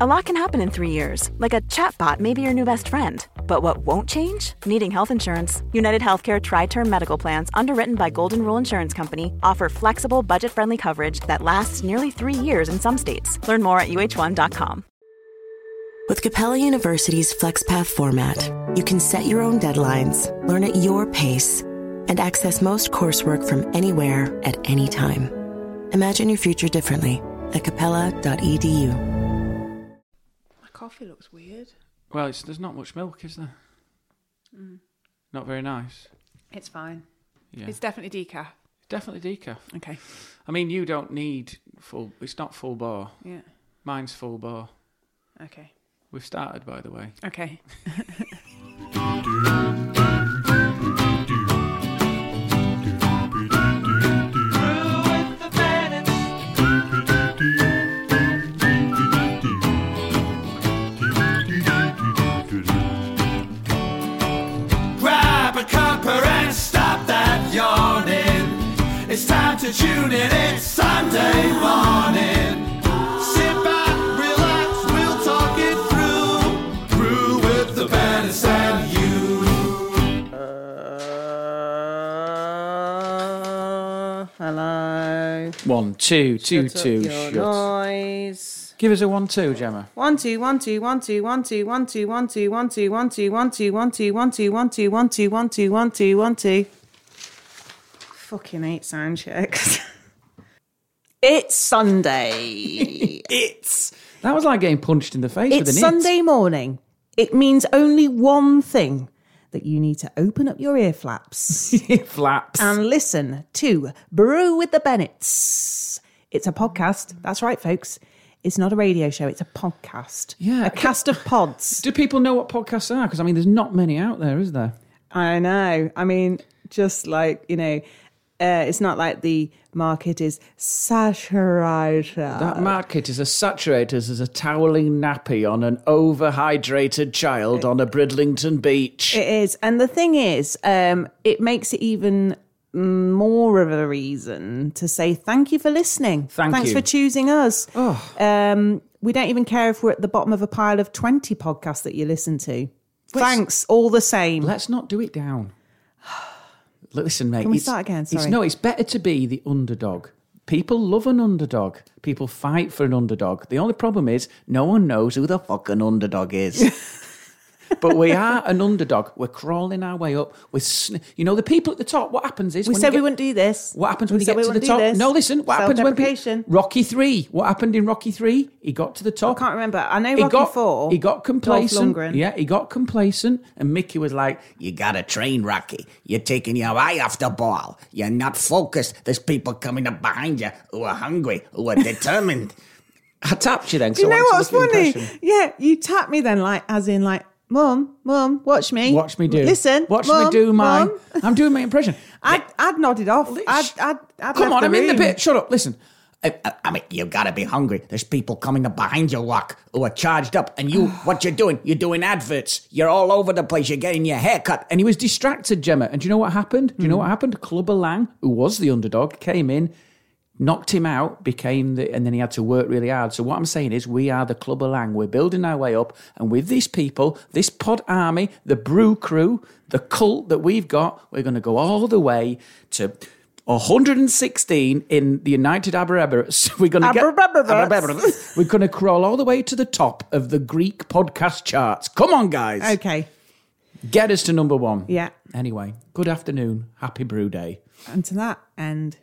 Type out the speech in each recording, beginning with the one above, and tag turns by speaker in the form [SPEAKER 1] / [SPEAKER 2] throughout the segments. [SPEAKER 1] A lot can happen in three years, like a chatbot may be your new best friend. But what won't change? Needing health insurance. United Healthcare Tri Term Medical Plans, underwritten by Golden Rule Insurance Company, offer flexible, budget friendly coverage that lasts nearly three years in some states. Learn more at uh1.com.
[SPEAKER 2] With Capella University's FlexPath format, you can set your own deadlines, learn at your pace, and access most coursework from anywhere at any time. Imagine your future differently at capella.edu.
[SPEAKER 3] My coffee looks weird.
[SPEAKER 4] Well, it's, there's not much milk, is there?
[SPEAKER 5] Mm.
[SPEAKER 4] Not very nice.
[SPEAKER 3] It's fine.
[SPEAKER 4] Yeah,
[SPEAKER 3] It's definitely decaf.
[SPEAKER 4] definitely decaf.
[SPEAKER 3] Okay.
[SPEAKER 4] I mean, you don't need full. It's not full bar.
[SPEAKER 3] Yeah.
[SPEAKER 4] Mine's full bar.
[SPEAKER 3] Okay.
[SPEAKER 4] We've started, by the way.
[SPEAKER 3] Okay.
[SPEAKER 6] Grab a cuppa and stop that yawning. It's time to tune in, it's Sunday morning. Sit back, relax, we'll talk it through. Through with the bandits and you.
[SPEAKER 5] Uh, hello.
[SPEAKER 4] One, two, two,
[SPEAKER 5] Shut up
[SPEAKER 4] two.
[SPEAKER 5] your
[SPEAKER 4] Shut.
[SPEAKER 5] noise.
[SPEAKER 4] Give us a one, two, Gemma.
[SPEAKER 5] One two one two one two one two one two one two one two one two one two one two one two one two one two one two one two one two. Fucking hate sound checks. It's Sunday. it's
[SPEAKER 4] That was like getting punched in the face with
[SPEAKER 5] it's
[SPEAKER 4] an
[SPEAKER 5] Sunday morning. It means only one thing that you need to open up your ear flaps
[SPEAKER 4] it. Flaps.
[SPEAKER 5] and listen to Brew with the Bennetts. It's a podcast. That's right, folks. It's not a radio show, it's a podcast.
[SPEAKER 4] Yeah.
[SPEAKER 5] A cast of pods.
[SPEAKER 4] Do people know what podcasts are? Because I mean, there's not many out there, is there?
[SPEAKER 5] I know. I mean, just like, you know, uh, it's not like the market is saturated.
[SPEAKER 4] That market is as saturated as a toweling nappy on an overhydrated child on a Bridlington beach.
[SPEAKER 5] It is. And the thing is, um, it makes it even more of a reason to say thank you for listening.
[SPEAKER 4] Thank
[SPEAKER 5] Thanks
[SPEAKER 4] you. Oh.
[SPEAKER 5] for choosing us. Um, we don't even care if we're at the bottom of a pile of 20 podcasts that you listen to. Thanks all the same.
[SPEAKER 4] Let's not do it down. Listen, mate.
[SPEAKER 5] Can we
[SPEAKER 4] it's-
[SPEAKER 5] start again?
[SPEAKER 4] it's-
[SPEAKER 5] Sorry.
[SPEAKER 4] no, it's better to be the underdog. People love an underdog. People fight for an underdog. The only problem is no one knows who the fucking underdog is. but we are an underdog. We're crawling our way up. We're, sn- you know, the people at the top. What happens is
[SPEAKER 5] we
[SPEAKER 4] when
[SPEAKER 5] said
[SPEAKER 4] you
[SPEAKER 5] we
[SPEAKER 4] get-
[SPEAKER 5] wouldn't do this.
[SPEAKER 4] What happens
[SPEAKER 5] We
[SPEAKER 4] when you
[SPEAKER 5] said
[SPEAKER 4] get
[SPEAKER 5] we
[SPEAKER 4] to the
[SPEAKER 5] wouldn't do
[SPEAKER 4] top?
[SPEAKER 5] this.
[SPEAKER 4] No, listen. What happens when
[SPEAKER 5] Self-deprecation.
[SPEAKER 4] pe- Rocky Three? What happened in Rocky Three? He got to the top.
[SPEAKER 5] I can't remember. I know
[SPEAKER 4] He
[SPEAKER 5] Rocky
[SPEAKER 4] got
[SPEAKER 5] Four,
[SPEAKER 4] He got
[SPEAKER 5] Dolph
[SPEAKER 4] complacent.
[SPEAKER 5] Lundgren.
[SPEAKER 4] Yeah, he got complacent, and Mickey was like,
[SPEAKER 7] You gotta train, Rocky. You're taking your eye off the ball. You're not focused. There's people coming up behind you who are hungry, who are determined.
[SPEAKER 4] "I tapped you then."
[SPEAKER 5] Do you know what's funny? Yeah, you tapped me then, like, as in, like, Mum, Mum, watch me.
[SPEAKER 4] Watch me do.
[SPEAKER 5] Listen.
[SPEAKER 4] Watch me
[SPEAKER 5] Mum,
[SPEAKER 4] do my.
[SPEAKER 5] Mum.
[SPEAKER 4] I'm doing my impression.
[SPEAKER 5] I'd, I'd nodded off.
[SPEAKER 4] Sh-
[SPEAKER 5] I'd, I'd, I'd
[SPEAKER 4] Come on,
[SPEAKER 5] left the
[SPEAKER 4] I'm in the
[SPEAKER 5] room.
[SPEAKER 4] pit. Shut up. Listen.
[SPEAKER 7] I, I- I mean, you gotta be hungry. There's people coming up behind your rock who are charged up. And you, what you're doing? You're doing adverts. You're all over the place. You're getting your hair cut.
[SPEAKER 4] And he was distracted, Gemma. And do you know what happened?
[SPEAKER 5] Hmm.
[SPEAKER 4] Do you know what happened? Clubber Lang, who was the underdog, came in, knocked him out, became the, and then he had to work really hard. So what I'm saying is, we are the Clubber Lang. We're building our way up, and with these people, this pod army, the brew crew, the cult that we've got, we're going to go all the way to. 116 in the United Arab Emirates. We're going to get.
[SPEAKER 5] Arab Emirates.
[SPEAKER 4] We're going to crawl all the way to the top of the Greek podcast charts. Come on, guys.
[SPEAKER 5] Okay.
[SPEAKER 4] Get us to number one.
[SPEAKER 5] Yeah.
[SPEAKER 4] Anyway, good afternoon. Happy brew day.
[SPEAKER 5] And to that end,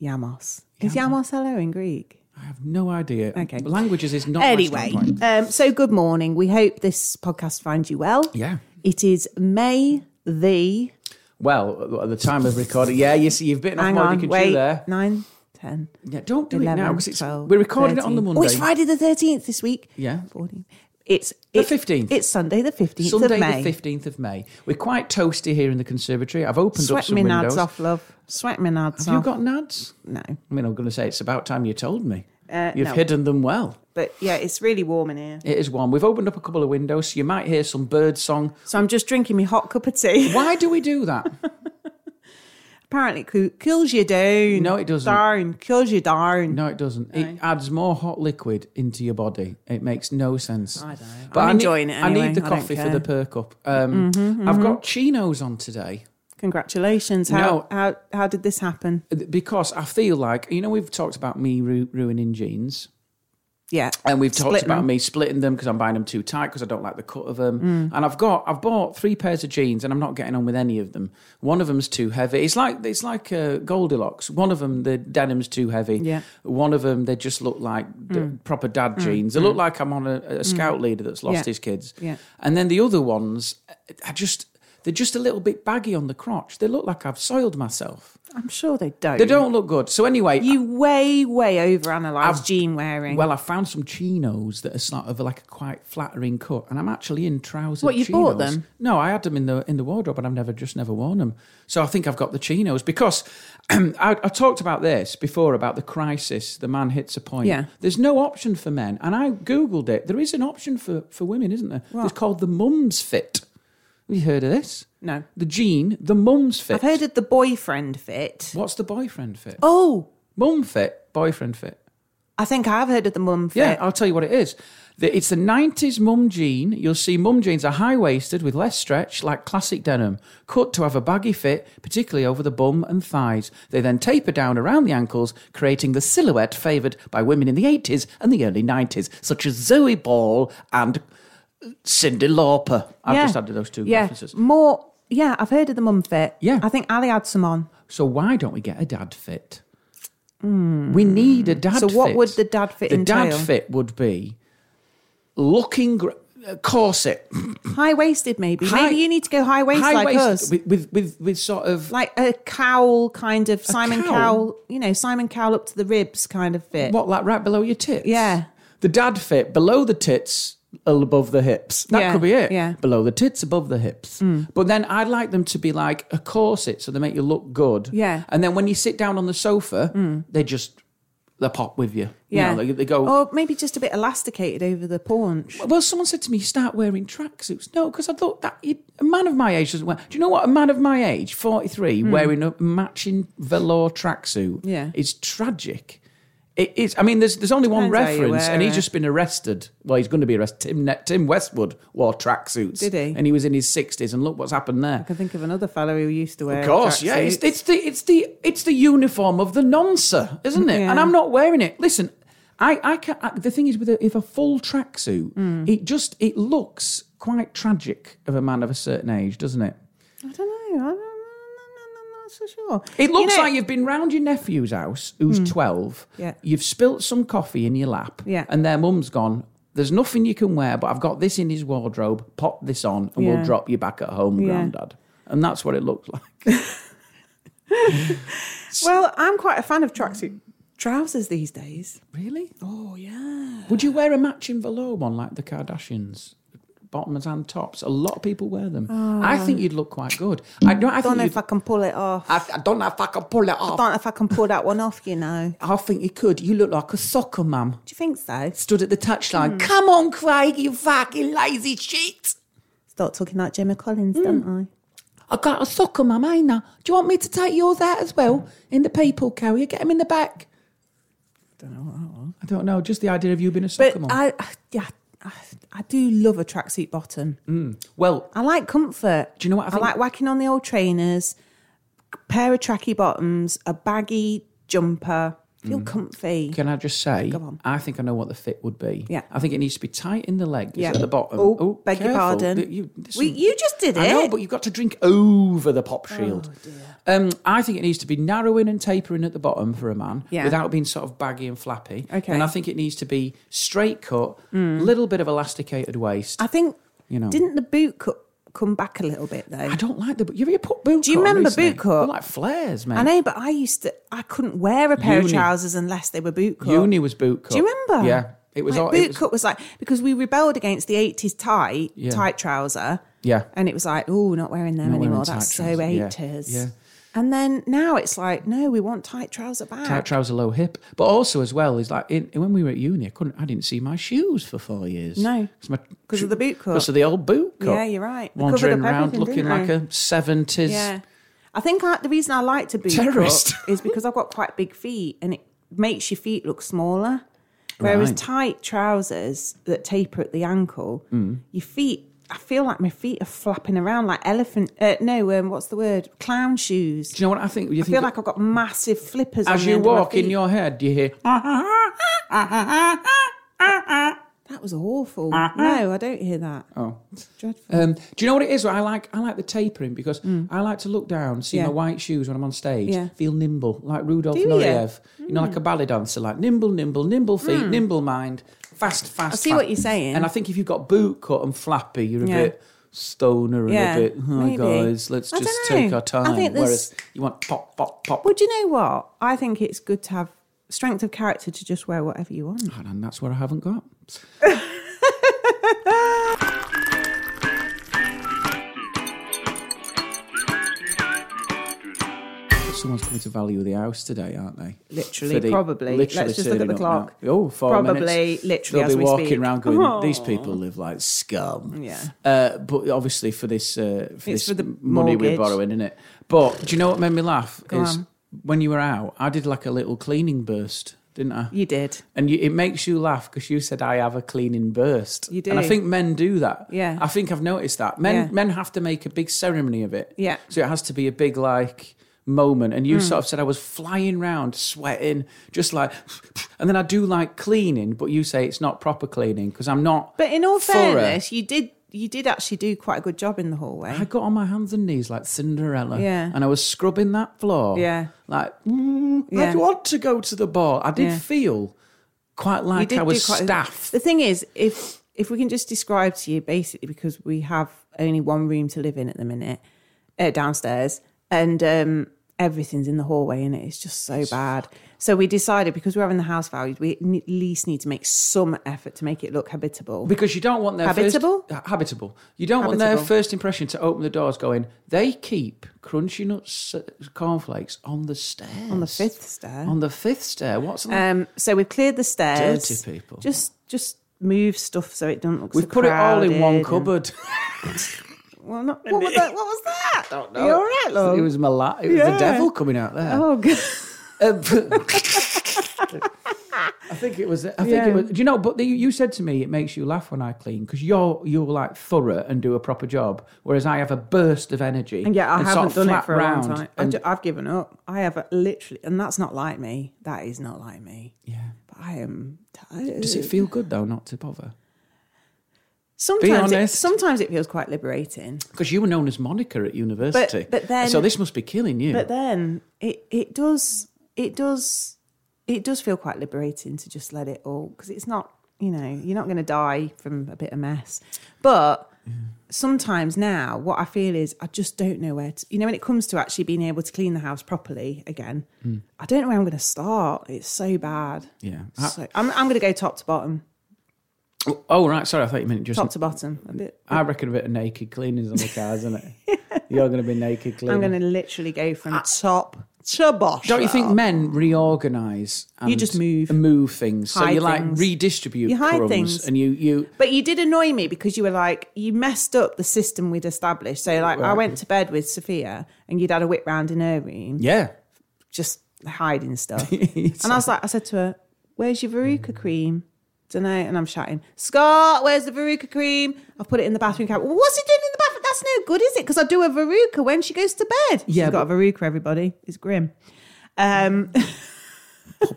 [SPEAKER 5] Yamos. Is Yamos hello in Greek?
[SPEAKER 4] I have no idea.
[SPEAKER 5] Okay.
[SPEAKER 4] Languages is not my
[SPEAKER 5] Anyway,
[SPEAKER 4] strong point.
[SPEAKER 5] um, so good morning. We hope this podcast finds you well.
[SPEAKER 4] Yeah.
[SPEAKER 5] It is May the.
[SPEAKER 4] Well, at the time of recording, yeah, you see, you've bitten off
[SPEAKER 5] Hang
[SPEAKER 4] more than
[SPEAKER 5] on,
[SPEAKER 4] you can
[SPEAKER 5] wait.
[SPEAKER 4] chew there.
[SPEAKER 5] 9, 10.
[SPEAKER 4] Yeah, don't do it now
[SPEAKER 5] 11,
[SPEAKER 4] because it's
[SPEAKER 5] 12,
[SPEAKER 4] we're recording it on the
[SPEAKER 5] 13.
[SPEAKER 4] Monday.
[SPEAKER 5] Oh, it's Friday the 13th this week.
[SPEAKER 4] Yeah.
[SPEAKER 5] 14. It's,
[SPEAKER 4] The
[SPEAKER 5] it's
[SPEAKER 4] 15th.
[SPEAKER 5] It's Sunday the 15th
[SPEAKER 4] Sunday
[SPEAKER 5] of May.
[SPEAKER 4] the fifteenth of May. We're quite toasty here in the conservatory. I've opened up
[SPEAKER 5] Sweat
[SPEAKER 4] some
[SPEAKER 5] me
[SPEAKER 4] windows.
[SPEAKER 5] nads off, love. Sweat me nads
[SPEAKER 4] Have you
[SPEAKER 5] off.
[SPEAKER 4] got nads?
[SPEAKER 5] no.
[SPEAKER 4] I mean, I'm going to say it's about time you told me.
[SPEAKER 5] Uh,
[SPEAKER 4] You've
[SPEAKER 5] no.
[SPEAKER 4] hidden them well.
[SPEAKER 5] But yeah, it's really warm in here.
[SPEAKER 4] It is warm. We've opened up a couple of windows, so you might hear some bird song.
[SPEAKER 5] So I'm just drinking my hot cup of tea.
[SPEAKER 4] Why do we do that?
[SPEAKER 5] Apparently, coo- cools you down.
[SPEAKER 4] No, it doesn't.
[SPEAKER 5] Down, cools you down.
[SPEAKER 4] No, it doesn't. It adds more hot liquid into your body. It makes no sense. I
[SPEAKER 5] don't know. I'm enjoying
[SPEAKER 4] need,
[SPEAKER 5] it
[SPEAKER 4] I
[SPEAKER 5] anyway.
[SPEAKER 4] need the
[SPEAKER 5] I don't
[SPEAKER 4] coffee for
[SPEAKER 5] care. Mm-hmm,
[SPEAKER 4] the perk up. Um, I've got chinos on today
[SPEAKER 5] Congratulations. How,
[SPEAKER 4] No.
[SPEAKER 5] how how did this happen?
[SPEAKER 4] because I feel like you know we've talked about me ru- ruining jeans.
[SPEAKER 5] Yeah,
[SPEAKER 4] And we've talked
[SPEAKER 5] Splitting
[SPEAKER 4] about
[SPEAKER 5] them.
[SPEAKER 4] me splitting them because I'm buying them too tight because I don't like the cut of them.
[SPEAKER 5] Mm.
[SPEAKER 4] And I've got I've bought three pairs of jeans and I'm not getting on with any of them. One of them's too heavy. It's like it's like uh, Goldilocks. One of them the denim's too heavy.
[SPEAKER 5] Yeah. Mm.
[SPEAKER 4] One of them they just look like d- proper dad jeans. They look like I'm on a, a scout leader that's lost
[SPEAKER 5] Yeah.
[SPEAKER 4] his kids.
[SPEAKER 5] Yeah.
[SPEAKER 4] And then the other ones, I just they're just a little bit baggy on the crotch. They look like I've soiled myself.
[SPEAKER 5] I'm sure they don't.
[SPEAKER 4] They don't look good. So anyway,
[SPEAKER 5] You way way overanalyze
[SPEAKER 4] I've-
[SPEAKER 5] jean wearing.
[SPEAKER 4] Well, I found some chinos that are sort of like a quite flattering cut, and I'm actually in trousers.
[SPEAKER 5] What, you bought
[SPEAKER 4] chinos.
[SPEAKER 5] them?
[SPEAKER 4] No, I had them in the in the wardrobe, and I've never just never worn them. So I think I've got the chinos because I, I talked about this before about the crisis. The man hits a point.
[SPEAKER 5] Yeah.
[SPEAKER 4] There's no option for men, and I googled it. There is an option for for women, isn't there? It's called the mum's fit. Have you heard of this?
[SPEAKER 5] No.
[SPEAKER 4] The gene, the mum's fit.
[SPEAKER 5] I've heard of the boyfriend fit.
[SPEAKER 4] What's the boyfriend fit?
[SPEAKER 5] Oh,
[SPEAKER 4] Mum fit, boyfriend fit.
[SPEAKER 5] I think I have heard of the mum fit.
[SPEAKER 4] Yeah, I'll tell you what it is. The- It's the 90s mum jean. You'll see mum jeans are high waisted with less stretch, like classic denim, cut to have a baggy fit, particularly over the bum and thighs. They then taper down around the ankles, creating the silhouette favoured by women in the 80s and the early 90s, such as Zoe Ball and Cindy Lauper. I've
[SPEAKER 5] Yeah.
[SPEAKER 4] just added those two
[SPEAKER 5] yeah.
[SPEAKER 4] references.
[SPEAKER 5] More. Yeah, I've heard of the mum fit.
[SPEAKER 4] Yeah.
[SPEAKER 5] I think Ali had some on.
[SPEAKER 4] So why don't we get a dad fit? We need a dad
[SPEAKER 5] So
[SPEAKER 4] fit.
[SPEAKER 5] what would the dad fit
[SPEAKER 4] The dad
[SPEAKER 5] entail?
[SPEAKER 4] fit would be looking gr- a corset,
[SPEAKER 5] High waisted, maybe.
[SPEAKER 4] High-
[SPEAKER 5] maybe you need to go high waist
[SPEAKER 4] high
[SPEAKER 5] like
[SPEAKER 4] waist
[SPEAKER 5] us.
[SPEAKER 4] With, with with with sort of
[SPEAKER 5] like a cowl kind of Simon
[SPEAKER 4] cowl?
[SPEAKER 5] Cowell, you know, Simon Cowell up to the ribs kind of fit.
[SPEAKER 4] what like right below your tits.
[SPEAKER 5] Yeah.
[SPEAKER 4] the dad fit below the tits. Above the hips. That
[SPEAKER 5] Yeah,
[SPEAKER 4] could be it.
[SPEAKER 5] yeah. Mm.
[SPEAKER 4] Below the tits, above the hips. But then I'd like them to be like a corset so they make you look good.
[SPEAKER 5] Yeah. Mm.
[SPEAKER 4] And then when you sit down on the sofa, they just, they pop with you. You
[SPEAKER 5] Yeah. Oh,
[SPEAKER 4] know, they, they go.
[SPEAKER 5] Or maybe just a bit elasticated over the paunch.
[SPEAKER 4] Well, someone said to me, "Start wearing tracksuits." No, because I thought that you- a man of my age doesn't wear. Do you know what? A man of my age, forty-three, wearing a matching velour tracksuit,
[SPEAKER 5] Hmm. Yeah.
[SPEAKER 4] is tragic. It is. I mean, there's there's only one
[SPEAKER 5] Depends how you
[SPEAKER 4] reference,
[SPEAKER 5] wear
[SPEAKER 4] and he's
[SPEAKER 5] it.
[SPEAKER 4] just been arrested. Well, he's going to be arrested. Tim, Ne- Tim Westwood wore tracksuits,
[SPEAKER 5] Did he?
[SPEAKER 4] And he was in his sixties, and look what's happened there.
[SPEAKER 5] I can think of another fellow who used to wear.
[SPEAKER 4] Of course, yeah. It's,
[SPEAKER 5] tracksuits.
[SPEAKER 4] it's the it's the it's the uniform of the noncer, isn't it?
[SPEAKER 5] Yeah.
[SPEAKER 4] And I'm not wearing it. Listen, I I, can, I the thing is with a, if a full tracksuit,
[SPEAKER 5] Mm.
[SPEAKER 4] it just it looks quite tragic of a man of a certain age, doesn't it?
[SPEAKER 5] I don't know. I don't, I'm not so sure.
[SPEAKER 4] It looks
[SPEAKER 5] know- Mm.
[SPEAKER 4] like you've been round your nephew's house, who's twelve.
[SPEAKER 5] Yeah.
[SPEAKER 4] You've spilt some coffee in your lap.
[SPEAKER 5] Yeah.
[SPEAKER 4] And their mum's gone. There's nothing you can wear, but I've got this in his wardrobe. Pop this on, and
[SPEAKER 5] Yeah.
[SPEAKER 4] we'll drop you back at home,
[SPEAKER 5] Yeah.
[SPEAKER 4] granddad. And that's what it looks like.
[SPEAKER 5] Well, I'm quite a fan of tracksuit trousers these days.
[SPEAKER 4] Really? Oh yeah. Would you wear a matching velour one like the Kardashians? Bottoms and tops. A lot of people wear them. I think you'd look quite good. I don't. I,
[SPEAKER 5] I Oh. don't
[SPEAKER 4] think
[SPEAKER 5] know
[SPEAKER 4] you'd-
[SPEAKER 5] if I can pull it off. I
[SPEAKER 7] I, I don't know if I can pull it off.
[SPEAKER 5] don't know if I can pull that one off. You know.
[SPEAKER 4] I think you could. You look like a soccer mum
[SPEAKER 5] Do you think so?
[SPEAKER 4] stood at the
[SPEAKER 5] Hmm.
[SPEAKER 4] touchline. Come on, Craig, you fucking lazy shit!
[SPEAKER 5] Start talking like Gemma Collins, don't
[SPEAKER 4] I got a soccer mum, ain't I? Do you want me to take yours out as well in the people carrier? Get him in the back. I don't know. I don't know. Just the idea of you being a
[SPEAKER 5] I?
[SPEAKER 4] soccer
[SPEAKER 5] But
[SPEAKER 4] mum.
[SPEAKER 5] I, I- yeah, I, I do love a tracksuit bottom.
[SPEAKER 4] well,
[SPEAKER 5] I like comfort.
[SPEAKER 4] Do you know what I think-
[SPEAKER 5] like whacking on the old trainers, a pair of tracky bottoms, a baggy jumper. Feel comfy.
[SPEAKER 4] Mm. Can I just say,
[SPEAKER 5] Go on.
[SPEAKER 4] I think I know what the fit would be.
[SPEAKER 5] Yeah.
[SPEAKER 4] I think it needs to be tight in the legs
[SPEAKER 5] Yeah.
[SPEAKER 4] at the bottom.
[SPEAKER 5] Oh, beg your
[SPEAKER 4] careful.
[SPEAKER 5] pardon.
[SPEAKER 4] Th- You, there's
[SPEAKER 5] We-
[SPEAKER 4] some-
[SPEAKER 5] you just did
[SPEAKER 4] I know,
[SPEAKER 5] it. Oh,
[SPEAKER 4] but you've got to drink over the pop shield. Um, I think it needs to be narrowing and tapering at the bottom for a man
[SPEAKER 5] Yeah.
[SPEAKER 4] without being sort of baggy and flappy.
[SPEAKER 5] Okay. Mm.
[SPEAKER 4] And I think it needs to be straight cut, little bit of elasticated waist.
[SPEAKER 5] I think.
[SPEAKER 4] You know.
[SPEAKER 5] Didn't the boot cut come back a little bit though?
[SPEAKER 4] I don't like the. You ever put boot
[SPEAKER 5] Do you
[SPEAKER 4] cut on
[SPEAKER 5] remember
[SPEAKER 4] recently?
[SPEAKER 5] boot cut?
[SPEAKER 4] They're like flares, man.
[SPEAKER 5] I know, but I used to. I couldn't wear a pair of
[SPEAKER 4] Uni.
[SPEAKER 5] trousers unless they were boot cut.
[SPEAKER 4] Uni was boot cut.
[SPEAKER 5] Do you remember?
[SPEAKER 4] Yeah. It was
[SPEAKER 5] like,
[SPEAKER 4] all- it
[SPEAKER 5] boot
[SPEAKER 4] was-
[SPEAKER 5] cut was like because we rebelled against the eighties tight
[SPEAKER 4] Yeah.
[SPEAKER 5] tight trouser.
[SPEAKER 4] Yeah.
[SPEAKER 5] and it was like, oh, not wearing them
[SPEAKER 4] Not wearing
[SPEAKER 5] anymore.
[SPEAKER 4] tight
[SPEAKER 5] That's so
[SPEAKER 4] trousers. Yeah.
[SPEAKER 5] eighties.
[SPEAKER 4] Yeah.
[SPEAKER 5] And then now it's like, no, we want tight trouser back.
[SPEAKER 4] tight trouser, low hip. But also as well is like in, when we were at uni, I couldn't, I didn't see my shoes for four years.
[SPEAKER 5] No. 'Cause of the boot cut.
[SPEAKER 4] Because of the old boot cut.
[SPEAKER 5] Yeah, you're right. They covered
[SPEAKER 4] Wandering
[SPEAKER 5] up
[SPEAKER 4] around
[SPEAKER 5] everything,
[SPEAKER 4] looking
[SPEAKER 5] didn't
[SPEAKER 4] like
[SPEAKER 5] they?
[SPEAKER 4] a seventies.
[SPEAKER 5] yeah. I think I, the reason I like to boot
[SPEAKER 4] Terrorist.
[SPEAKER 5] cut is because I've got quite big feet and it makes your feet look smaller. Whereas
[SPEAKER 4] Right.
[SPEAKER 5] tight trousers that taper at the ankle,
[SPEAKER 4] Mm.
[SPEAKER 5] your feet. I feel like my feet are flapping around like elephant. Uh, no, um, what's the word? Clown shoes.
[SPEAKER 4] Do you know what I think? You
[SPEAKER 5] I
[SPEAKER 4] think
[SPEAKER 5] feel like I've got massive flippers. on
[SPEAKER 4] as
[SPEAKER 5] the
[SPEAKER 4] you
[SPEAKER 5] end of my
[SPEAKER 4] walk in
[SPEAKER 5] feet.
[SPEAKER 4] your head, you hear.
[SPEAKER 5] That was awful. No, I don't hear that.
[SPEAKER 4] Uh-huh. Oh.
[SPEAKER 5] Dreadful.
[SPEAKER 4] Um, do you know what it is? I like I like the tapering because I like to look down, see
[SPEAKER 5] Mm. Yeah.
[SPEAKER 4] my white shoes when I'm on stage,
[SPEAKER 5] Yeah.
[SPEAKER 4] feel nimble, like Rudolf
[SPEAKER 5] Do you? Mm.
[SPEAKER 4] Nureyev, you? know, like a ballet dancer, like nimble, nimble, nimble feet, nimble mind, fast, fast.
[SPEAKER 5] see
[SPEAKER 4] fast.
[SPEAKER 5] what you're saying.
[SPEAKER 4] And I think if you've got boot cut and flappy, you're a
[SPEAKER 5] Yeah.
[SPEAKER 4] bit stoner and
[SPEAKER 5] Yeah,
[SPEAKER 4] a bit. Oh,
[SPEAKER 5] maybe.
[SPEAKER 4] guys, let's
[SPEAKER 5] I
[SPEAKER 4] just
[SPEAKER 5] dunno.
[SPEAKER 4] take our
[SPEAKER 5] I
[SPEAKER 4] time.
[SPEAKER 5] think there's-
[SPEAKER 4] Whereas you want pop, pop, pop,
[SPEAKER 5] Well, do you know what? I think it's good to have strength of character to just wear whatever you want.
[SPEAKER 4] and that's what I haven't got. Someone's coming to value the house today, aren't they?
[SPEAKER 5] Literally,
[SPEAKER 4] For the-
[SPEAKER 5] probably.
[SPEAKER 4] literally
[SPEAKER 5] Let's just look at the
[SPEAKER 4] turning up
[SPEAKER 5] clock.
[SPEAKER 4] now. Oh, four
[SPEAKER 5] Probably,
[SPEAKER 4] minutes.
[SPEAKER 5] literally,
[SPEAKER 4] They'll
[SPEAKER 5] as
[SPEAKER 4] be
[SPEAKER 5] we
[SPEAKER 4] walking
[SPEAKER 5] speak.
[SPEAKER 4] around going, "These people live like scum."
[SPEAKER 5] Yeah.
[SPEAKER 4] Uh, but obviously, for this, uh, for
[SPEAKER 5] It's
[SPEAKER 4] this
[SPEAKER 5] for the
[SPEAKER 4] money we're
[SPEAKER 5] mortgage.
[SPEAKER 4] borrowing, isn't it? But do you know what made me laugh?
[SPEAKER 5] Go
[SPEAKER 4] is
[SPEAKER 5] on.
[SPEAKER 4] when you were out, I did like a little cleaning burst, didn't I?
[SPEAKER 5] You did.
[SPEAKER 4] And you, it makes you laugh because you said, I have a cleaning burst.
[SPEAKER 5] You
[SPEAKER 4] And I
[SPEAKER 5] do.
[SPEAKER 4] think men do that.
[SPEAKER 5] Yeah.
[SPEAKER 4] I think I've noticed that. Men
[SPEAKER 5] Yeah.
[SPEAKER 4] men have to make a big ceremony of it.
[SPEAKER 5] Yeah. Mm.
[SPEAKER 4] So it has to be a big, like, moment. And you sort of said, I was flying round, sweating, just like, and then I do like cleaning, but you say it's not proper cleaning because I'm not.
[SPEAKER 5] But in all
[SPEAKER 4] thorough.
[SPEAKER 5] fairness, you did you did actually do quite a good job in the hallway.
[SPEAKER 4] I got on my hands and knees like Cinderella.
[SPEAKER 5] Yeah.
[SPEAKER 4] And I was scrubbing that floor.
[SPEAKER 5] Yeah.
[SPEAKER 4] Like, mm,
[SPEAKER 5] Yeah.
[SPEAKER 4] I want to go to the bar. I did
[SPEAKER 5] Yeah.
[SPEAKER 4] feel quite
[SPEAKER 5] you
[SPEAKER 4] like
[SPEAKER 5] did
[SPEAKER 4] I was
[SPEAKER 5] do quite a-
[SPEAKER 4] staff.
[SPEAKER 5] the thing is, if if we can just describe to you basically because we have only one room to live in at the minute, uh, downstairs, and um, everything's in the hallway and it's just so bad. So we decided because we're having the house valued, we ne- at least need to make some effort to make it look habitable.
[SPEAKER 4] Because you don't want their first-
[SPEAKER 5] Habitable?
[SPEAKER 4] Ha- habitable. You don't want their
[SPEAKER 5] Habitable.
[SPEAKER 4] first impression to open the doors going. They keep crunchy nuts uh, cornflakes on the stairs.
[SPEAKER 5] on the fifth stair.
[SPEAKER 4] On the fifth stair. What's that?
[SPEAKER 5] Um, so we've cleared the stairs.
[SPEAKER 4] Dirty people.
[SPEAKER 5] Just just move stuff so it doesn't look.
[SPEAKER 4] We've
[SPEAKER 5] so
[SPEAKER 4] put it all in one
[SPEAKER 5] crowded and-
[SPEAKER 4] cupboard.
[SPEAKER 5] well, not, what, was that, what was that?
[SPEAKER 4] I don't know.
[SPEAKER 5] You all right, love?
[SPEAKER 4] It was my la- It was the
[SPEAKER 5] Yeah.
[SPEAKER 4] devil coming out there.
[SPEAKER 5] Oh god.
[SPEAKER 4] Um, I think it was. I think
[SPEAKER 5] Yeah.
[SPEAKER 4] it was. Do you know? But the, you said to me, it makes you laugh when I clean because you're you're like thorough and do a proper job, whereas I have a burst of energy.
[SPEAKER 5] And yeah, I
[SPEAKER 4] and sort
[SPEAKER 5] haven't
[SPEAKER 4] of
[SPEAKER 5] done it
[SPEAKER 4] flap
[SPEAKER 5] for a long
[SPEAKER 4] round
[SPEAKER 5] time. I've,
[SPEAKER 4] and-
[SPEAKER 5] ju- I've given up. I have a- literally, and that's not like me. That is not like me.
[SPEAKER 4] yeah.
[SPEAKER 5] But I am tired.
[SPEAKER 4] Does it feel good though not to bother?
[SPEAKER 5] Sometimes, it,
[SPEAKER 4] honest.
[SPEAKER 5] sometimes it feels quite liberating.
[SPEAKER 4] Because you were known as Monica at university.
[SPEAKER 5] but then-
[SPEAKER 4] so this must be killing you.
[SPEAKER 5] But then it it does it does it does feel quite liberating to just let it all because it's not you know you're not going to die from a bit of mess, but. Sometimes now, what I feel is I just don't know where to. You know, when it comes to actually being able to clean the house properly again, I don't know where I'm going to start. It's so bad.
[SPEAKER 4] Hmm. yeah. Ah.
[SPEAKER 5] So I'm, I'm going to go top to bottom,
[SPEAKER 4] oh right, sorry. I thought you meant just.
[SPEAKER 5] top to bottom. A bit.
[SPEAKER 4] I reckon a bit of naked cleaning's on the cars, isn't it? You're going to be naked cleaning.
[SPEAKER 5] I'm going to literally go from top to bottom.
[SPEAKER 4] Ah. Don't you think men reorganize? And
[SPEAKER 5] just move.
[SPEAKER 4] and move things. So
[SPEAKER 5] Hide
[SPEAKER 4] you like
[SPEAKER 5] things.
[SPEAKER 4] redistribute
[SPEAKER 5] You hide
[SPEAKER 4] crumbs,
[SPEAKER 5] things.
[SPEAKER 4] and you you
[SPEAKER 5] But you did annoy me because you were like, you messed up the system we'd established. So, like, I went to bed with Sophia and you'd had a whip round in her room,
[SPEAKER 4] yeah.
[SPEAKER 5] just hiding stuff. and I was like, I said to her, Where's your Veruca cream? Dunno. And I'm shouting, Scott, where's the Veruca cream? I've put it in the bathroom cabinet. "Well, What's it doing in the bathroom? That's no good, is it? Because I do a Veruca when she goes to bed.
[SPEAKER 4] Yeah,
[SPEAKER 5] She's got a Veruca, everybody. It's grim. Um,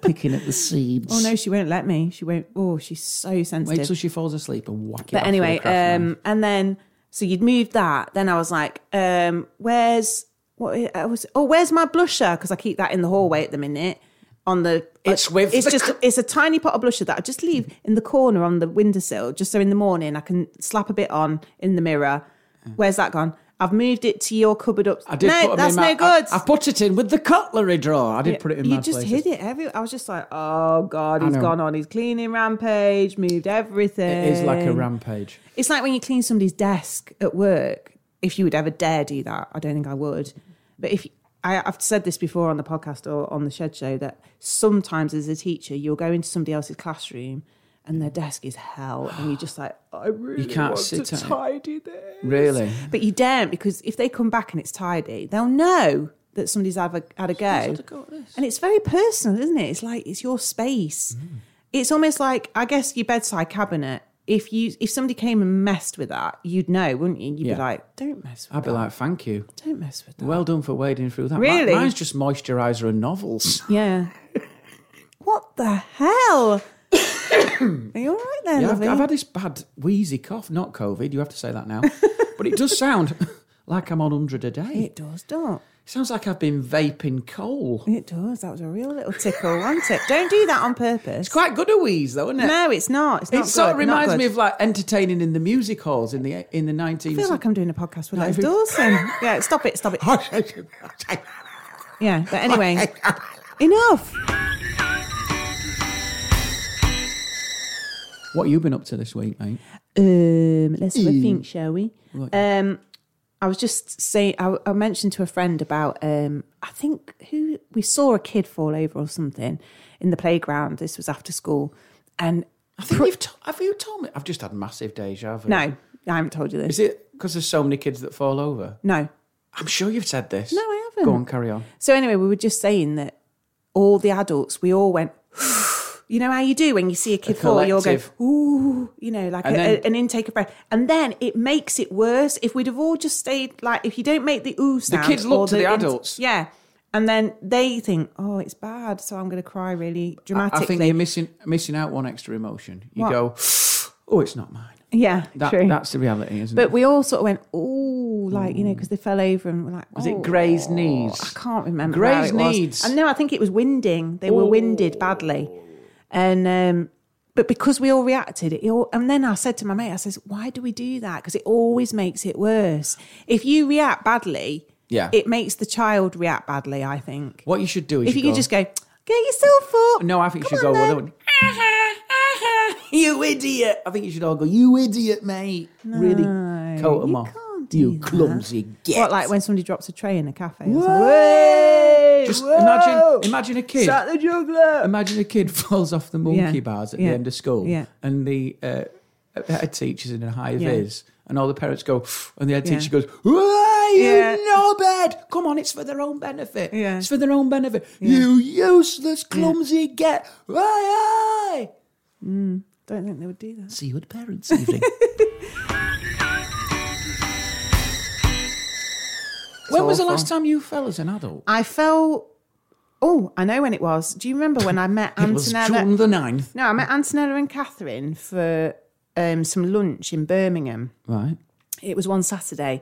[SPEAKER 4] picking at the seeds.
[SPEAKER 5] oh, no, she won't let me. She won't. Oh, she's so sensitive.
[SPEAKER 4] Wait till she falls asleep and whack it. off
[SPEAKER 5] but
[SPEAKER 4] with
[SPEAKER 5] anyway,
[SPEAKER 4] a craft knife.
[SPEAKER 5] um, and then so you'd moved that. Then I was like, um, where's what I was? Oh, where's my blusher? Because I keep that in the hallway at the minute. On the uh,
[SPEAKER 4] It's with
[SPEAKER 5] it's
[SPEAKER 4] the
[SPEAKER 5] just it's a tiny pot of blusher that I just leave in the corner on the windowsill, just so in the morning I can slap a bit on in the mirror. Where's that gone? I've moved it to your cupboard up.
[SPEAKER 4] I did
[SPEAKER 5] no,
[SPEAKER 4] put 'em in
[SPEAKER 5] that's
[SPEAKER 4] my-
[SPEAKER 5] no good.
[SPEAKER 4] I, I put it in with the cutlery drawer. I did put it in
[SPEAKER 5] you
[SPEAKER 4] my
[SPEAKER 5] just
[SPEAKER 4] places.
[SPEAKER 5] hid it everywhere. I was just like, oh god,
[SPEAKER 4] I
[SPEAKER 5] he's
[SPEAKER 4] know.
[SPEAKER 5] gone on his cleaning rampage, moved everything.
[SPEAKER 4] It is like a rampage.
[SPEAKER 5] It's like when you clean somebody's desk at work. If you would ever dare do that, I don't think I would. But if I, I've said this before on the podcast or on the Shed Show, that sometimes as a teacher, you'll go into somebody else's classroom and their desk is hell, and you're just like, I really
[SPEAKER 4] can't
[SPEAKER 5] want
[SPEAKER 4] sit
[SPEAKER 5] to
[SPEAKER 4] on it.
[SPEAKER 5] tidy this.
[SPEAKER 4] Really?
[SPEAKER 5] But you don't because if they come back and it's tidy, they'll know that somebody's had a, had a go. And it's very personal, isn't it? It's like it's your space.
[SPEAKER 4] Mm.
[SPEAKER 5] It's almost like I guess your bedside cabinet. If you if somebody came and messed with that, you'd know, wouldn't you? You'd
[SPEAKER 4] Yeah.
[SPEAKER 5] be like, don't mess with
[SPEAKER 4] I'd be
[SPEAKER 5] that.
[SPEAKER 4] like, thank you.
[SPEAKER 5] don't mess with that.
[SPEAKER 4] Well done for wading through that. Mi-
[SPEAKER 5] Really?
[SPEAKER 4] mine's just moisturiser and novels.
[SPEAKER 5] yeah. what the hell? Are you all right there,
[SPEAKER 4] Yeah, I've,
[SPEAKER 5] lovey?
[SPEAKER 4] I've had this bad wheezy cough, not COVID. You have to say that now, but it does sound like I'm on hundred a day.
[SPEAKER 5] it does, don't.
[SPEAKER 4] It sounds like I've been vaping coal.
[SPEAKER 5] It does. That was a real little tickle, wasn't it? Don't do that on purpose.
[SPEAKER 4] It's quite good a wheeze, though, isn't it?
[SPEAKER 5] no, it's not. It's
[SPEAKER 4] it
[SPEAKER 5] not.
[SPEAKER 4] sort
[SPEAKER 5] good,
[SPEAKER 4] of
[SPEAKER 5] not
[SPEAKER 4] reminds
[SPEAKER 5] good.
[SPEAKER 4] me of like entertaining in the music halls in the in the nineteen.
[SPEAKER 5] I feel like I'm doing a podcast with
[SPEAKER 4] No,
[SPEAKER 5] Lex
[SPEAKER 4] who-
[SPEAKER 5] Dawson. yeah, stop it, stop it. Yeah, but anyway, enough.
[SPEAKER 4] What have you been up to this week, mate?
[SPEAKER 5] Um, let's have a think, shall we? Um, I was just saying, I, I mentioned to a friend about, um, I think who we saw a kid fall over or something in the playground. This was after school, and
[SPEAKER 4] I think you've to- have you told me. I've just had massive deja vu.
[SPEAKER 5] no, I haven't told you
[SPEAKER 4] is
[SPEAKER 5] this.
[SPEAKER 4] it because there's so many kids that fall over?
[SPEAKER 5] No,
[SPEAKER 4] I'm sure you've said this.
[SPEAKER 5] No, I haven't.
[SPEAKER 4] Go on, carry on.
[SPEAKER 5] So anyway, we were just saying that all the adults, we all went. You know how you do when you see a kid fall, you all go,
[SPEAKER 4] collective.
[SPEAKER 5] ooh, you know, like a,
[SPEAKER 4] And then-
[SPEAKER 5] a- an intake of breath. And then it makes it worse. If we'd have all just stayed, like, if you don't make the ooh sound.
[SPEAKER 4] kids look
[SPEAKER 5] or
[SPEAKER 4] to the
[SPEAKER 5] int-
[SPEAKER 4] adults.
[SPEAKER 5] yeah. And then they think, oh, it's bad, so I'm going to cry really dramatically.
[SPEAKER 4] I think you're missing missing out one extra emotion. You
[SPEAKER 5] What?
[SPEAKER 4] go, oh, it's not mine.
[SPEAKER 5] yeah,
[SPEAKER 4] That, Mm.
[SPEAKER 5] true.
[SPEAKER 4] That's the reality, isn't
[SPEAKER 5] but
[SPEAKER 4] it?
[SPEAKER 5] we all sort of went, ooh, like, you know, because they fell over and were like,
[SPEAKER 4] Was it
[SPEAKER 5] "Oh."
[SPEAKER 4] Gray's
[SPEAKER 5] I
[SPEAKER 4] knees?
[SPEAKER 5] can't remember.
[SPEAKER 4] Gray's
[SPEAKER 5] how it
[SPEAKER 4] needs.
[SPEAKER 5] Was. And no, I think it was winding. They were winded badly, and um, but because we all reacted, it all, and then I said to my mate, I says, "Why do we do that? Because it always makes it worse. If you react badly,
[SPEAKER 4] Yeah.
[SPEAKER 5] it makes the child react badly. I think.
[SPEAKER 4] What you should do is
[SPEAKER 5] if you,
[SPEAKER 4] go,
[SPEAKER 5] could just go, get yourself up.
[SPEAKER 4] No, I think you
[SPEAKER 5] Come
[SPEAKER 4] should go
[SPEAKER 5] on
[SPEAKER 4] with
[SPEAKER 5] then."
[SPEAKER 4] one. you idiot! I think you should all go. You idiot, mate! really, coat them
[SPEAKER 5] you
[SPEAKER 4] off.
[SPEAKER 5] can't do
[SPEAKER 4] you
[SPEAKER 5] that.
[SPEAKER 4] clumsy git.
[SPEAKER 5] What, like when somebody drops a tray in a cafe? or something?
[SPEAKER 4] Whoa! Just imagine, imagine a kid.
[SPEAKER 5] Shut the juggler.
[SPEAKER 4] Imagine a kid falls off the monkey
[SPEAKER 5] Yeah,
[SPEAKER 4] bars at
[SPEAKER 5] yeah,
[SPEAKER 4] the end of school,
[SPEAKER 5] yeah.
[SPEAKER 4] and the uh, head teacher's in a high
[SPEAKER 5] Yeah.
[SPEAKER 4] vis, and all the parents go, and the head
[SPEAKER 5] Yeah.
[SPEAKER 4] teacher goes, "Why you
[SPEAKER 5] Yeah.
[SPEAKER 4] knobhead? Come on, it's for their own benefit.
[SPEAKER 5] Yeah.
[SPEAKER 4] It's for their own benefit. You useless, clumsy get. Aye, aye."
[SPEAKER 5] Don't think they would do that.
[SPEAKER 4] See you at parents' evening. when was the
[SPEAKER 5] awful.
[SPEAKER 4] last time you fell as an adult?
[SPEAKER 5] I fell. Oh, I know when it was. Do you remember when I met
[SPEAKER 4] It was
[SPEAKER 5] Antonella?
[SPEAKER 4] June the 9th.
[SPEAKER 5] No, I met Antonella and Catherine for um, some lunch in Birmingham.
[SPEAKER 4] Right.
[SPEAKER 5] It was one Saturday,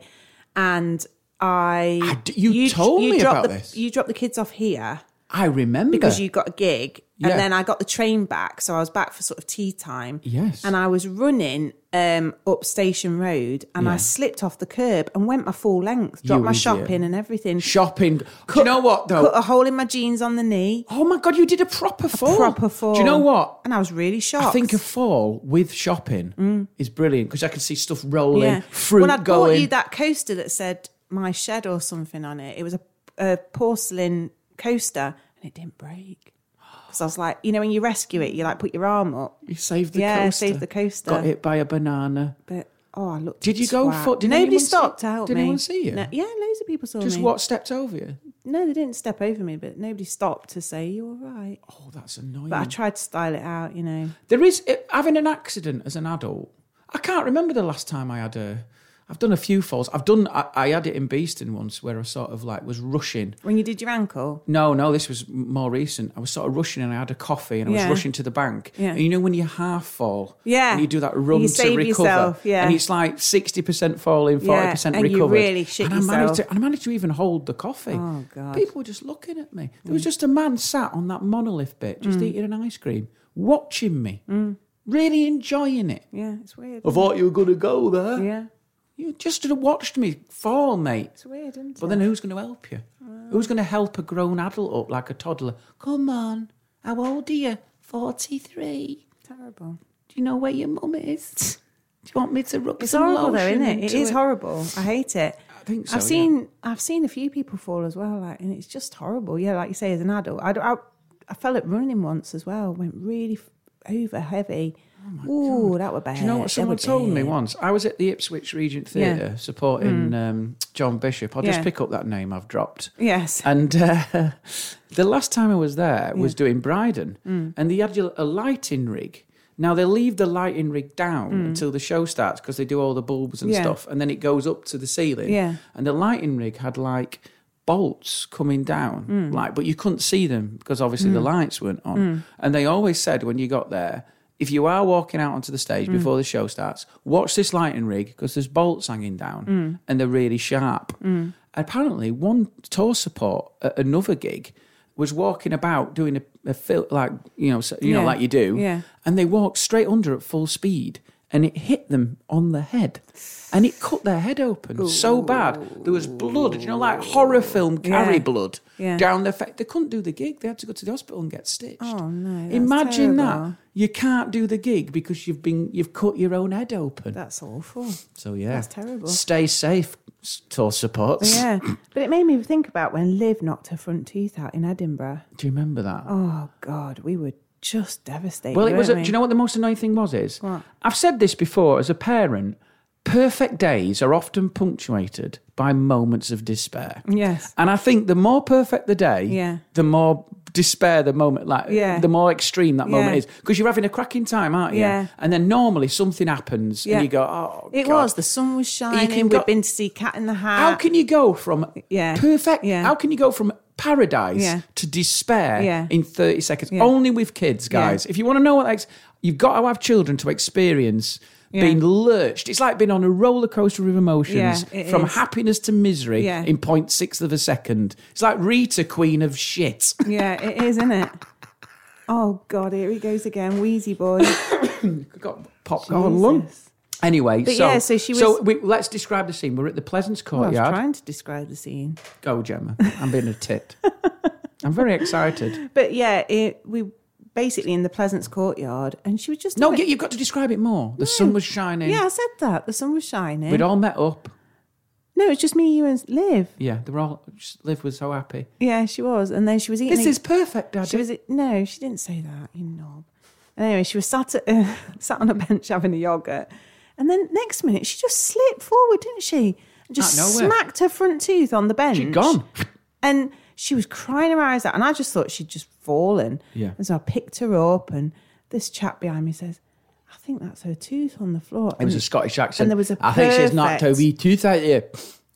[SPEAKER 5] and I,
[SPEAKER 4] I d- you told me
[SPEAKER 5] dropped
[SPEAKER 4] about
[SPEAKER 5] the,
[SPEAKER 4] this.
[SPEAKER 5] You dropped the kids off here
[SPEAKER 4] I remember.
[SPEAKER 5] because you got a gig,
[SPEAKER 4] Yeah.
[SPEAKER 5] and then I got the train back, so I was back for sort of tea time.
[SPEAKER 4] Yes.
[SPEAKER 5] and I was running um, up Station Road, and I slipped off the curb and went my full length, dropped my
[SPEAKER 4] idiot.
[SPEAKER 5] shopping and everything.
[SPEAKER 4] shopping. Do you know what though?
[SPEAKER 5] Put a hole in my jeans on the knee.
[SPEAKER 4] oh my god, you did a proper fall.
[SPEAKER 5] Proper fall.
[SPEAKER 4] Do you know what?
[SPEAKER 5] And I was really shocked.
[SPEAKER 4] I think a fall with shopping is brilliant because I can see stuff rolling, fruit
[SPEAKER 5] Well, Mm. I bought
[SPEAKER 4] going.
[SPEAKER 5] you that coaster that said "my shed" or something on it. It was a, a porcelain coaster, and it didn't break. Because I was like, you know, when you rescue it, you like put your arm up.
[SPEAKER 4] you saved the
[SPEAKER 5] yeah, I
[SPEAKER 4] coaster.
[SPEAKER 5] saved the coaster.
[SPEAKER 4] Got hit by a banana.
[SPEAKER 5] But oh, I looked.
[SPEAKER 4] Did you go
[SPEAKER 5] twat.
[SPEAKER 4] for- did
[SPEAKER 5] Nobody
[SPEAKER 4] anyone see-
[SPEAKER 5] stopped to help
[SPEAKER 4] did
[SPEAKER 5] me.
[SPEAKER 4] anyone see you?
[SPEAKER 5] No, yeah, loads of people saw
[SPEAKER 4] Just
[SPEAKER 5] me.
[SPEAKER 4] what stepped over you?
[SPEAKER 5] No, they didn't step over me, but nobody stopped to say you all right.
[SPEAKER 4] Oh, that's annoying.
[SPEAKER 5] But I tried to style it out, you know.
[SPEAKER 4] There is it, having an accident as an adult. I can't remember the last time I had a. I've done a few falls. I've done. I, I had it in Beeston once where I sort of like was rushing.
[SPEAKER 5] When you did your ankle,
[SPEAKER 4] No, no, this was m- more recent. I was sort of rushing and I had a coffee and I
[SPEAKER 5] Yeah.
[SPEAKER 4] was rushing to the bank.
[SPEAKER 5] Yeah.
[SPEAKER 4] And you know when you half fall,
[SPEAKER 5] Yeah.
[SPEAKER 4] and you do that run
[SPEAKER 5] You
[SPEAKER 4] to
[SPEAKER 5] save
[SPEAKER 4] recover,
[SPEAKER 5] yourself, yeah.
[SPEAKER 4] and it's like sixty percent falling, forty
[SPEAKER 5] Yeah,
[SPEAKER 4] percent
[SPEAKER 5] and you
[SPEAKER 4] recovered.
[SPEAKER 5] really shit
[SPEAKER 4] and I managed
[SPEAKER 5] yourself.
[SPEAKER 4] to, and I managed to even hold the coffee.
[SPEAKER 5] Oh, God. Mm.
[SPEAKER 4] People were just looking at me. There was just a man sat on that monolith bit, just eating an ice cream, watching me,
[SPEAKER 5] Mm.
[SPEAKER 4] really enjoying it.
[SPEAKER 5] yeah, it's weird.
[SPEAKER 4] I thought you were going to go there.
[SPEAKER 5] Yeah,
[SPEAKER 4] You just have watched me fall, mate.
[SPEAKER 5] it's weird, isn't
[SPEAKER 4] But
[SPEAKER 5] it?
[SPEAKER 4] then who's going to help you? Who's going to help a grown adult up like a toddler? Come on, how old are you? 43.
[SPEAKER 5] Terrible.
[SPEAKER 4] Do you know where your mum is? Do you want me to rub
[SPEAKER 5] It's
[SPEAKER 4] some
[SPEAKER 5] horrible though,
[SPEAKER 4] lotion
[SPEAKER 5] isn't it? It
[SPEAKER 4] into
[SPEAKER 5] is horrible. I hate it.
[SPEAKER 4] I think so,
[SPEAKER 5] I've
[SPEAKER 4] yeah.
[SPEAKER 5] seen I've seen a few people fall as well, like, and it's just horrible. Yeah, like you say, as an adult, I, d- I- I fell at running once as well. Went really f- over heavy, Ooh, that would be.
[SPEAKER 4] Oh Do you know what someone told me once? I was at the Ipswich Regent
[SPEAKER 5] Yeah. Hmm.
[SPEAKER 4] Theatre supporting um, John Bishop. I'll just
[SPEAKER 5] Yeah.
[SPEAKER 4] pick up that name I've dropped.
[SPEAKER 5] Yes.
[SPEAKER 4] And uh, the last time I was there was doing Bryden,
[SPEAKER 5] Mm.
[SPEAKER 4] and they had a lighting rig. Now they leave the lighting rig down until the show starts because they do all the bulbs and
[SPEAKER 5] Mm. Yeah.
[SPEAKER 4] stuff, and then it goes up to the ceiling.
[SPEAKER 5] Yeah.
[SPEAKER 4] And the lighting rig had like bolts coming down,
[SPEAKER 5] Mm.
[SPEAKER 4] like, but you couldn't see them because obviously the lights weren't on. And they always said when you got there. If you are walking out onto the
[SPEAKER 5] Mm.
[SPEAKER 4] stage before the show starts, watch this lighting rig because there's bolts hanging down
[SPEAKER 5] Mm.
[SPEAKER 4] and they're really sharp apparently one tour support at another gig was walking about doing a, a fil- like you know so, you know
[SPEAKER 5] Yeah.
[SPEAKER 4] like you do
[SPEAKER 5] Yeah.
[SPEAKER 4] and they walked straight under at full speed and it hit them on the head and it cut their head open so bad there was blood you know like horror film carry
[SPEAKER 5] Yeah.
[SPEAKER 4] blood
[SPEAKER 5] Yeah.
[SPEAKER 4] down their face they couldn't do the gig they had to go to the hospital and get stitched oh
[SPEAKER 5] no, that's
[SPEAKER 4] imagine that
[SPEAKER 5] terrible.
[SPEAKER 4] you can't do the gig because you've been you've cut your own head open
[SPEAKER 5] That's awful.
[SPEAKER 4] so yeah
[SPEAKER 5] that's terrible.
[SPEAKER 4] stay safe s- tour supports
[SPEAKER 5] Yeah, but it made me think about when Liv knocked her front tooth out in Edinburgh.
[SPEAKER 4] Do you remember that?
[SPEAKER 5] Oh God, we were just devastated.
[SPEAKER 4] well, it was. A,
[SPEAKER 5] weren't
[SPEAKER 4] do
[SPEAKER 5] we?
[SPEAKER 4] you know what the most annoying thing was? Is I've said this before as a parent. Perfect days are often punctuated by moments of despair.
[SPEAKER 5] Yes.
[SPEAKER 4] and I think the more perfect the day,
[SPEAKER 5] Yeah.
[SPEAKER 4] the more despair the moment, like
[SPEAKER 5] Yeah.
[SPEAKER 4] the more extreme that moment
[SPEAKER 5] Yeah.
[SPEAKER 4] is, because you're having a cracking time, aren't you?
[SPEAKER 5] Yeah.
[SPEAKER 4] And then normally something happens,
[SPEAKER 5] Yeah.
[SPEAKER 4] and you go, "Oh,
[SPEAKER 5] It
[SPEAKER 4] God."
[SPEAKER 5] was. The sun was
[SPEAKER 4] You
[SPEAKER 5] shining.
[SPEAKER 4] can
[SPEAKER 5] We've
[SPEAKER 4] go-
[SPEAKER 5] been to see Cat in the Hat.
[SPEAKER 4] How can you go from
[SPEAKER 5] Ah. Yeah.
[SPEAKER 4] perfect?
[SPEAKER 5] Yeah.
[SPEAKER 4] How can you go from paradise
[SPEAKER 5] Yeah.
[SPEAKER 4] to despair
[SPEAKER 5] Yeah.
[SPEAKER 4] in thirty seconds?
[SPEAKER 5] Yeah.
[SPEAKER 4] Only with kids,
[SPEAKER 5] Yeah.
[SPEAKER 4] guys. If you want to know what that's, you've got to have children to experience. Being lurched. It's like being on a roller coaster of emotions
[SPEAKER 5] Yeah, it
[SPEAKER 4] from
[SPEAKER 5] is.
[SPEAKER 4] happiness to misery
[SPEAKER 5] Yeah.
[SPEAKER 4] in point six of a second. It's like Rita, queen of shit.
[SPEAKER 5] Yeah, it is, isn't it? Oh God, here he goes again, Wheezy boy.
[SPEAKER 4] got popped on lung. Anyway,
[SPEAKER 5] But
[SPEAKER 4] so,
[SPEAKER 5] yeah, so she was-
[SPEAKER 4] we, let's describe the scene. We're at the Pleasance
[SPEAKER 5] I was
[SPEAKER 4] Courtyard.
[SPEAKER 5] trying to describe the scene,
[SPEAKER 4] Go, Gemma. I'm being a tit. I'm very excited.
[SPEAKER 5] but yeah, it, we basically in the Pleasance courtyard, and she was just
[SPEAKER 4] No,
[SPEAKER 5] doing-
[SPEAKER 4] you- you've got to describe it more. The sun was shining.
[SPEAKER 5] yeah, I said that the sun was shining.
[SPEAKER 4] We'd all met up.
[SPEAKER 5] no, it's just me, you, and Liv.
[SPEAKER 4] Yeah, they were all. Just, Liv was so happy.
[SPEAKER 5] Yeah, she was, and then she was eating.
[SPEAKER 4] This
[SPEAKER 5] a-
[SPEAKER 4] is perfect, Daddy.
[SPEAKER 5] She was e, no, she didn't say that, you knob. Anyway, she was sat at, uh, sat on a bench having a yogurt, and then next minute she just slipped forward, didn't she? And just
[SPEAKER 4] Out of nowhere.
[SPEAKER 5] smacked her front tooth on the bench.
[SPEAKER 4] She'd gone.
[SPEAKER 5] and she was crying her eyes out, and I just thought she'd just fallen.
[SPEAKER 4] Yeah.
[SPEAKER 5] And so I picked her up, and this chap behind me says, "I think that's her tooth on the floor."
[SPEAKER 4] It was a
[SPEAKER 5] And
[SPEAKER 4] Scottish accent.
[SPEAKER 5] and there was a
[SPEAKER 4] I think she's knocked her
[SPEAKER 5] perfect-
[SPEAKER 4] wee tooth out here.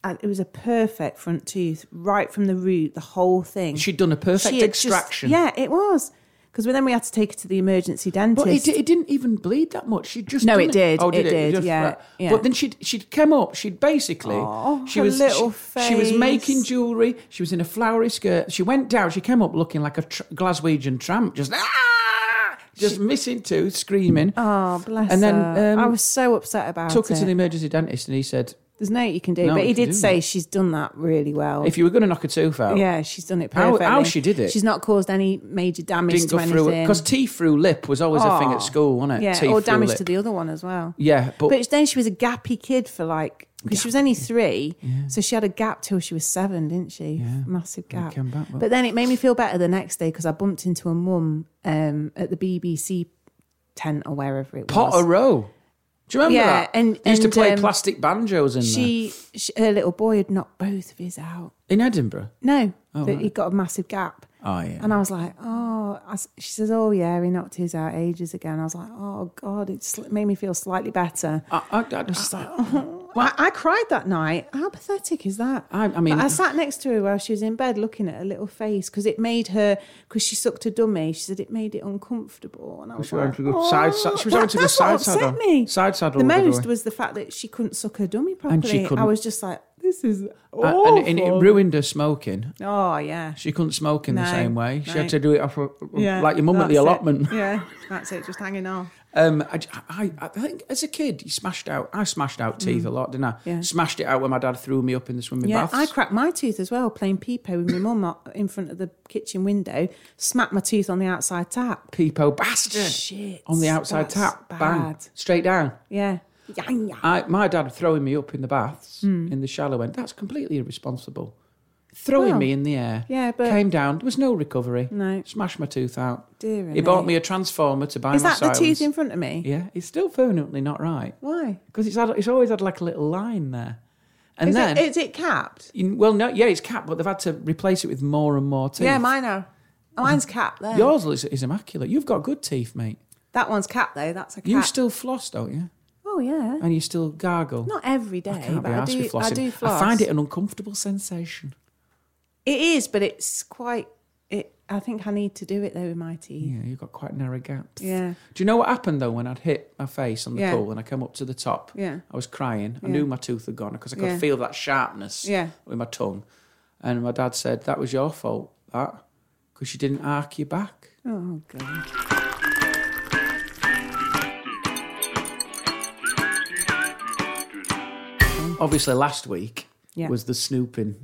[SPEAKER 5] and it was a perfect front tooth, right from the root, the whole thing.
[SPEAKER 4] She'd done a perfect
[SPEAKER 5] had just-
[SPEAKER 4] extraction.
[SPEAKER 5] yeah, it was. Because then we had to take her to the emergency dentist.
[SPEAKER 4] But it, it didn't even bleed that much. She just
[SPEAKER 5] No,
[SPEAKER 4] done
[SPEAKER 5] it did.
[SPEAKER 4] Oh, did it?
[SPEAKER 5] It did,
[SPEAKER 4] Just-
[SPEAKER 5] yeah,
[SPEAKER 4] right.
[SPEAKER 5] yeah.
[SPEAKER 4] But then she'd she'd come up. She'd basically
[SPEAKER 5] Aw,
[SPEAKER 4] she
[SPEAKER 5] her
[SPEAKER 4] was
[SPEAKER 5] little
[SPEAKER 4] she, she was
[SPEAKER 5] face.
[SPEAKER 4] making jewelry. She was in a flowery skirt. She went down. She came up looking like a tr- Glaswegian tramp, just ah, just missing tooth, screaming.
[SPEAKER 5] Oh, bless
[SPEAKER 4] And then,
[SPEAKER 5] her.
[SPEAKER 4] um,
[SPEAKER 5] I was so upset about
[SPEAKER 4] took her
[SPEAKER 5] it.
[SPEAKER 4] to the emergency dentist, and he said,
[SPEAKER 5] There's no you can do.
[SPEAKER 4] No,
[SPEAKER 5] but
[SPEAKER 4] you
[SPEAKER 5] he
[SPEAKER 4] can
[SPEAKER 5] did
[SPEAKER 4] do
[SPEAKER 5] say
[SPEAKER 4] that.
[SPEAKER 5] she's done that really well.
[SPEAKER 4] "If you were going to knock a tooth out,
[SPEAKER 5] yeah, she's done it
[SPEAKER 4] How- how
[SPEAKER 5] perfectly.
[SPEAKER 4] she did it?
[SPEAKER 5] She's not caused any major damage
[SPEAKER 4] didn't
[SPEAKER 5] to
[SPEAKER 4] go through it
[SPEAKER 5] anything.
[SPEAKER 4] because teeth through lip was always a thing
[SPEAKER 5] Oh.
[SPEAKER 4] at school, wasn't it?
[SPEAKER 5] Yeah,
[SPEAKER 4] teeth
[SPEAKER 5] or
[SPEAKER 4] through
[SPEAKER 5] damage
[SPEAKER 4] lip.
[SPEAKER 5] to the other one as well.
[SPEAKER 4] yeah, but,
[SPEAKER 5] But, then she was a gappy kid for like because she was only three, so she had a gap till she was seven, didn't she? Massive gap.
[SPEAKER 4] came back, well.
[SPEAKER 5] but then it made me feel better the next day because I bumped into a mum um, at the BBC tent or wherever it was.
[SPEAKER 4] pot a row. Do you remember
[SPEAKER 5] Yeah,
[SPEAKER 4] that?
[SPEAKER 5] and-
[SPEAKER 4] They used
[SPEAKER 5] and,
[SPEAKER 4] to play
[SPEAKER 5] um,
[SPEAKER 4] plastic banjos in
[SPEAKER 5] she, she her little boy had knocked both of his out.
[SPEAKER 4] there. in Edinburgh.
[SPEAKER 5] No, but he got a massive gap.
[SPEAKER 4] Oh yeah,
[SPEAKER 5] And I was like, oh, I s she says, oh yeah, he knocked his out ages ago. And I was like, oh god, it sl- made me feel slightly better.
[SPEAKER 4] I, I, I
[SPEAKER 5] Uh,
[SPEAKER 4] just like,
[SPEAKER 5] Well, I, I cried that night. How pathetic is that?
[SPEAKER 4] I- I mean-
[SPEAKER 5] But I sat next to her while she was in bed, looking at her little face because it made her because she sucked her dummy. She said it made it uncomfortable, and I was
[SPEAKER 4] She was
[SPEAKER 5] like,
[SPEAKER 4] having to go side-
[SPEAKER 5] "Oh."
[SPEAKER 4] she was having to go
[SPEAKER 5] that's what
[SPEAKER 4] side
[SPEAKER 5] upset
[SPEAKER 4] saddle.
[SPEAKER 5] me.
[SPEAKER 4] Side saddle
[SPEAKER 5] The
[SPEAKER 4] all the
[SPEAKER 5] most
[SPEAKER 4] way.
[SPEAKER 5] was the fact that she couldn't suck her dummy properly.
[SPEAKER 4] And she couldn't-
[SPEAKER 5] I was just like, this is awful.
[SPEAKER 4] Uh, and, and it ruined her smoking.
[SPEAKER 5] Oh yeah.
[SPEAKER 4] She couldn't smoke in the
[SPEAKER 5] No,
[SPEAKER 4] same way. She
[SPEAKER 5] no.
[SPEAKER 4] had to do it off, a- like your mum at the
[SPEAKER 5] that's it.
[SPEAKER 4] allotment.
[SPEAKER 5] Yeah, that's it. Just hanging on.
[SPEAKER 4] Um, I, I, I think as a kid, you smashed out. I smashed out teeth a lot, didn't I?
[SPEAKER 5] Mm. Yeah.
[SPEAKER 4] Smashed it out when my dad threw me up in the swimming
[SPEAKER 5] Yeah,
[SPEAKER 4] baths.
[SPEAKER 5] I cracked my tooth as well playing peepo with my mum up in front of the kitchen window. Smacked my tooth on the outside tap.
[SPEAKER 4] Peepo bastard
[SPEAKER 5] Shit,
[SPEAKER 4] on the outside
[SPEAKER 5] that's
[SPEAKER 4] tap, bang,
[SPEAKER 5] bad.
[SPEAKER 4] straight down.
[SPEAKER 5] Yeah. Yeah, Hmm. yeah.
[SPEAKER 4] I, my dad throwing me up in the baths in the shallow end. That's completely irresponsible. throwing
[SPEAKER 5] Well,
[SPEAKER 4] me in the air.
[SPEAKER 5] yeah, but-
[SPEAKER 4] came down. There was no recovery.
[SPEAKER 5] No.
[SPEAKER 4] smashed my tooth out.
[SPEAKER 5] Dear
[SPEAKER 4] he bought
[SPEAKER 5] me.
[SPEAKER 4] me a transformer to buy
[SPEAKER 5] Is
[SPEAKER 4] my
[SPEAKER 5] that the
[SPEAKER 4] silence.
[SPEAKER 5] tooth in front of me?
[SPEAKER 4] Yeah, it's still permanently not right
[SPEAKER 5] Why?
[SPEAKER 4] because it's had, it's always had like a little line there, and
[SPEAKER 5] Is
[SPEAKER 4] then
[SPEAKER 5] it, is it capped?
[SPEAKER 4] you- well, no, yeah, it's capped, but they've had to replace it with more and more teeth.
[SPEAKER 5] Yeah, mine are. Mine's capped there.
[SPEAKER 4] Yours is, is immaculate. You've got good teeth, mate.
[SPEAKER 5] That one's capped though. That's a cap.
[SPEAKER 4] You still floss, don't you?
[SPEAKER 5] Oh yeah.
[SPEAKER 4] And you still gargle.
[SPEAKER 5] Not every day,
[SPEAKER 4] I can't
[SPEAKER 5] but
[SPEAKER 4] be
[SPEAKER 5] I
[SPEAKER 4] asked
[SPEAKER 5] do.
[SPEAKER 4] with
[SPEAKER 5] I
[SPEAKER 4] flossing.
[SPEAKER 5] do floss.
[SPEAKER 4] I find it an uncomfortable sensation.
[SPEAKER 5] It is, but it's quite. It. I think I need to do it though with my teeth.
[SPEAKER 4] Yeah, you've got quite narrow gaps.
[SPEAKER 5] Yeah.
[SPEAKER 4] Do you know what happened though when I'd hit my face on the
[SPEAKER 5] Yeah.
[SPEAKER 4] pool and I came up to the top?
[SPEAKER 5] Yeah.
[SPEAKER 4] I was crying. I knew my tooth had gone because I could
[SPEAKER 5] Yeah.
[SPEAKER 4] feel that sharpness
[SPEAKER 5] Yeah.
[SPEAKER 4] with my tongue. And my dad said, That was your fault, that, because you didn't arc your back.
[SPEAKER 5] Oh god.
[SPEAKER 4] Obviously, last week
[SPEAKER 5] Yeah.
[SPEAKER 4] was the snooping.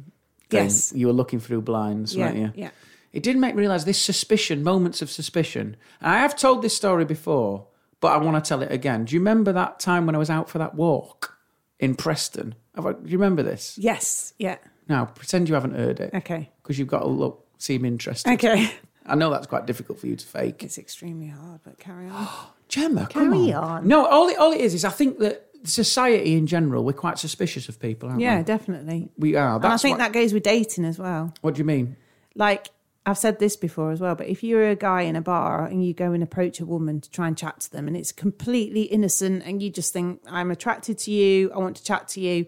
[SPEAKER 4] Thing.
[SPEAKER 5] Yes.
[SPEAKER 4] You were looking through blinds,
[SPEAKER 5] Yeah,
[SPEAKER 4] weren't you?
[SPEAKER 5] yeah.
[SPEAKER 4] It did make me realise this suspicion, moments of suspicion. And I have told this story before, but I want to tell it again. Do you remember that time when I was out for that walk in Preston? Have I- Do you remember this?
[SPEAKER 5] Yes. Yeah.
[SPEAKER 4] Now, pretend you haven't heard it.
[SPEAKER 5] Okay.
[SPEAKER 4] Because you've got to look, seem interested.
[SPEAKER 5] Okay.
[SPEAKER 4] I know that's quite difficult for you to fake.
[SPEAKER 5] It's extremely hard, but carry on.
[SPEAKER 4] Gemma,
[SPEAKER 5] Carry
[SPEAKER 4] come
[SPEAKER 5] on.
[SPEAKER 4] No, all it, all it is is I think that society in general, we're quite suspicious of people, aren't
[SPEAKER 5] yeah,
[SPEAKER 4] we?
[SPEAKER 5] definitely.
[SPEAKER 4] We are.
[SPEAKER 5] And I
[SPEAKER 4] That's
[SPEAKER 5] think
[SPEAKER 4] what,
[SPEAKER 5] that goes with dating as well.
[SPEAKER 4] What do you mean?
[SPEAKER 5] Like I've said this before as well, but if you're a guy in a bar and you go and approach a woman to try and chat to them, and it's completely innocent, and you just think I'm attracted to you, I want to chat to you,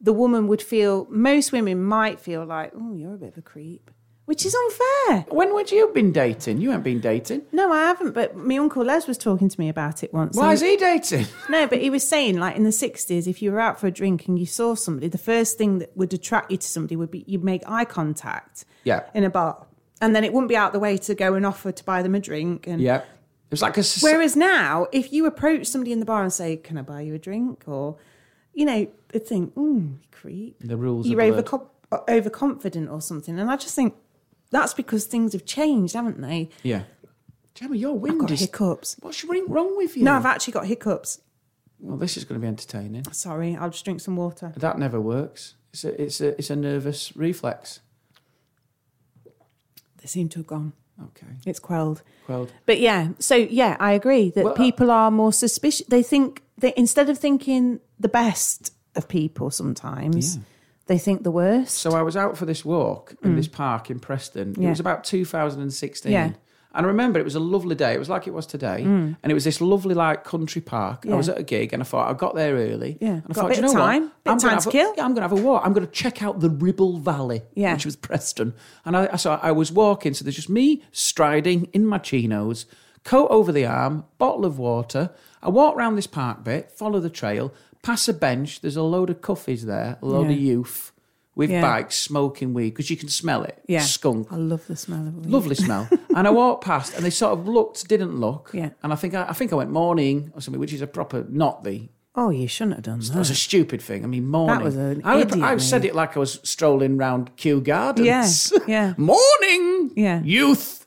[SPEAKER 5] the woman would feel. Most women might feel like, oh, you're a bit of a creep, which is unfair.
[SPEAKER 4] When would you have been dating? You haven't been dating.
[SPEAKER 5] No, I haven't. But my uncle Les was talking to me about it once.
[SPEAKER 4] Why
[SPEAKER 5] and-
[SPEAKER 4] is he dating?
[SPEAKER 5] No, but he was saying like in the sixties, if you were out for a drink and you saw somebody, the first thing that would attract you to somebody would be you'd make eye contact.
[SPEAKER 4] Yeah.
[SPEAKER 5] In a bar, and then it wouldn't be out the way to go and offer to buy them a drink. And
[SPEAKER 4] Yeah. It's like a. s-
[SPEAKER 5] Whereas now, if you approach somebody in the bar and say, "Can I buy you a drink?" or you know, they'd think, mm, "Creep."
[SPEAKER 4] The rules
[SPEAKER 5] You're
[SPEAKER 4] are blurred.
[SPEAKER 5] overcom- uh, overconfident or something, and I just think that's because things have changed, haven't they?
[SPEAKER 4] Yeah. Gemma, your
[SPEAKER 5] I've
[SPEAKER 4] wind
[SPEAKER 5] got
[SPEAKER 4] is.
[SPEAKER 5] hiccups.
[SPEAKER 4] What's ring- wrong with you?
[SPEAKER 5] No, I've actually got hiccups.
[SPEAKER 4] Well, this is going to be entertaining.
[SPEAKER 5] Sorry, I'll just drink some water.
[SPEAKER 4] That never works. It's a, it's a, it's a nervous reflex.
[SPEAKER 5] They seem to have gone.
[SPEAKER 4] Okay.
[SPEAKER 5] It's quelled.
[SPEAKER 4] Quelled.
[SPEAKER 5] But yeah, so yeah, I agree that
[SPEAKER 4] Well, uh, I-
[SPEAKER 5] people are more suspicious. They think they instead of thinking the best of people, sometimes they think the worst.
[SPEAKER 4] So I was out for this walk in this park in Preston. It
[SPEAKER 5] Mm. Yeah.
[SPEAKER 4] was about 2016.
[SPEAKER 5] Yeah. Mm.
[SPEAKER 4] And I remember it was a lovely day. It was like it was today. And it was this lovely, like, country park. I
[SPEAKER 5] Yeah.
[SPEAKER 4] was at a gig and I thought, I got there early.
[SPEAKER 5] Yeah.
[SPEAKER 4] And I
[SPEAKER 5] Got a
[SPEAKER 4] thought,
[SPEAKER 5] bit
[SPEAKER 4] "Do you
[SPEAKER 5] of
[SPEAKER 4] know
[SPEAKER 5] time,
[SPEAKER 4] what?
[SPEAKER 5] bit of
[SPEAKER 4] gonna
[SPEAKER 5] time
[SPEAKER 4] have
[SPEAKER 5] to
[SPEAKER 4] a-
[SPEAKER 5] kill."
[SPEAKER 4] Yeah, I'm going to have a walk. I'm going to check out the Ribble Valley,
[SPEAKER 5] Yeah.
[SPEAKER 4] which was Preston. And I, so I was walking. So there's just me striding in my chinos, coat over the arm, bottle of water. I walk round this park bit, follow the trail, pass a bench. There's a load of cuffies there, a load of
[SPEAKER 5] Yeah.
[SPEAKER 4] youth with
[SPEAKER 5] Yeah.
[SPEAKER 4] bikes smoking weed because you can smell it.
[SPEAKER 5] yeah,
[SPEAKER 4] Skunk.
[SPEAKER 5] I love the smell of weed.
[SPEAKER 4] Lovely smell. and I walked past and they sort of looked, didn't look.
[SPEAKER 5] Yeah.
[SPEAKER 4] And I think I, I think I went morning or something, which is a proper not the
[SPEAKER 5] Oh, you shouldn't have done
[SPEAKER 4] that was a
[SPEAKER 5] that.
[SPEAKER 4] stupid thing. I mean, morning.
[SPEAKER 5] That was an
[SPEAKER 4] I,
[SPEAKER 5] idiot
[SPEAKER 4] I said
[SPEAKER 5] move.
[SPEAKER 4] it like I was strolling round Kew Gardens.
[SPEAKER 5] Yeah, yeah.
[SPEAKER 4] morning.
[SPEAKER 5] Yeah.
[SPEAKER 4] Youth.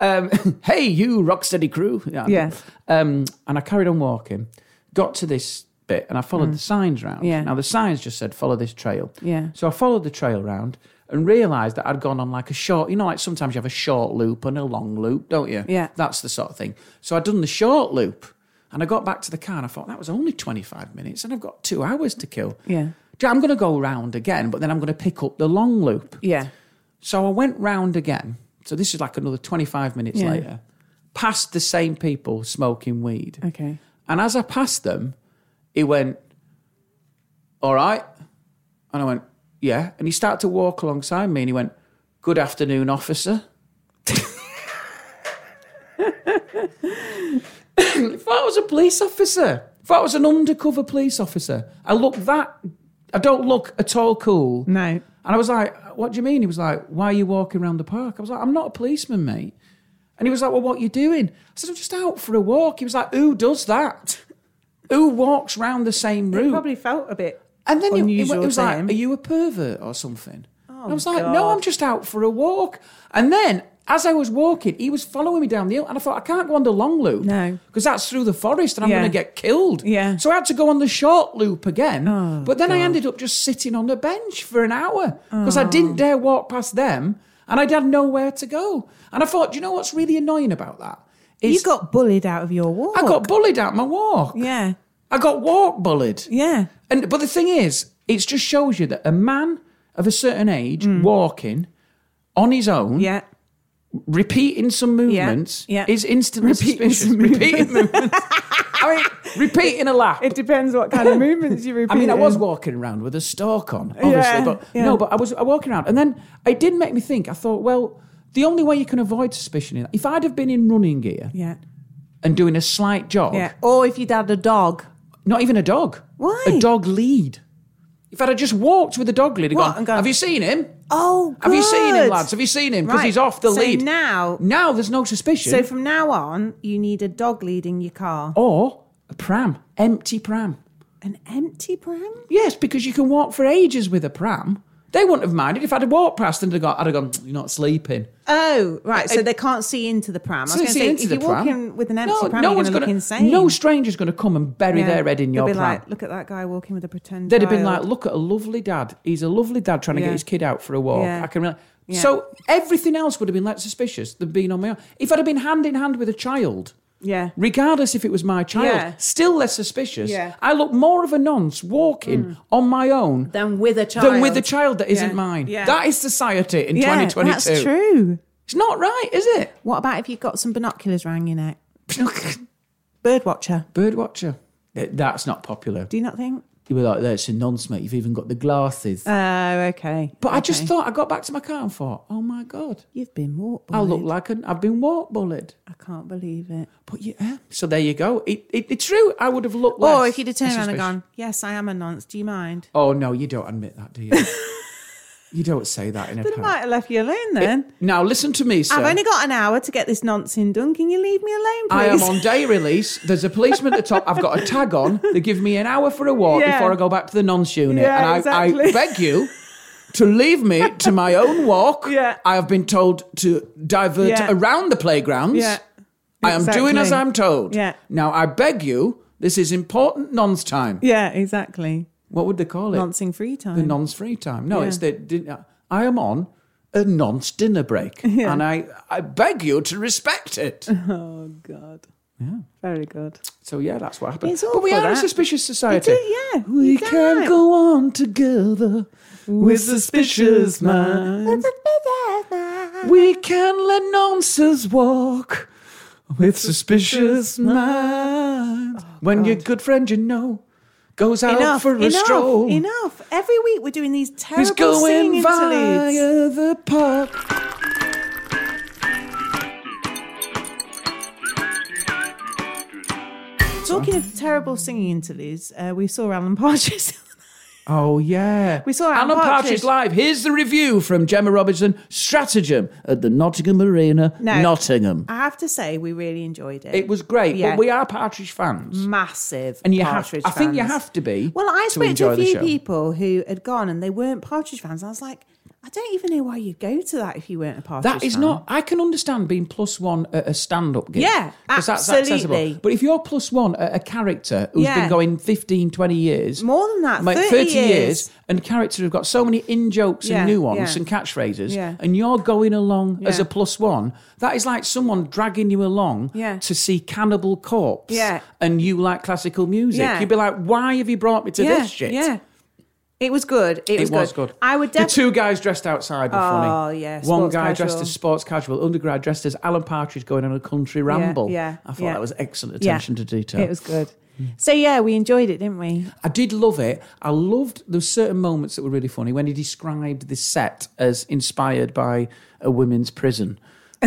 [SPEAKER 4] Um, hey, you rocksteady crew. Yeah.
[SPEAKER 5] Yeah.
[SPEAKER 4] Um, and I carried on walking. Got to this bit, and I followed the signs round.
[SPEAKER 5] Mm. Yeah.
[SPEAKER 4] Now the signs just said follow this trail.
[SPEAKER 5] Yeah.
[SPEAKER 4] So I followed the trail round and realised that I'd gone on like a short. You know, like sometimes you have a short loop and a long loop, don't you?
[SPEAKER 5] Yeah.
[SPEAKER 4] That's the sort of thing. So I'd done the short loop and I got back to the car and I thought that was only 25 minutes and I've got two hours to kill.
[SPEAKER 5] Yeah.
[SPEAKER 4] Do you- I'm going to go round again, but then I'm going to pick up the long loop.
[SPEAKER 5] Yeah,
[SPEAKER 4] So I went round again. So this is like another 25 minutes
[SPEAKER 5] Yeah.
[SPEAKER 4] later, past the same people smoking weed.
[SPEAKER 5] okay.
[SPEAKER 4] And as I passed them, he went, All right. And I went, Yeah. And he started to walk alongside me and he went, Good afternoon, officer. I thought I was a police officer. I thought I was an undercover police officer. I look that, I don't look at all cool.
[SPEAKER 5] No,
[SPEAKER 4] And I was like, what do you mean? He was like, why are you walking around the park? I was like, I'm not a policeman, mate. And he was like, well, what are you doing? I said, I'm just out for a walk. He was like, who does that? Who walks round the same
[SPEAKER 5] it
[SPEAKER 4] route?
[SPEAKER 5] probably felt a bit.
[SPEAKER 4] and then he, he,
[SPEAKER 5] unusual
[SPEAKER 4] wa- he was
[SPEAKER 5] to
[SPEAKER 4] like,
[SPEAKER 5] him.
[SPEAKER 4] are you a pervert or something? And I was like,
[SPEAKER 5] God.
[SPEAKER 4] no, I'm just out for a walk. And then As I was walking, he was following me down the hill, and I thought, I can't go on the long loop.
[SPEAKER 5] No.
[SPEAKER 4] Because that's through the forest and I'm
[SPEAKER 5] Yeah.
[SPEAKER 4] going to get killed.
[SPEAKER 5] Yeah.
[SPEAKER 4] So I had to go on the short loop again.
[SPEAKER 5] Oh,
[SPEAKER 4] but then I
[SPEAKER 5] God. Oh.
[SPEAKER 4] ended up just sitting on the bench for an hour because I didn't dare walk past them and I had nowhere to go. And I thought, do you know what's really annoying about that?
[SPEAKER 5] You
[SPEAKER 4] Is
[SPEAKER 5] got bullied out of your walk.
[SPEAKER 4] I got bullied out my walk.
[SPEAKER 5] Yeah.
[SPEAKER 4] I got walk bullied.
[SPEAKER 5] Yeah.
[SPEAKER 4] And but the thing is, it just shows you that a man of a certain age walking on his own,
[SPEAKER 5] Hmm. Yeah.
[SPEAKER 4] repeating some movements,
[SPEAKER 5] yeah.
[SPEAKER 4] is instantly
[SPEAKER 5] Repeating
[SPEAKER 4] suspicious.
[SPEAKER 5] some
[SPEAKER 4] repeating movements. I mean, repeating a lap.
[SPEAKER 5] It depends what kind of movements you repeat.
[SPEAKER 4] I mean, I was
[SPEAKER 5] in.
[SPEAKER 4] walking around with a stalk on, obviously,
[SPEAKER 5] Yeah,
[SPEAKER 4] but
[SPEAKER 5] yeah.
[SPEAKER 4] no, but I was uh, walking around, and then it did make me think. I thought, well, the only way you can avoid suspicion is if I'd have been in running gear
[SPEAKER 5] Yeah.
[SPEAKER 4] and doing a slight jog,
[SPEAKER 5] Yeah. Or if you'd had a dog.
[SPEAKER 4] not even a dog,
[SPEAKER 5] Why?
[SPEAKER 4] a dog lead. If I'd have just walked with a dog lead, and
[SPEAKER 5] What,
[SPEAKER 4] gone,
[SPEAKER 5] and gone-
[SPEAKER 4] have you seen him?
[SPEAKER 5] Oh,
[SPEAKER 4] Have you seen him,
[SPEAKER 5] good.
[SPEAKER 4] lads? Have you seen him? Because
[SPEAKER 5] Right.
[SPEAKER 4] he's off the
[SPEAKER 5] so
[SPEAKER 4] lead.
[SPEAKER 5] now.
[SPEAKER 4] Now there's no suspicion.
[SPEAKER 5] So from now on, you need a dog leading your car.
[SPEAKER 4] or a pram, empty pram.
[SPEAKER 5] An empty pram?
[SPEAKER 4] Yes, because you can walk for ages with a pram. They wouldn't have minded if I'd have walked past and I'd have gone, I'd have gone you're not sleeping.
[SPEAKER 5] Oh, right. So they can't see into the pram. I was
[SPEAKER 4] So
[SPEAKER 5] going to
[SPEAKER 4] see
[SPEAKER 5] say,
[SPEAKER 4] into
[SPEAKER 5] if
[SPEAKER 4] the
[SPEAKER 5] you're
[SPEAKER 4] pram.
[SPEAKER 5] walking with an empty
[SPEAKER 4] no,
[SPEAKER 5] pram,
[SPEAKER 4] no
[SPEAKER 5] you're
[SPEAKER 4] one's
[SPEAKER 5] going to look
[SPEAKER 4] gonna-
[SPEAKER 5] insane.
[SPEAKER 4] No stranger's going to come and bury
[SPEAKER 5] Yeah.
[SPEAKER 4] their head in your
[SPEAKER 5] They'll be
[SPEAKER 4] pram.
[SPEAKER 5] like, look at that guy walking with a pretend
[SPEAKER 4] They'd have been
[SPEAKER 5] child."
[SPEAKER 4] like, look at a lovely dad. He's a lovely dad trying to
[SPEAKER 5] Yeah.
[SPEAKER 4] get his kid out for a walk.
[SPEAKER 5] Yeah.
[SPEAKER 4] I can really.
[SPEAKER 5] Yeah.
[SPEAKER 4] So everything else would have been less suspicious than being on my own. If I'd have been hand in hand with a child,
[SPEAKER 5] yeah.
[SPEAKER 4] regardless if it was my child,
[SPEAKER 5] Yeah.
[SPEAKER 4] still less suspicious.
[SPEAKER 5] Yeah.
[SPEAKER 4] I look more of a nonce walking on my own
[SPEAKER 5] Then with a child.
[SPEAKER 4] than with a child that isn't
[SPEAKER 5] Yeah.
[SPEAKER 4] mine.
[SPEAKER 5] Yeah.
[SPEAKER 4] That is society in
[SPEAKER 5] Yeah,
[SPEAKER 4] 2022.
[SPEAKER 5] that's true.
[SPEAKER 4] It's not right, is it?
[SPEAKER 5] What about if you've got some binoculars round your neck? Birdwatcher.
[SPEAKER 4] Birdwatcher. Th- That's not popular.
[SPEAKER 5] Do you not think?
[SPEAKER 4] You were like, that's a nonce, mate. You've even got the glasses.
[SPEAKER 5] Oh, okay.
[SPEAKER 4] but I just thought, I got back to my car and thought, oh my God,
[SPEAKER 5] You've been walked by.
[SPEAKER 4] I look like an, I've been walk bullied.
[SPEAKER 5] I can't believe it.
[SPEAKER 4] But yeah, so there you go. It, it, it's true. I would have looked less.
[SPEAKER 5] Or if you'd have turned around and
[SPEAKER 4] suspicious.
[SPEAKER 5] gone, yes, I am a nonce. Do you mind?
[SPEAKER 4] Oh no, you don't admit that, do you? you don't say that in a
[SPEAKER 5] Then I
[SPEAKER 4] pub.
[SPEAKER 5] might have left you alone then.
[SPEAKER 4] Now listen to me, sir.
[SPEAKER 5] I've only got an hour to get this nonsense done. Can you leave me alone, please?
[SPEAKER 4] I am on day release. There's a policeman at the top. I've got a tag on. They give me an hour for a walk
[SPEAKER 5] Yeah.
[SPEAKER 4] before I go back to the nonce unit.
[SPEAKER 5] Yeah,
[SPEAKER 4] and I, I
[SPEAKER 5] exactly.
[SPEAKER 4] beg you to leave me to my own walk.
[SPEAKER 5] Yeah.
[SPEAKER 4] I have been told to divert
[SPEAKER 5] Yeah.
[SPEAKER 4] around the playgrounds.
[SPEAKER 5] Yeah.
[SPEAKER 4] I am doing as
[SPEAKER 5] Exactly.
[SPEAKER 4] I'm told.
[SPEAKER 5] Yeah.
[SPEAKER 4] Now I beg you, this is important nonce time.
[SPEAKER 5] Yeah, exactly.
[SPEAKER 4] What would they call it?
[SPEAKER 5] Noncing free time.
[SPEAKER 4] the nonce free time. No,
[SPEAKER 5] Yeah.
[SPEAKER 4] it's the din- uh, I am on a nonce dinner break, and I I beg you to respect it.
[SPEAKER 5] oh God. Yeah. Very good.
[SPEAKER 4] so yeah, that's what happened.
[SPEAKER 5] It's
[SPEAKER 4] but we
[SPEAKER 5] awful,
[SPEAKER 4] are a
[SPEAKER 5] that.
[SPEAKER 4] suspicious society.
[SPEAKER 5] It is, yeah,
[SPEAKER 4] we
[SPEAKER 5] you
[SPEAKER 4] can
[SPEAKER 5] don't.
[SPEAKER 4] go on together with suspicious minds. We can let nonces walk with suspicious minds. when your good friend you know goes out
[SPEAKER 5] Oh, Enough.
[SPEAKER 4] for a
[SPEAKER 5] enough.
[SPEAKER 4] stroll.
[SPEAKER 5] Enough. Every week we're doing these terrible
[SPEAKER 4] He's going
[SPEAKER 5] singing interludes.
[SPEAKER 4] via the park.
[SPEAKER 5] Talking of terrible singing interludes, uh, we saw Alan Partridge.
[SPEAKER 4] Oh yeah,
[SPEAKER 5] We saw Alan Partridge.
[SPEAKER 4] live. Here's the review from Gemma Robinson, Stratagem at the Nottingham Arena,
[SPEAKER 5] No.
[SPEAKER 4] Nottingham.
[SPEAKER 5] I have to say, we really enjoyed it.
[SPEAKER 4] It was great,
[SPEAKER 5] Yeah. Mm.
[SPEAKER 4] but we are Partridge fans,
[SPEAKER 5] massive.
[SPEAKER 4] and you have.
[SPEAKER 5] Partridge
[SPEAKER 4] I think you
[SPEAKER 5] fans.
[SPEAKER 4] have to be.
[SPEAKER 5] Well, I
[SPEAKER 4] to
[SPEAKER 5] spoke to,
[SPEAKER 4] enjoy
[SPEAKER 5] a
[SPEAKER 4] the
[SPEAKER 5] few
[SPEAKER 4] show.
[SPEAKER 5] people who had gone and they weren't Partridge fans. I was like, I don't even know why you'd go to that if you weren't a Partridge.
[SPEAKER 4] That is
[SPEAKER 5] fan.
[SPEAKER 4] not. I can understand being plus one at a stand-up gig.
[SPEAKER 5] Yeah,
[SPEAKER 4] 'cause
[SPEAKER 5] absolutely.
[SPEAKER 4] But if you're plus one at a character who's
[SPEAKER 5] Yeah.
[SPEAKER 4] been going 15, 20 years,
[SPEAKER 5] More than that,
[SPEAKER 4] like years,
[SPEAKER 5] 30 years.
[SPEAKER 4] and characters have got so many in jokes and
[SPEAKER 5] Yeah,
[SPEAKER 4] nuance
[SPEAKER 5] yeah.
[SPEAKER 4] and catchphrases,
[SPEAKER 5] Yeah.
[SPEAKER 4] and you're going along as
[SPEAKER 5] Yeah.
[SPEAKER 4] a plus one. That is like someone dragging you along
[SPEAKER 5] Yeah.
[SPEAKER 4] to see Cannibal Corpse,
[SPEAKER 5] Yeah.
[SPEAKER 4] and you like classical music.
[SPEAKER 5] Yeah.
[SPEAKER 4] You'd be like, why have you brought me to
[SPEAKER 5] yeah,
[SPEAKER 4] this shit?
[SPEAKER 5] Yeah. It was good. It,
[SPEAKER 4] It was good.
[SPEAKER 5] I would
[SPEAKER 4] The
[SPEAKER 5] definitely.
[SPEAKER 4] two guys dressed outside were funny.
[SPEAKER 5] Oh, yeah,
[SPEAKER 4] One
[SPEAKER 5] sports
[SPEAKER 4] guy
[SPEAKER 5] casual.
[SPEAKER 4] dressed as sports casual, other guy dressed as Alan Partridge going on a country ramble.
[SPEAKER 5] yeah,
[SPEAKER 4] I thought
[SPEAKER 5] yeah.
[SPEAKER 4] that was excellent attention to detail.
[SPEAKER 5] It was good. So yeah, we enjoyed it, didn't we?
[SPEAKER 4] I did love it. I loved there were certain moments that were really funny when he described this set as inspired by a women's prison.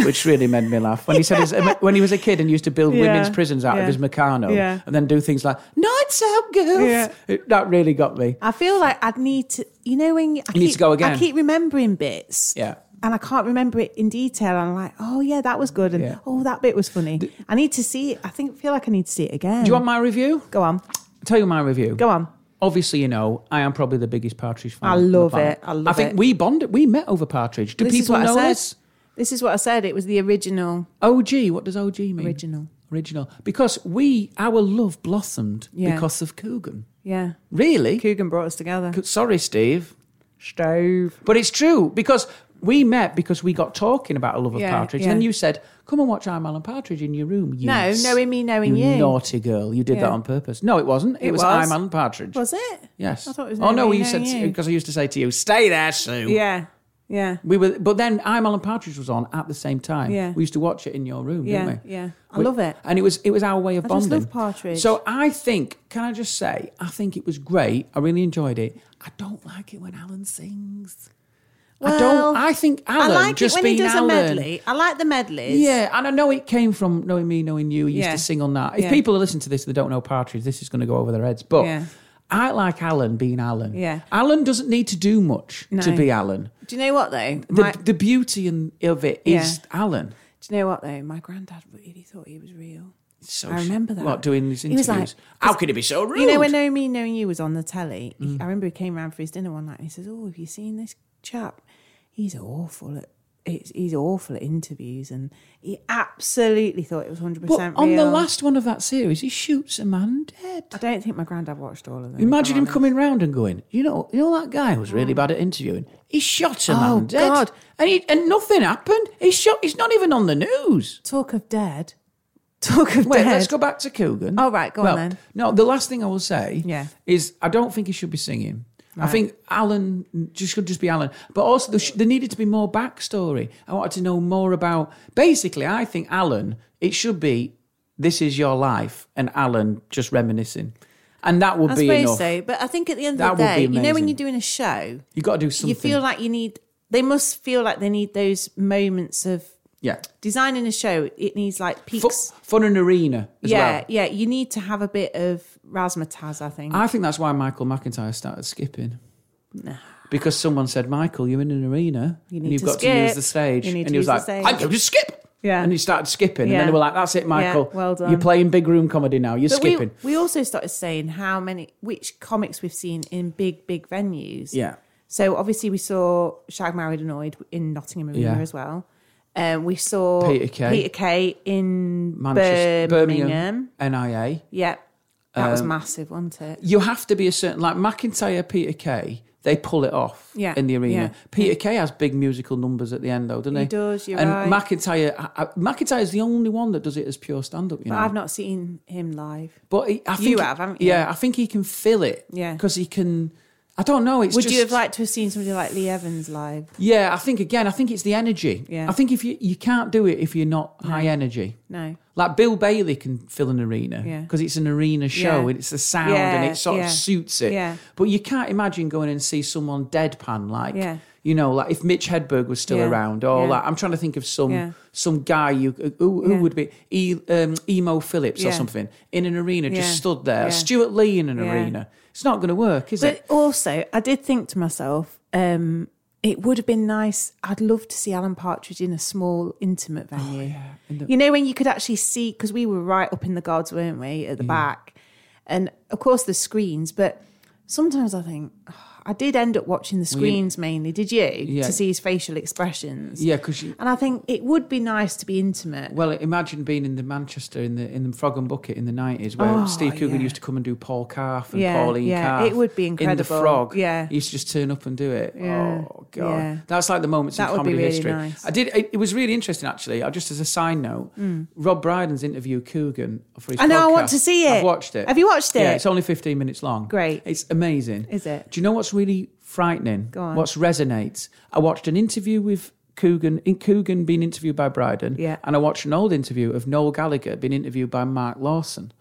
[SPEAKER 4] Which really made me laugh when he said his, when he was a kid and used to build
[SPEAKER 5] Yeah,
[SPEAKER 4] women's prisons out of
[SPEAKER 5] yeah,
[SPEAKER 4] his Meccano
[SPEAKER 5] yeah.
[SPEAKER 4] and then do things like "Nights out, girls."
[SPEAKER 5] Yeah.
[SPEAKER 4] It- that really got me.
[SPEAKER 5] I feel like I'd need to. You know when you, I
[SPEAKER 4] You
[SPEAKER 5] keep,
[SPEAKER 4] need to go again.
[SPEAKER 5] I keep remembering bits.
[SPEAKER 4] Yeah.
[SPEAKER 5] And I can't remember it in detail. I'm like, oh yeah, that was good, and
[SPEAKER 4] Yeah.
[SPEAKER 5] oh that bit was funny. I need to see. it. I think feel like I need to see it again.
[SPEAKER 4] Do you want my review?
[SPEAKER 5] Go on.
[SPEAKER 4] Tell you my review.
[SPEAKER 5] Go on.
[SPEAKER 4] obviously, you know, I am probably the biggest Partridge fan.
[SPEAKER 5] I
[SPEAKER 4] on the
[SPEAKER 5] love
[SPEAKER 4] planet.
[SPEAKER 5] it. I love
[SPEAKER 4] I think
[SPEAKER 5] it.
[SPEAKER 4] we bonded. We met over Partridge. Do
[SPEAKER 5] This is
[SPEAKER 4] people
[SPEAKER 5] what I
[SPEAKER 4] know
[SPEAKER 5] said.
[SPEAKER 4] this?
[SPEAKER 5] This is what I said. It was the original.
[SPEAKER 4] OG, what does OG mean?
[SPEAKER 5] Original.
[SPEAKER 4] Original. Because we, our love blossomed
[SPEAKER 5] Yeah.
[SPEAKER 4] because of Coogan.
[SPEAKER 5] Yeah.
[SPEAKER 4] Really?
[SPEAKER 5] Coogan brought us together.
[SPEAKER 4] Co- Sorry, Steve.
[SPEAKER 5] Stove.
[SPEAKER 4] But it's true because we met because we got talking about a love of
[SPEAKER 5] Yeah,
[SPEAKER 4] partridge.
[SPEAKER 5] yeah.
[SPEAKER 4] And then you said, Come and watch I'm Alan Partridge in your room. You
[SPEAKER 5] No,
[SPEAKER 4] s-
[SPEAKER 5] knowing me, knowing you.
[SPEAKER 4] Naughty girl. You did
[SPEAKER 5] Yeah.
[SPEAKER 4] that on purpose. No, it wasn't. It,
[SPEAKER 5] It
[SPEAKER 4] was,
[SPEAKER 5] was.
[SPEAKER 4] I'm Alan Partridge.
[SPEAKER 5] Was it?
[SPEAKER 4] Yes.
[SPEAKER 5] I thought it was
[SPEAKER 4] oh,
[SPEAKER 5] knowing
[SPEAKER 4] no,
[SPEAKER 5] me,
[SPEAKER 4] you
[SPEAKER 5] knowing
[SPEAKER 4] said,
[SPEAKER 5] you.
[SPEAKER 4] because I used to say to you, Stay there, Sue.
[SPEAKER 5] Yeah. Yeah.
[SPEAKER 4] We were, but then I'm Alan Partridge was on at the same time.
[SPEAKER 5] Yeah.
[SPEAKER 4] We used to watch it in your room,
[SPEAKER 5] Yeah.
[SPEAKER 4] didn't we?
[SPEAKER 5] Yeah. I
[SPEAKER 4] We-
[SPEAKER 5] love it.
[SPEAKER 4] And it was it was our way of
[SPEAKER 5] I just
[SPEAKER 4] bonding.
[SPEAKER 5] love Partridge.
[SPEAKER 4] So I think, can I just say, I think it was great. I really enjoyed it. I don't like it when Alan sings. I
[SPEAKER 5] Well,
[SPEAKER 4] don't. I think
[SPEAKER 5] I
[SPEAKER 4] Alan
[SPEAKER 5] like
[SPEAKER 4] just
[SPEAKER 5] it when he
[SPEAKER 4] being
[SPEAKER 5] does
[SPEAKER 4] Alan.
[SPEAKER 5] a medley. I like the medleys.
[SPEAKER 4] Yeah, and I know it came from knowing me, knowing you. He used
[SPEAKER 5] Yeah.
[SPEAKER 4] to sing on that. If
[SPEAKER 5] Yeah.
[SPEAKER 4] people listen to this and they don't know Partridge, this is going to go over their heads. But
[SPEAKER 5] Yeah.
[SPEAKER 4] I like Alan being Alan.
[SPEAKER 5] Yeah.
[SPEAKER 4] Alan doesn't need to do much
[SPEAKER 5] No.
[SPEAKER 4] to be Alan.
[SPEAKER 5] Do you know what though?
[SPEAKER 4] The,
[SPEAKER 5] My-
[SPEAKER 4] the beauty in, of it is Alan.
[SPEAKER 5] do you know what though? My granddad really thought he was real.
[SPEAKER 4] So
[SPEAKER 5] I
[SPEAKER 4] sh-
[SPEAKER 5] remember that.
[SPEAKER 4] What doing these
[SPEAKER 5] He was
[SPEAKER 4] interviews?
[SPEAKER 5] like-
[SPEAKER 4] How could it be so rude? Mm.
[SPEAKER 5] You know, when Knowing Me, Knowing You was on the telly, he- I remember he came round for his dinner one night and he says, Oh, have you seen this chap? He's awful at. It's, he's awful at interviews, and he absolutely thought it was hundred
[SPEAKER 4] but
[SPEAKER 5] percent real.
[SPEAKER 4] on the last one of that series, he shoots a man
[SPEAKER 5] I
[SPEAKER 4] dead.
[SPEAKER 5] don't think my granddad watched all of them.
[SPEAKER 4] Imagine
[SPEAKER 5] if I'm
[SPEAKER 4] him
[SPEAKER 5] honest.
[SPEAKER 4] coming round and going, you know, you know that guy was really bad at interviewing. He shot a
[SPEAKER 5] Mm. Oh,
[SPEAKER 4] man dead,
[SPEAKER 5] God.
[SPEAKER 4] and he, and nothing happened. He shot. He's not even on the news.
[SPEAKER 5] Talk of dead. Talk of
[SPEAKER 4] Wait,
[SPEAKER 5] dead.
[SPEAKER 4] let's go back to Coogan.
[SPEAKER 5] Oh, right, go on
[SPEAKER 4] Well,
[SPEAKER 5] then.
[SPEAKER 4] No, the last thing I will say
[SPEAKER 5] Yeah.
[SPEAKER 4] is I don't think he should be singing. I think Alan just should just be Alan, but also there, sh- there needed to be more backstory. I wanted to know more about. Basically, I think Alan. It should be this is your life, and Alan just reminiscing, and that would
[SPEAKER 5] I
[SPEAKER 4] be
[SPEAKER 5] suppose
[SPEAKER 4] enough.
[SPEAKER 5] so. But I think at the end
[SPEAKER 4] That
[SPEAKER 5] of
[SPEAKER 4] would
[SPEAKER 5] the
[SPEAKER 4] be
[SPEAKER 5] day, you know, when
[SPEAKER 4] amazing.
[SPEAKER 5] you're doing a show,
[SPEAKER 4] You got to do something.
[SPEAKER 5] you feel like you need. They must feel like they need those moments of
[SPEAKER 4] yeah,
[SPEAKER 5] designing a show. It needs like
[SPEAKER 4] Fu-
[SPEAKER 5] peaks.
[SPEAKER 4] fun and arena. As
[SPEAKER 5] yeah,
[SPEAKER 4] well.
[SPEAKER 5] yeah. You need to have a bit of razzmatazz. I think.
[SPEAKER 4] I think that's why Michael McIntyre started skipping. Because someone said, Michael, you're in an arena
[SPEAKER 5] You need
[SPEAKER 4] and you've
[SPEAKER 5] to
[SPEAKER 4] got to use
[SPEAKER 5] skip.
[SPEAKER 4] the stage.
[SPEAKER 5] You need
[SPEAKER 4] and
[SPEAKER 5] to
[SPEAKER 4] he was
[SPEAKER 5] use the
[SPEAKER 4] like,
[SPEAKER 5] stage.
[SPEAKER 4] I can just skip.
[SPEAKER 5] Yeah.
[SPEAKER 4] And he started skipping. And
[SPEAKER 5] Yeah.
[SPEAKER 4] then they were like, that's it, Michael.
[SPEAKER 5] well done.
[SPEAKER 4] You're playing big room comedy now. You're
[SPEAKER 5] but we,
[SPEAKER 4] skipping.
[SPEAKER 5] we also started saying how many which comics we've seen in big big venues.
[SPEAKER 4] Yeah.
[SPEAKER 5] So obviously we saw Shag Married Annoyed in Nottingham Arena
[SPEAKER 4] Yeah.
[SPEAKER 5] as well. Um, we saw
[SPEAKER 4] Peter Kay.
[SPEAKER 5] Kay in
[SPEAKER 4] Manchester,
[SPEAKER 5] Birmingham.
[SPEAKER 4] Birmingham, Um, NIA.
[SPEAKER 5] Yeah, that was massive, wasn't it?
[SPEAKER 4] You have to be a certain, like McIntyre, Peter Kay, they pull it off
[SPEAKER 5] Yeah,
[SPEAKER 4] in the arena.
[SPEAKER 5] yeah.
[SPEAKER 4] Peter Kay has big musical numbers at the end, though, doesn't he?
[SPEAKER 5] He does, you're
[SPEAKER 4] and
[SPEAKER 5] right.
[SPEAKER 4] McIntyre, I- I- McIntyre's the only one that does it as pure stand up, you
[SPEAKER 5] But
[SPEAKER 4] know.
[SPEAKER 5] I've not seen him live.
[SPEAKER 4] But he, I think
[SPEAKER 5] You have, haven't you?
[SPEAKER 4] Yeah, I think he can feel it.
[SPEAKER 5] Yeah.
[SPEAKER 4] because he can. I don't know. It's
[SPEAKER 5] Would you
[SPEAKER 4] just-
[SPEAKER 5] have liked to have seen somebody like Lee Evans live?
[SPEAKER 4] Yeah, I think again. I think it's the energy.
[SPEAKER 5] Yeah.
[SPEAKER 4] I think if you you can't do it if you're not high energy.
[SPEAKER 5] No.
[SPEAKER 4] Like Bill Bailey can fill an arena
[SPEAKER 5] Yeah.
[SPEAKER 4] because it's an arena show
[SPEAKER 5] Yeah.
[SPEAKER 4] and it's the sound and
[SPEAKER 5] Yeah,
[SPEAKER 4] it sort
[SPEAKER 5] yeah.
[SPEAKER 4] of suits it.
[SPEAKER 5] Yeah.
[SPEAKER 4] But you can't imagine going and see someone deadpan like
[SPEAKER 5] Yeah.
[SPEAKER 4] you know like if Mitch Hedberg was still
[SPEAKER 5] Yeah.
[SPEAKER 4] around or
[SPEAKER 5] Yeah.
[SPEAKER 4] like I'm trying to think of some
[SPEAKER 5] Yeah.
[SPEAKER 4] some guy you who, who
[SPEAKER 5] Yeah.
[SPEAKER 4] would be e, um, emo Phillips or
[SPEAKER 5] Yeah.
[SPEAKER 4] something in an arena just
[SPEAKER 5] Yeah.
[SPEAKER 4] stood there
[SPEAKER 5] Yeah.
[SPEAKER 4] Stuart Lee in an
[SPEAKER 5] Yeah.
[SPEAKER 4] arena. It's not going to work, is
[SPEAKER 5] But
[SPEAKER 4] it?
[SPEAKER 5] also, I did think to myself, um, it would have been nice. I'd love to see Alan Partridge in a small, intimate
[SPEAKER 4] Oh,
[SPEAKER 5] venue. you know, when you could actually see, because we were right up in the gods, weren't we, at the back? And of course, the screens, but sometimes I think, oh, I did end up watching the screens mainly, did you?
[SPEAKER 4] Yeah.
[SPEAKER 5] To see his facial expressions.
[SPEAKER 4] Yeah, because you.
[SPEAKER 5] And I think it would be nice to be intimate.
[SPEAKER 4] Well, imagine being in the Manchester in the in the Frog and Bucket in the nineties, where
[SPEAKER 5] Oh,
[SPEAKER 4] Steve Coogan
[SPEAKER 5] yeah.
[SPEAKER 4] used to come and do Paul Calf and
[SPEAKER 5] Yeah,
[SPEAKER 4] Pauline
[SPEAKER 5] yeah,
[SPEAKER 4] Calf.
[SPEAKER 5] it would be
[SPEAKER 4] In the
[SPEAKER 5] incredible.
[SPEAKER 4] Frog,
[SPEAKER 5] Yeah.
[SPEAKER 4] he used to just turn up and do it.
[SPEAKER 5] Yeah,
[SPEAKER 4] Oh god,
[SPEAKER 5] yeah.
[SPEAKER 4] that's like the moments
[SPEAKER 5] That
[SPEAKER 4] in
[SPEAKER 5] would be
[SPEAKER 4] comedy
[SPEAKER 5] really
[SPEAKER 4] history.
[SPEAKER 5] nice. Hmm.
[SPEAKER 4] I did. It, it was really interesting, actually. I, just as a side note, Rob Brydon's interview Coogan for his.
[SPEAKER 5] I know, I want
[SPEAKER 4] podcast.
[SPEAKER 5] to see it.
[SPEAKER 4] I've watched it.
[SPEAKER 5] Have you watched
[SPEAKER 4] Yeah,
[SPEAKER 5] it?
[SPEAKER 4] it's only fifteen minutes long.
[SPEAKER 5] Great.
[SPEAKER 4] It's amazing.
[SPEAKER 5] Is it?
[SPEAKER 4] Do you know what's really frightening?
[SPEAKER 5] Go on.
[SPEAKER 4] What's resonates? I watched an interview with Coogan, in Coogan being interviewed by Bryden,
[SPEAKER 5] Yeah.
[SPEAKER 4] and I watched an old interview of Noel Gallagher being interviewed by Mark Lawson,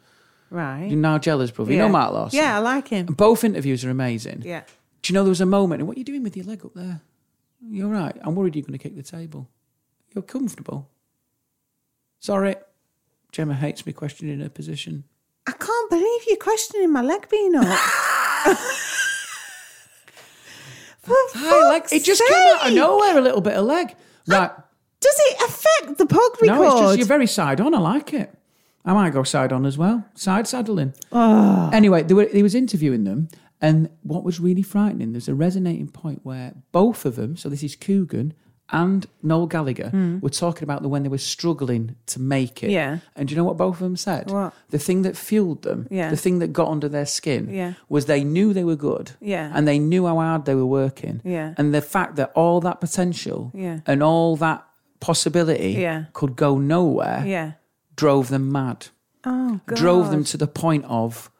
[SPEAKER 5] right.
[SPEAKER 4] Nigella's brother. You
[SPEAKER 5] Yeah.
[SPEAKER 4] know Mark Lawson.
[SPEAKER 5] Yeah, I like him.
[SPEAKER 4] Both interviews are amazing.
[SPEAKER 5] Yeah.
[SPEAKER 4] Do you know there was a moment? What are you doing with your leg up there? You're right. I'm worried you're going to kick the table. You're comfortable. Sorry, Gemma hates me questioning her position.
[SPEAKER 5] I can't believe you're questioning my leg being up. For
[SPEAKER 4] I like
[SPEAKER 5] fuck's
[SPEAKER 4] it. Just came out of
[SPEAKER 5] sake!
[SPEAKER 4] nowhere a little bit of leg. Right.
[SPEAKER 5] Does it affect the pod record?
[SPEAKER 4] No, it's just you're very side on. I like it. I might go side on as well. Side saddling.
[SPEAKER 5] Ah.
[SPEAKER 4] Anyway, they were, he was interviewing them, and what was really frightening, there's a resonating point where both of them, so this is Coogan and Noel Gallagher were talking about the when they were struggling to make it.
[SPEAKER 5] Hmm. Yeah.
[SPEAKER 4] And do you know what both of them said?
[SPEAKER 5] What?
[SPEAKER 4] The thing that fueled them,
[SPEAKER 5] Yeah.
[SPEAKER 4] the thing that got under their skin,
[SPEAKER 5] Yeah.
[SPEAKER 4] was they knew they were good.
[SPEAKER 5] Yeah.
[SPEAKER 4] And they knew how hard they were working.
[SPEAKER 5] Yeah.
[SPEAKER 4] And the fact that all that potential
[SPEAKER 5] Yeah.
[SPEAKER 4] and all that possibility
[SPEAKER 5] Yeah.
[SPEAKER 4] could go nowhere
[SPEAKER 5] Yeah.
[SPEAKER 4] drove them mad
[SPEAKER 5] Oh, God.
[SPEAKER 4] drove them to the point of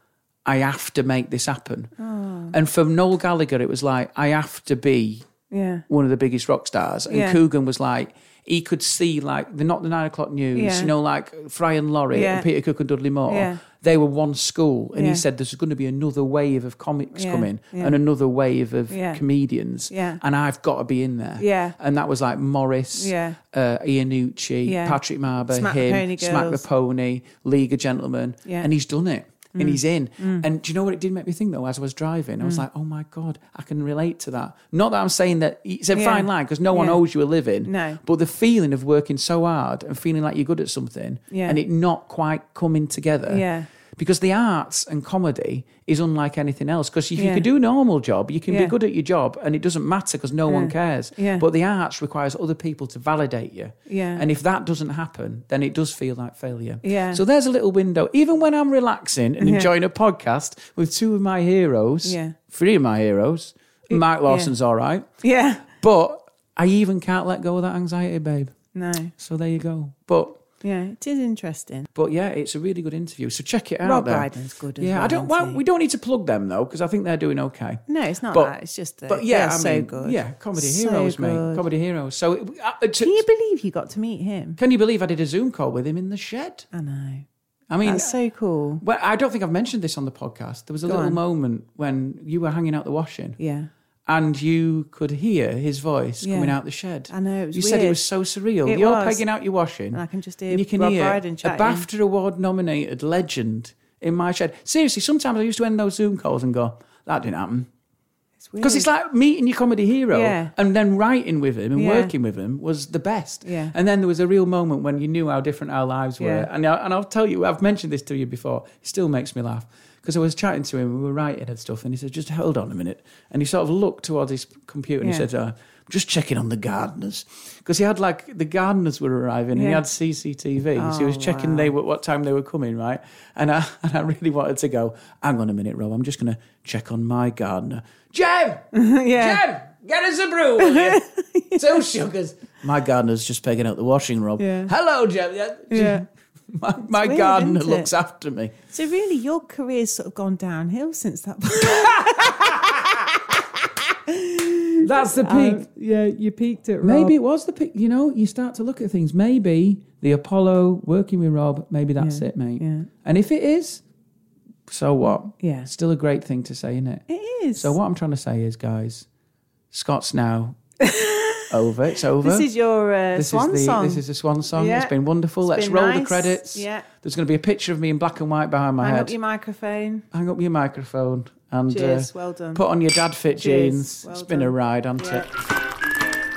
[SPEAKER 4] I have to make this happen.
[SPEAKER 5] Oh.
[SPEAKER 4] And from Noel Gallagher, it was like I have to be
[SPEAKER 5] Yeah.
[SPEAKER 4] one of the biggest rock stars. And
[SPEAKER 5] Yeah.
[SPEAKER 4] Coogan was like he could see like the not the nine o'clock news,
[SPEAKER 5] Yeah.
[SPEAKER 4] you know, like Fry and Laurie
[SPEAKER 5] Yeah.
[SPEAKER 4] and Peter Cook and Dudley Moore.
[SPEAKER 5] Yeah.
[SPEAKER 4] They were one school, and
[SPEAKER 5] Yeah.
[SPEAKER 4] he said there's going to be another wave of comics
[SPEAKER 5] Yeah.
[SPEAKER 4] coming
[SPEAKER 5] Yeah.
[SPEAKER 4] and another wave of
[SPEAKER 5] Yeah.
[SPEAKER 4] comedians,
[SPEAKER 5] Yeah.
[SPEAKER 4] and I've got to be in there.
[SPEAKER 5] Yeah.
[SPEAKER 4] and that was like Morris,
[SPEAKER 5] Yeah.
[SPEAKER 4] uh, Iannucci,
[SPEAKER 5] Yeah.
[SPEAKER 4] Patrick Marber,
[SPEAKER 5] Smack the
[SPEAKER 4] him,
[SPEAKER 5] Pony
[SPEAKER 4] Smack the
[SPEAKER 5] Girls.
[SPEAKER 4] Pony, League of Gentlemen,
[SPEAKER 5] Yeah. Mm.
[SPEAKER 4] and he's done it. And he's in. And do you know what it did make me think though? As I was driving, I was like, "Oh my god, I can relate to that." Not that I'm saying that it's a
[SPEAKER 5] Yeah.
[SPEAKER 4] fine line because no one
[SPEAKER 5] Yeah.
[SPEAKER 4] owes you a living.
[SPEAKER 5] No.
[SPEAKER 4] but the feeling of working so hard and feeling like you're good at something,
[SPEAKER 5] Yeah.
[SPEAKER 4] and it not quite coming together.
[SPEAKER 5] Yeah.
[SPEAKER 4] Because the arts and comedy is unlike anything else. Because if
[SPEAKER 5] Yeah.
[SPEAKER 4] you could do a normal job, you can
[SPEAKER 5] Yeah.
[SPEAKER 4] be good at your job and it doesn't matter because no one cares.
[SPEAKER 5] Yeah.
[SPEAKER 4] But the arts requires other people to validate you.
[SPEAKER 5] Yeah.
[SPEAKER 4] And if that doesn't happen, then it does feel like failure.
[SPEAKER 5] Yeah.
[SPEAKER 4] So there's a little window. Even when I'm relaxing and enjoying a podcast with two of my heroes,
[SPEAKER 5] Yeah.
[SPEAKER 4] three of my heroes, Mark Lawson's all right.
[SPEAKER 5] Yeah.
[SPEAKER 4] But I even can't let go of that anxiety, babe.
[SPEAKER 5] No.
[SPEAKER 4] So there you go. But
[SPEAKER 5] Yeah. It is interesting.
[SPEAKER 4] but yeah, it's a really good interview. So check it out.
[SPEAKER 5] Rob
[SPEAKER 4] there.
[SPEAKER 5] Brydon's good as
[SPEAKER 4] yeah,
[SPEAKER 5] well,
[SPEAKER 4] I don't.
[SPEAKER 5] isn't
[SPEAKER 4] Well,
[SPEAKER 5] he?
[SPEAKER 4] we don't need to plug them though, because I think they're doing okay.
[SPEAKER 5] No, it's not
[SPEAKER 4] But-
[SPEAKER 5] that. It's just that.
[SPEAKER 4] But yeah, I
[SPEAKER 5] they're so
[SPEAKER 4] mean,
[SPEAKER 5] good.
[SPEAKER 4] Yeah, comedy
[SPEAKER 5] So
[SPEAKER 4] heroes, mate.
[SPEAKER 5] good.
[SPEAKER 4] Comedy heroes. So it- uh, uh, to-
[SPEAKER 5] Can you believe you got to meet him?
[SPEAKER 4] can you believe I did a Zoom call with him in the shed?
[SPEAKER 5] I know.
[SPEAKER 4] I mean,
[SPEAKER 5] That's so cool.
[SPEAKER 4] well, I don't think I've mentioned this on the podcast. There was a little
[SPEAKER 5] on.
[SPEAKER 4] moment when you were hanging out the washing,
[SPEAKER 5] Yeah.
[SPEAKER 4] and you could hear his voice
[SPEAKER 5] Yeah.
[SPEAKER 4] coming out the shed.
[SPEAKER 5] I know, it was
[SPEAKER 4] you said it
[SPEAKER 5] weird.
[SPEAKER 4] was so surreal.
[SPEAKER 5] It
[SPEAKER 4] You're
[SPEAKER 5] was.
[SPEAKER 4] pegging out your washing,
[SPEAKER 5] And I can just hear
[SPEAKER 4] and you can
[SPEAKER 5] Rob
[SPEAKER 4] hear
[SPEAKER 5] Brydon
[SPEAKER 4] a
[SPEAKER 5] chatting.
[SPEAKER 4] BAFTA award nominated legend in my shed. Seriously, sometimes I used to end those Zoom calls and go, "That didn't happen."
[SPEAKER 5] It's weird.
[SPEAKER 4] Because it's like meeting your comedy hero
[SPEAKER 5] Yeah.
[SPEAKER 4] and then writing with him and
[SPEAKER 5] Yeah.
[SPEAKER 4] working with him was the best.
[SPEAKER 5] Yeah.
[SPEAKER 4] And then there was a real moment when you knew how different our lives were.
[SPEAKER 5] Yeah.
[SPEAKER 4] And, I, and I'll tell you, I've mentioned this to you before, it still makes me laugh. Because I was chatting to him, we were writing and stuff, and he said, just hold on a minute. And he sort of looked towards his computer and
[SPEAKER 5] Yeah.
[SPEAKER 4] he said, uh, "I'm just checking on the gardeners. Because he had like, the gardeners were arriving and he
[SPEAKER 5] Yeah. Oh,
[SPEAKER 4] had CCTV. so he was checking they were, what time they were coming, right? And I, and I really wanted to go, hang on a minute, Rob, I'm just going to check on my gardener. Jem!
[SPEAKER 5] yeah.
[SPEAKER 4] Jim, get us a brew, will you? Two sugars. My gardener's just pegging out the washing, Rob.
[SPEAKER 5] Yeah.
[SPEAKER 4] Hello, Jim. Yeah.
[SPEAKER 5] Yeah.
[SPEAKER 4] My, my
[SPEAKER 5] weird,
[SPEAKER 4] gardener
[SPEAKER 5] isn't it?
[SPEAKER 4] looks after me.
[SPEAKER 5] So really, your career's sort of gone downhill since that.
[SPEAKER 4] That's the peak.
[SPEAKER 5] yeah, you peaked at
[SPEAKER 4] Maybe it was the peak. You know, you start to look at things. Maybe the Apollo working with Rob, maybe that's
[SPEAKER 5] Yeah.
[SPEAKER 4] it, mate.
[SPEAKER 5] Yeah.
[SPEAKER 4] And if it is, so what?
[SPEAKER 5] Yeah.
[SPEAKER 4] Still a great thing to say, isn't it?
[SPEAKER 5] It is.
[SPEAKER 4] So what I'm trying to say is, guys, Scott's now over. It's over.
[SPEAKER 5] This is your uh,
[SPEAKER 4] this
[SPEAKER 5] swan
[SPEAKER 4] is the,
[SPEAKER 5] song.
[SPEAKER 4] This is a swan song. It's
[SPEAKER 5] Yeah.
[SPEAKER 4] been wonderful.
[SPEAKER 5] It's
[SPEAKER 4] Let's
[SPEAKER 5] been
[SPEAKER 4] roll the
[SPEAKER 5] nice.
[SPEAKER 4] credits.
[SPEAKER 5] Yeah.
[SPEAKER 4] There's going to be a picture of me in black and white behind my
[SPEAKER 5] Hang
[SPEAKER 4] head.
[SPEAKER 5] up your microphone.
[SPEAKER 4] Hang up your microphone and uh,
[SPEAKER 5] Cheers. Well done.
[SPEAKER 4] put on your dad fit
[SPEAKER 5] Cheers.
[SPEAKER 4] jeans.
[SPEAKER 5] Well
[SPEAKER 4] it's been a
[SPEAKER 5] done.
[SPEAKER 4] ride, hasn't
[SPEAKER 5] Yeah.
[SPEAKER 4] it?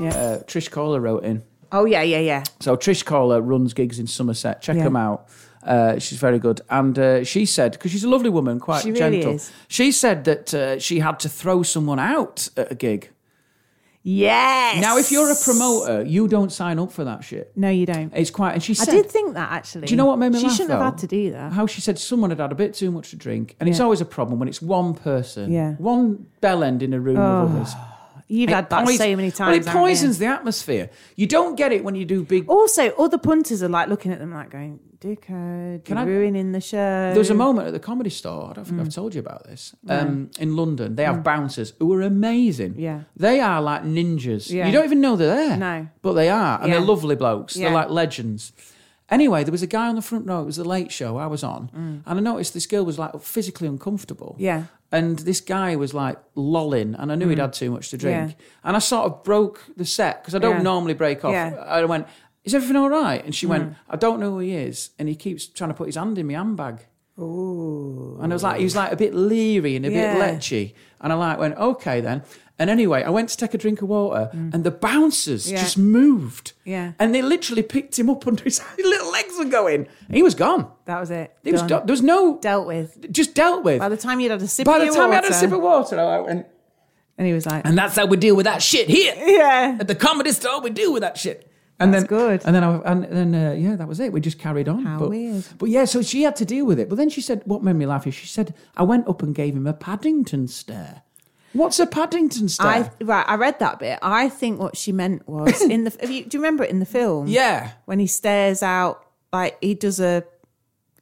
[SPEAKER 5] Yeah.
[SPEAKER 4] Uh, Trish Caller wrote in.
[SPEAKER 5] oh yeah, yeah, yeah.
[SPEAKER 4] So Trish Caller runs gigs in Somerset. Check
[SPEAKER 5] Yeah.
[SPEAKER 4] them out. Uh, she's very good. And uh, she said, because she's a lovely woman, quite
[SPEAKER 5] She really
[SPEAKER 4] gentle.
[SPEAKER 5] is.
[SPEAKER 4] She said that uh, she had to throw someone out at a gig.
[SPEAKER 5] Yes.
[SPEAKER 4] Now, if you're a promoter, you don't sign up for that shit.
[SPEAKER 5] no, you don't.
[SPEAKER 4] It's quite. And she
[SPEAKER 5] I
[SPEAKER 4] said,
[SPEAKER 5] did think that actually.
[SPEAKER 4] Do you know what made me
[SPEAKER 5] She
[SPEAKER 4] laugh?
[SPEAKER 5] shouldn't have
[SPEAKER 4] though?
[SPEAKER 5] had to do that.
[SPEAKER 4] How she said someone had had a bit too much to drink, and it's always a problem when it's one person,
[SPEAKER 5] Yeah.
[SPEAKER 4] one bell end in a room of others.
[SPEAKER 5] You've had that
[SPEAKER 4] pois-
[SPEAKER 5] so many
[SPEAKER 4] Well,
[SPEAKER 5] times.
[SPEAKER 4] it
[SPEAKER 5] haven't you?
[SPEAKER 4] poisons the atmosphere. You don't get it when you do big.
[SPEAKER 5] Also, other punters are like looking at them like going, "Dickhead,
[SPEAKER 4] Can
[SPEAKER 5] you're
[SPEAKER 4] I-
[SPEAKER 5] ruining the show."
[SPEAKER 4] There was a moment at the comedy store. I don't think I've
[SPEAKER 5] Mm.
[SPEAKER 4] told you about this. Um, in London, they have bouncers who are amazing.
[SPEAKER 5] Yeah.
[SPEAKER 4] they are like ninjas.
[SPEAKER 5] Yeah.
[SPEAKER 4] You don't even know they're there.
[SPEAKER 5] No.
[SPEAKER 4] but they are, and they're
[SPEAKER 5] Yeah.
[SPEAKER 4] lovely blokes. They're
[SPEAKER 5] Yeah.
[SPEAKER 4] like legends. Anyway, there was a guy on the front row. It was the late show I was on, and I noticed this girl was like physically uncomfortable.
[SPEAKER 5] Mm. Yeah. Mm.
[SPEAKER 4] And this guy was like lolling, and I knew he'd had too much to drink.
[SPEAKER 5] Yeah.
[SPEAKER 4] And I sort of broke the set because I don't
[SPEAKER 5] Yeah.
[SPEAKER 4] normally break off.
[SPEAKER 5] Yeah. Mm.
[SPEAKER 4] I went, Is everything all right? And she went, I don't know who he is. And he keeps trying to put his hand in my handbag. Ooh. And I was like, He was like a bit leery and a
[SPEAKER 5] Yeah.
[SPEAKER 4] bit lechy. And I like went, Okay then. And anyway, I went to take a drink of water, and the bouncers
[SPEAKER 5] Mm. Yeah.
[SPEAKER 4] just moved.
[SPEAKER 5] Yeah.
[SPEAKER 4] And they literally picked him up under his his little legs were going. And he was gone.
[SPEAKER 5] That was it.
[SPEAKER 4] He was
[SPEAKER 5] Done.
[SPEAKER 4] done. There was no
[SPEAKER 5] Dealt with.
[SPEAKER 4] Just dealt with.
[SPEAKER 5] By the time you'd had a sip
[SPEAKER 4] By
[SPEAKER 5] of
[SPEAKER 4] the
[SPEAKER 5] your
[SPEAKER 4] time I had a
[SPEAKER 5] water-
[SPEAKER 4] sip of water, I went.
[SPEAKER 5] And he was like,
[SPEAKER 4] And that's how we deal with that shit here.
[SPEAKER 5] Yeah.
[SPEAKER 4] At the comedy store, we deal with that shit. And
[SPEAKER 5] That's
[SPEAKER 4] then
[SPEAKER 5] good.
[SPEAKER 4] And then I, and then uh, yeah, that was it. We just carried on.
[SPEAKER 5] How
[SPEAKER 4] but,
[SPEAKER 5] weird.
[SPEAKER 4] But yeah, so she had to deal with it. But then she said, "What made me laugh is she said I went up and gave him a Paddington stare. What's a Paddington stare?
[SPEAKER 5] I right. I read that bit. I think what she meant was in the. Have you, do you remember it in the film?
[SPEAKER 4] yeah,
[SPEAKER 5] When he stares out, like he does a,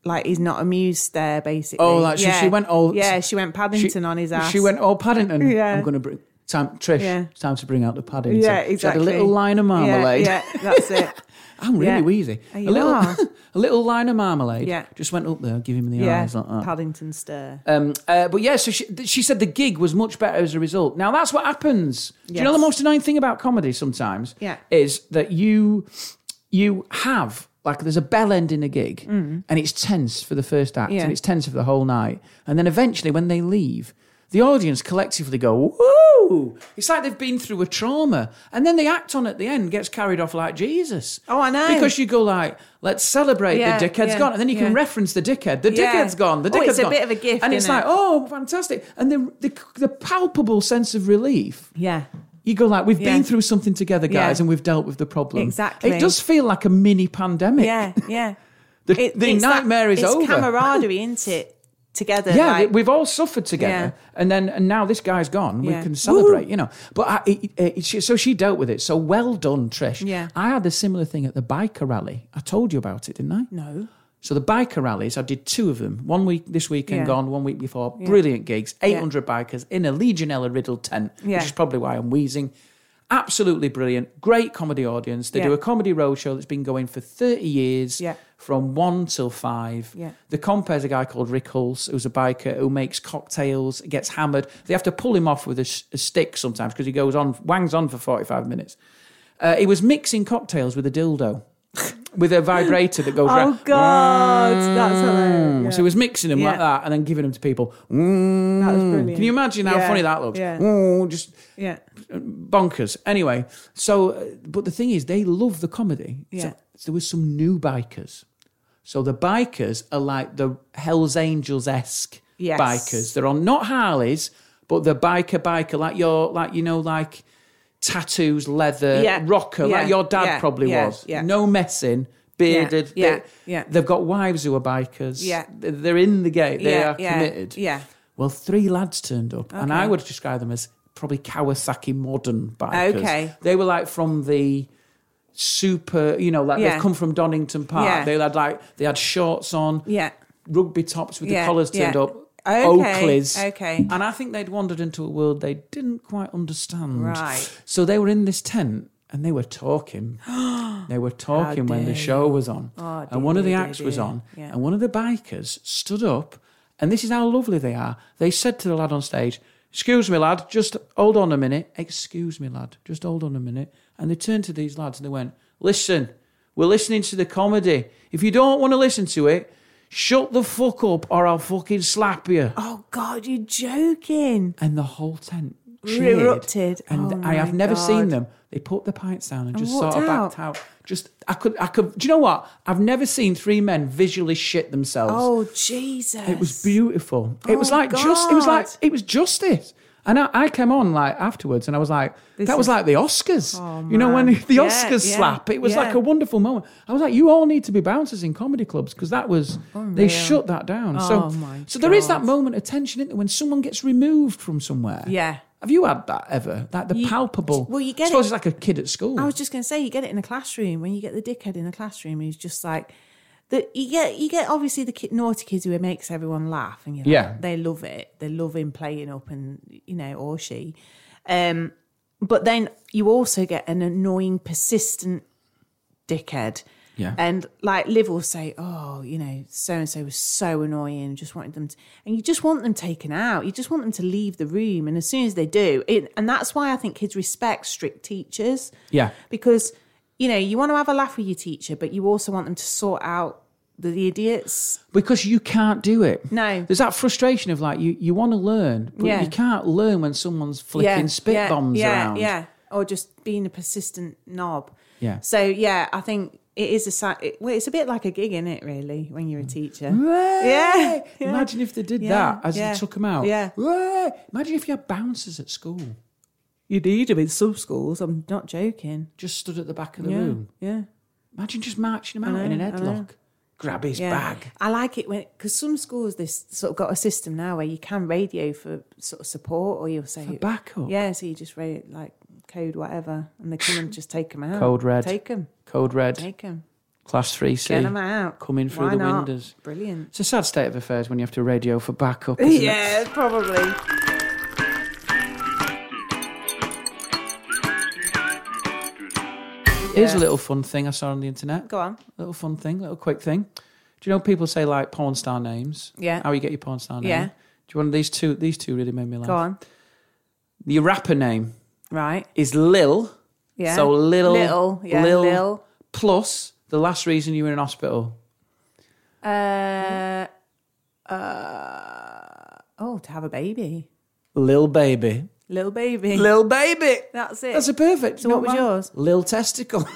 [SPEAKER 5] like he's not amused stare, basically.
[SPEAKER 4] Oh, like she- she went all-
[SPEAKER 5] Yeah, she went Paddington
[SPEAKER 4] She-
[SPEAKER 5] on his ass.
[SPEAKER 4] She went, "Oh, Paddington,
[SPEAKER 5] Yeah.
[SPEAKER 4] I'm going to bring time, Trish.
[SPEAKER 5] Yeah.
[SPEAKER 4] It's time to bring out the Paddington.
[SPEAKER 5] Yeah,
[SPEAKER 4] She had a
[SPEAKER 5] exactly.
[SPEAKER 4] little line of
[SPEAKER 5] Yeah,
[SPEAKER 4] marmalade.
[SPEAKER 5] Yeah, that's it.
[SPEAKER 4] I'm really
[SPEAKER 5] Yeah.
[SPEAKER 4] wheezy.
[SPEAKER 5] Oh,
[SPEAKER 4] A
[SPEAKER 5] you
[SPEAKER 4] little,
[SPEAKER 5] are.
[SPEAKER 4] a little line of marmalade.
[SPEAKER 5] Yeah.
[SPEAKER 4] just went up there, give him the
[SPEAKER 5] yeah,
[SPEAKER 4] eyes like that.
[SPEAKER 5] Paddington stare.
[SPEAKER 4] Um, uh, but yeah, so she, th- she said the gig was much better as a result. Now that's what happens. Do you know
[SPEAKER 5] Yes.
[SPEAKER 4] the most annoying thing about comedy sometimes?
[SPEAKER 5] Yeah.
[SPEAKER 4] is that you you have like there's a bell end in a gig, and it's tense for the first act,
[SPEAKER 5] Mm. Yeah.
[SPEAKER 4] and it's tense for the whole night, and then eventually when they leave. The audience collectively go, woo! It's like they've been through a trauma. And then the act on at the end gets carried off like Jesus.
[SPEAKER 5] Oh, I know.
[SPEAKER 4] Because you go like, let's celebrate
[SPEAKER 5] Yeah,
[SPEAKER 4] the dickhead's
[SPEAKER 5] yeah,
[SPEAKER 4] gone. And then you can
[SPEAKER 5] yeah.
[SPEAKER 4] reference the dickhead. The
[SPEAKER 5] Yeah.
[SPEAKER 4] dickhead's gone. The
[SPEAKER 5] Oh,
[SPEAKER 4] dickhead's
[SPEAKER 5] it's a
[SPEAKER 4] gone.
[SPEAKER 5] bit of a gift,
[SPEAKER 4] And it's
[SPEAKER 5] innit?
[SPEAKER 4] like, oh, fantastic. And the, the, the palpable sense of relief.
[SPEAKER 5] Yeah,
[SPEAKER 4] You go like, we've
[SPEAKER 5] Yeah.
[SPEAKER 4] been through something together,
[SPEAKER 5] Yeah.
[SPEAKER 4] guys, and we've dealt with the problem.
[SPEAKER 5] Exactly.
[SPEAKER 4] It does feel like a mini pandemic.
[SPEAKER 5] yeah, yeah.
[SPEAKER 4] The, the
[SPEAKER 5] it's that-
[SPEAKER 4] nightmare is
[SPEAKER 5] it's
[SPEAKER 4] over.
[SPEAKER 5] camaraderie, isn't it? Together,
[SPEAKER 4] Yeah,
[SPEAKER 5] like-
[SPEAKER 4] we've all suffered together, and then and now this guy's gone.
[SPEAKER 5] Yeah.
[SPEAKER 4] We can celebrate, you know. But I, it, it, it- she- so she dealt with it. So well done, Trish.
[SPEAKER 5] Yeah.
[SPEAKER 4] I had a similar thing at the biker rally. I told you about it, didn't I?
[SPEAKER 5] no.
[SPEAKER 4] So the biker rallies, I did two of them. One week this weekend
[SPEAKER 5] Yeah.
[SPEAKER 4] gone, one week before. Brilliant gigs. 800 bikers in a Legionella riddled tent,
[SPEAKER 5] Yeah.
[SPEAKER 4] which is probably why I'm wheezing. Absolutely brilliant. Great comedy audience. They
[SPEAKER 5] Yeah.
[SPEAKER 4] do a comedy roadshow that's been going for 30 years
[SPEAKER 5] Yeah.
[SPEAKER 4] from one till five.
[SPEAKER 5] Yeah.
[SPEAKER 4] The compare's a guy called Rick Hulse, who's a biker who makes cocktails, gets hammered. They have to pull him off with a, s- a stick sometimes because he goes on, wangs on for 45 minutes. Uh, he was mixing cocktails with a dildo, with a vibrator that goes
[SPEAKER 5] Oh
[SPEAKER 4] round.
[SPEAKER 5] God, that's hilarious.
[SPEAKER 4] Mm. So he was mixing them like
[SPEAKER 5] Yeah.
[SPEAKER 4] that and then giving them to people. Mm.
[SPEAKER 5] That was brilliant.
[SPEAKER 4] Can you imagine how
[SPEAKER 5] Yeah.
[SPEAKER 4] funny that looks?
[SPEAKER 5] Yeah.
[SPEAKER 4] Mm, just
[SPEAKER 5] Yeah.
[SPEAKER 4] bonkers. Anyway, so, uh, but the thing is, they love the comedy. So-
[SPEAKER 5] Yeah.
[SPEAKER 4] So there was some new bikers. So the bikers are like the Hells Angels esque
[SPEAKER 5] Yes.
[SPEAKER 4] bikers. They're on not Harleys, but the biker biker like your like you know like tattoos, leather,
[SPEAKER 5] Yeah.
[SPEAKER 4] rocker like
[SPEAKER 5] Yeah.
[SPEAKER 4] your dad
[SPEAKER 5] Yeah.
[SPEAKER 4] probably
[SPEAKER 5] Yeah.
[SPEAKER 4] was.
[SPEAKER 5] Yeah.
[SPEAKER 4] No messing, bearded.
[SPEAKER 5] Yeah.
[SPEAKER 4] They,
[SPEAKER 5] Yeah.
[SPEAKER 4] They've got wives who are bikers.
[SPEAKER 5] Yeah.
[SPEAKER 4] They're they're in the game. They
[SPEAKER 5] Yeah.
[SPEAKER 4] are
[SPEAKER 5] Yeah.
[SPEAKER 4] committed.
[SPEAKER 5] Yeah.
[SPEAKER 4] Well, three lads turned up, and I would describe them as probably Kawasaki modern bikers.
[SPEAKER 5] Okay.
[SPEAKER 4] They were like from the super, you know, like
[SPEAKER 5] Yeah.
[SPEAKER 4] they've come from Donington Park.
[SPEAKER 5] Yeah.
[SPEAKER 4] They had like they had shorts on,
[SPEAKER 5] Yeah.
[SPEAKER 4] rugby tops with
[SPEAKER 5] Yeah,
[SPEAKER 4] the collars turned
[SPEAKER 5] yeah.
[SPEAKER 4] up,
[SPEAKER 5] Okay,
[SPEAKER 4] Oakleys.
[SPEAKER 5] okay.
[SPEAKER 4] And I think they'd wandered into a world they didn't quite understand.
[SPEAKER 5] Right.
[SPEAKER 4] So they were in this tent and they were talking. they were talking when the
[SPEAKER 5] dare Oh,
[SPEAKER 4] show was on. and one of the
[SPEAKER 5] dear,
[SPEAKER 4] acts was
[SPEAKER 5] dear.
[SPEAKER 4] on.
[SPEAKER 5] Yeah.
[SPEAKER 4] And one of the bikers stood up, and this is how lovely they are. They said to the lad on stage, Excuse me, lad, just hold on a minute. Excuse me, lad, just hold on a minute. And they turned to these lads and they went, Listen, we're listening to the comedy. If you don't want to listen to it, shut the fuck up or I'll fucking slap you.
[SPEAKER 5] Oh God, you're joking.
[SPEAKER 4] And the whole tent cheered.
[SPEAKER 5] Erupted.
[SPEAKER 4] And
[SPEAKER 5] Oh
[SPEAKER 4] I have
[SPEAKER 5] my
[SPEAKER 4] never seen
[SPEAKER 5] God.
[SPEAKER 4] them. They put the pints down and
[SPEAKER 5] And
[SPEAKER 4] just
[SPEAKER 5] walked
[SPEAKER 4] sort of backed out. Just I could I could do you know what? I've never seen three men visually shit themselves.
[SPEAKER 5] Oh Jesus.
[SPEAKER 4] It was beautiful. It was
[SPEAKER 5] Oh,
[SPEAKER 4] like just. It was like
[SPEAKER 5] God.
[SPEAKER 4] it was justice. And I, I came on like afterwards, and I was like, that was
[SPEAKER 5] is-
[SPEAKER 4] like the Oscars.
[SPEAKER 5] Oh,
[SPEAKER 4] you know when
[SPEAKER 5] man.
[SPEAKER 4] the
[SPEAKER 5] Yeah,
[SPEAKER 4] Oscars
[SPEAKER 5] yeah,
[SPEAKER 4] slap? It was
[SPEAKER 5] yeah.
[SPEAKER 4] like a wonderful moment. I was like, you all need to be bouncers in comedy clubs because that was they shut that down. so
[SPEAKER 5] Oh, my
[SPEAKER 4] so there is that
[SPEAKER 5] God.
[SPEAKER 4] moment of tension in there when someone gets removed from somewhere.
[SPEAKER 5] Yeah.
[SPEAKER 4] Have you had that ever? Like the
[SPEAKER 5] You-
[SPEAKER 4] palpable.
[SPEAKER 5] well, you get
[SPEAKER 4] I suppose
[SPEAKER 5] it-
[SPEAKER 4] it's like a kid at school.
[SPEAKER 5] I was just going to say, you get it in a classroom when you get the dickhead in a classroom who's just like the you get you get obviously the kid, naughty kids who makes everyone laugh and you like,
[SPEAKER 4] Yeah.
[SPEAKER 5] they love it. They love him playing up and you know or she. Um, but then you also get an annoying, persistent dickhead.
[SPEAKER 4] Yeah.
[SPEAKER 5] And like Liv will say, oh, you know, so and so was so annoying, just wanted them to, and you just want them taken out. You just want them to leave the room. And as soon as they do, it, and that's why I think kids respect strict teachers
[SPEAKER 4] yeah.
[SPEAKER 5] because, you know, you want to have a laugh with your teacher, but you also want them to sort out They're the idiots.
[SPEAKER 4] because you can't do it.
[SPEAKER 5] No.
[SPEAKER 4] There's that frustration of like you, you want to learn, but
[SPEAKER 5] Yeah.
[SPEAKER 4] you can't learn when someone's flicking spit
[SPEAKER 5] yeah,
[SPEAKER 4] bombs
[SPEAKER 5] yeah,
[SPEAKER 4] around.
[SPEAKER 5] Yeah, or just being a persistent knob.
[SPEAKER 4] Yeah.
[SPEAKER 5] So yeah, I think it is a si- it, well, it's a bit like a gig in it really when
[SPEAKER 4] Mm.
[SPEAKER 5] you're a teacher. Yeah,
[SPEAKER 4] Hooray!
[SPEAKER 5] yeah.
[SPEAKER 4] Imagine if they did
[SPEAKER 5] Yeah,
[SPEAKER 4] that as
[SPEAKER 5] yeah,
[SPEAKER 4] they took them out.
[SPEAKER 5] yeah.
[SPEAKER 4] Hooray! Imagine if you had bouncers at school,
[SPEAKER 5] You need them in some schools. I'm not joking.
[SPEAKER 4] just stood at the back of the
[SPEAKER 5] yeah,
[SPEAKER 4] room.
[SPEAKER 5] yeah,
[SPEAKER 4] Imagine just marching them out
[SPEAKER 5] know,
[SPEAKER 4] in an
[SPEAKER 5] I know.
[SPEAKER 4] headlock. Grab his
[SPEAKER 5] yeah.
[SPEAKER 4] bag.
[SPEAKER 5] I like it when because some schools they've sort of got a system now where you can radio for sort of support, or you'll say
[SPEAKER 4] For backup.
[SPEAKER 5] Yeah, so you just radio like code whatever, and they come and just take them out.
[SPEAKER 4] Code red.
[SPEAKER 5] Take them.
[SPEAKER 4] Code red.
[SPEAKER 5] Take them.
[SPEAKER 4] Class 3C.
[SPEAKER 5] Get them out.
[SPEAKER 4] Coming through
[SPEAKER 5] Why
[SPEAKER 4] the
[SPEAKER 5] not?
[SPEAKER 4] windows.
[SPEAKER 5] Brilliant.
[SPEAKER 4] It's a sad state of affairs when you have to radio for backup. Isn't it?
[SPEAKER 5] Yeah, probably.
[SPEAKER 4] Here's a
[SPEAKER 5] Yeah.
[SPEAKER 4] little fun thing I saw on the internet.
[SPEAKER 5] Go on.
[SPEAKER 4] Little fun thing, little quick thing. Do you know people say like porn star names?
[SPEAKER 5] Yeah.
[SPEAKER 4] How you get your porn star name?
[SPEAKER 5] Yeah.
[SPEAKER 4] Do you want these two? These two really made me laugh.
[SPEAKER 5] Go on.
[SPEAKER 4] Your rapper name
[SPEAKER 5] Right.
[SPEAKER 4] is Lil.
[SPEAKER 5] Yeah.
[SPEAKER 4] So Lil.
[SPEAKER 5] Little. Yeah. Lil.
[SPEAKER 4] Plus the last reason you were in hospital.
[SPEAKER 5] Uh, uh, oh, to have a baby.
[SPEAKER 4] Lil baby.
[SPEAKER 5] Little baby.
[SPEAKER 4] Lil baby.
[SPEAKER 5] That's it.
[SPEAKER 4] That's a perfect.
[SPEAKER 5] So
[SPEAKER 4] you know
[SPEAKER 5] what was
[SPEAKER 4] mine-
[SPEAKER 5] yours?
[SPEAKER 4] Lil testicle.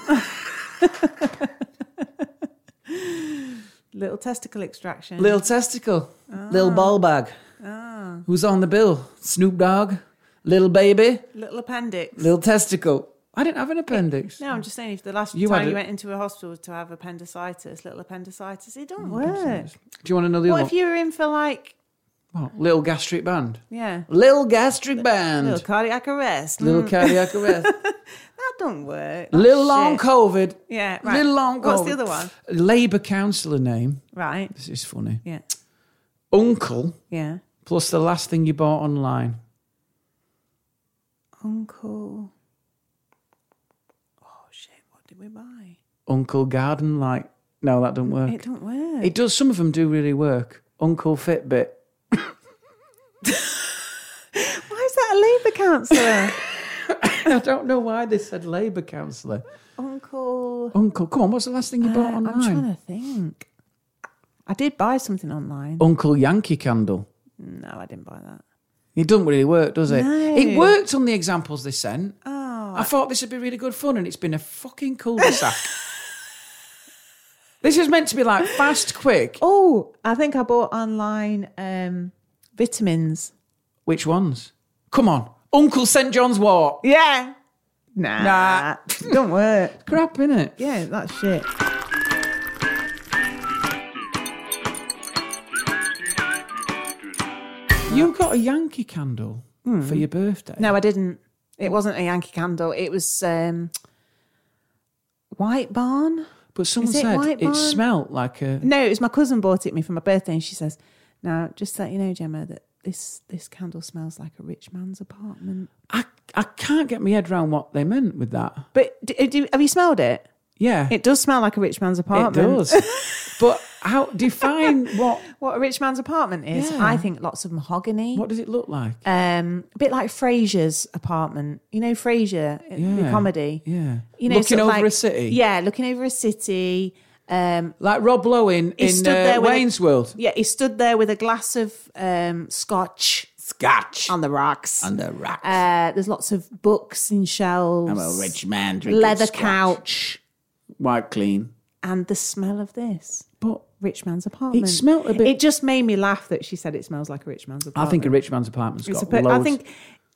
[SPEAKER 5] Little testicle extraction.
[SPEAKER 4] Lil testicle.
[SPEAKER 5] Ah.
[SPEAKER 4] Lil ball bag. Who's on the bill? Snoop Dogg. Lil baby.
[SPEAKER 5] Little appendix.
[SPEAKER 4] Little testicle. I didn't have an appendix.
[SPEAKER 5] no, I'm just saying, if the last
[SPEAKER 4] You had
[SPEAKER 5] time you
[SPEAKER 4] it.
[SPEAKER 5] went into a hospital was to have appendicitis, little appendicitis,
[SPEAKER 4] Mm,
[SPEAKER 5] it don't work.
[SPEAKER 4] Do you want another
[SPEAKER 5] What
[SPEAKER 4] one?
[SPEAKER 5] if you were in for like,
[SPEAKER 4] What? Little gastric band.
[SPEAKER 5] yeah,
[SPEAKER 4] Little gastric band.
[SPEAKER 5] little cardiac arrest?
[SPEAKER 4] Little
[SPEAKER 5] Mm,
[SPEAKER 4] cardiac arrest.
[SPEAKER 5] that don't work. That's
[SPEAKER 4] Little long
[SPEAKER 5] shit.
[SPEAKER 4] COVID.
[SPEAKER 5] Yeah, right.
[SPEAKER 4] Little long COVID.
[SPEAKER 5] What's the other one?
[SPEAKER 4] Labour councillor name.
[SPEAKER 5] Right.
[SPEAKER 4] This is funny.
[SPEAKER 5] Yeah.
[SPEAKER 4] Uncle
[SPEAKER 5] Yeah.
[SPEAKER 4] plus the last thing you bought online.
[SPEAKER 5] Uncle. Oh shit! What did we buy?
[SPEAKER 4] Uncle garden light. No, that don't work.
[SPEAKER 5] It don't work.
[SPEAKER 4] It does. Some of them do really work. Uncle Fitbit.
[SPEAKER 5] Why is that a Labour councillor?
[SPEAKER 4] I don't know why they said Labour councillor.
[SPEAKER 5] Uncle.
[SPEAKER 4] Uncle, come on. What's the last thing you bought
[SPEAKER 5] Uh, I'm
[SPEAKER 4] online?
[SPEAKER 5] trying to think. I did buy something online.
[SPEAKER 4] Uncle Yankee candle.
[SPEAKER 5] No, I didn't buy that.
[SPEAKER 4] It doesn't really work, does it?
[SPEAKER 5] No.
[SPEAKER 4] It worked on the examples they sent. Oh. I thought this would be really good fun, and it's been a fucking cul-de-sac. this is meant to be like fast, quick.
[SPEAKER 5] Oh, I think I bought online um, vitamins.
[SPEAKER 4] Which ones? Come on. Uncle St. John's Wort.
[SPEAKER 5] Yeah. Nah.
[SPEAKER 4] Nah.
[SPEAKER 5] don't work.
[SPEAKER 4] Crap, innit?
[SPEAKER 5] Yeah, that's shit.
[SPEAKER 4] You got a Yankee candle for your birthday.
[SPEAKER 5] Hmm. No, I didn't. It wasn't a Yankee candle. It was um, White Barn.
[SPEAKER 4] But someone
[SPEAKER 5] Is it
[SPEAKER 4] said
[SPEAKER 5] white
[SPEAKER 4] it
[SPEAKER 5] wine?
[SPEAKER 4] smelt like a.
[SPEAKER 5] No, it was my cousin bought it me for my birthday, and she says, "Now, just to let you know, Gemma, that this this candle smells like a rich man's apartment."
[SPEAKER 4] I, I can't get my head round what they meant with that.
[SPEAKER 5] But do, do, have you smelled it?
[SPEAKER 4] Yeah.
[SPEAKER 5] It does smell like a rich man's
[SPEAKER 4] it
[SPEAKER 5] apartment.
[SPEAKER 4] does. but how define what
[SPEAKER 5] What a rich man's apartment is,
[SPEAKER 4] Yeah.
[SPEAKER 5] I think, lots of mahogany.
[SPEAKER 4] what does it look like?
[SPEAKER 5] Um, a bit like Frasier's apartment. You know Frasier, the
[SPEAKER 4] Yeah.
[SPEAKER 5] comedy.
[SPEAKER 4] Yeah.
[SPEAKER 5] You know,
[SPEAKER 4] Looking
[SPEAKER 5] sort of
[SPEAKER 4] over
[SPEAKER 5] like-
[SPEAKER 4] a city.
[SPEAKER 5] Yeah, looking over a city. Um,
[SPEAKER 4] Like Rob Lowe in,
[SPEAKER 5] He
[SPEAKER 4] in
[SPEAKER 5] stood
[SPEAKER 4] uh,
[SPEAKER 5] there with a-
[SPEAKER 4] Wayne's World.
[SPEAKER 5] Yeah, he stood there with a glass of um, scotch
[SPEAKER 7] Scotch
[SPEAKER 5] on the rocks.
[SPEAKER 7] on the rocks.
[SPEAKER 5] uh, there's lots of books and shelves.
[SPEAKER 7] I'm a rich man drinking
[SPEAKER 5] leather
[SPEAKER 7] scotch.
[SPEAKER 5] couch,
[SPEAKER 4] White clean.
[SPEAKER 5] and the smell of this
[SPEAKER 4] But
[SPEAKER 5] rich man's apartment.
[SPEAKER 4] smelt a bit-
[SPEAKER 5] It just made me laugh that she said it smells like a rich man's
[SPEAKER 4] I
[SPEAKER 5] apartment.
[SPEAKER 4] think a rich man's apartment's
[SPEAKER 5] It's
[SPEAKER 4] got
[SPEAKER 5] a per- I
[SPEAKER 4] loads.
[SPEAKER 5] think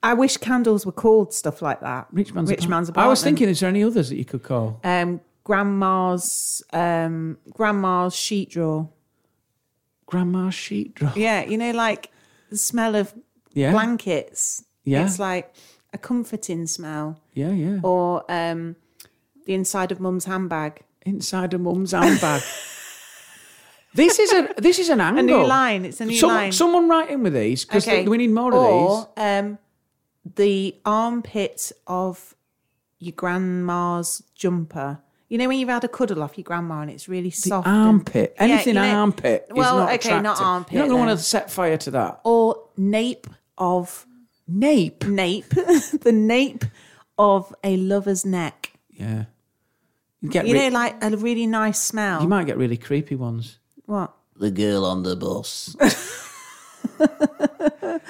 [SPEAKER 5] I wish candles were called stuff like that.
[SPEAKER 4] rich man's,
[SPEAKER 5] rich
[SPEAKER 4] apart-
[SPEAKER 5] man's
[SPEAKER 4] I
[SPEAKER 5] apartment.
[SPEAKER 4] was thinking, is there any others that you could call?
[SPEAKER 5] um, grandma's um, grandma's sheet drawer.
[SPEAKER 4] Grandma's sheet drum.
[SPEAKER 5] Yeah, you know, like the smell of
[SPEAKER 4] Yeah.
[SPEAKER 5] blankets.
[SPEAKER 4] Yeah.
[SPEAKER 5] It's like a comforting smell.
[SPEAKER 4] Yeah, yeah.
[SPEAKER 5] Or um, the inside of mum's handbag.
[SPEAKER 4] Inside a mum's handbag. this is a this is an
[SPEAKER 5] A
[SPEAKER 4] angle.
[SPEAKER 5] new line. It's a new
[SPEAKER 4] Some-
[SPEAKER 5] line.
[SPEAKER 4] Someone write in with these because we need more
[SPEAKER 5] or,
[SPEAKER 4] of these.
[SPEAKER 5] Um, the armpit of your grandma's jumper. You know when you've had a cuddle off your grandma and it's really soft. and-
[SPEAKER 4] Armpit.
[SPEAKER 5] Yeah,
[SPEAKER 4] Anything
[SPEAKER 5] you know-
[SPEAKER 4] armpit.
[SPEAKER 5] Well,
[SPEAKER 4] is not
[SPEAKER 5] okay,
[SPEAKER 4] attractive.
[SPEAKER 5] not armpit.
[SPEAKER 4] You're not going to
[SPEAKER 5] then.
[SPEAKER 4] want to set fire to that.
[SPEAKER 5] Or nape of
[SPEAKER 4] Nape.
[SPEAKER 5] nape, the nape of a lover's neck.
[SPEAKER 4] Yeah. You get
[SPEAKER 5] You
[SPEAKER 4] re-
[SPEAKER 5] know, like a really nice smell.
[SPEAKER 4] you might get really creepy ones.
[SPEAKER 5] what?
[SPEAKER 7] The girl on the bus.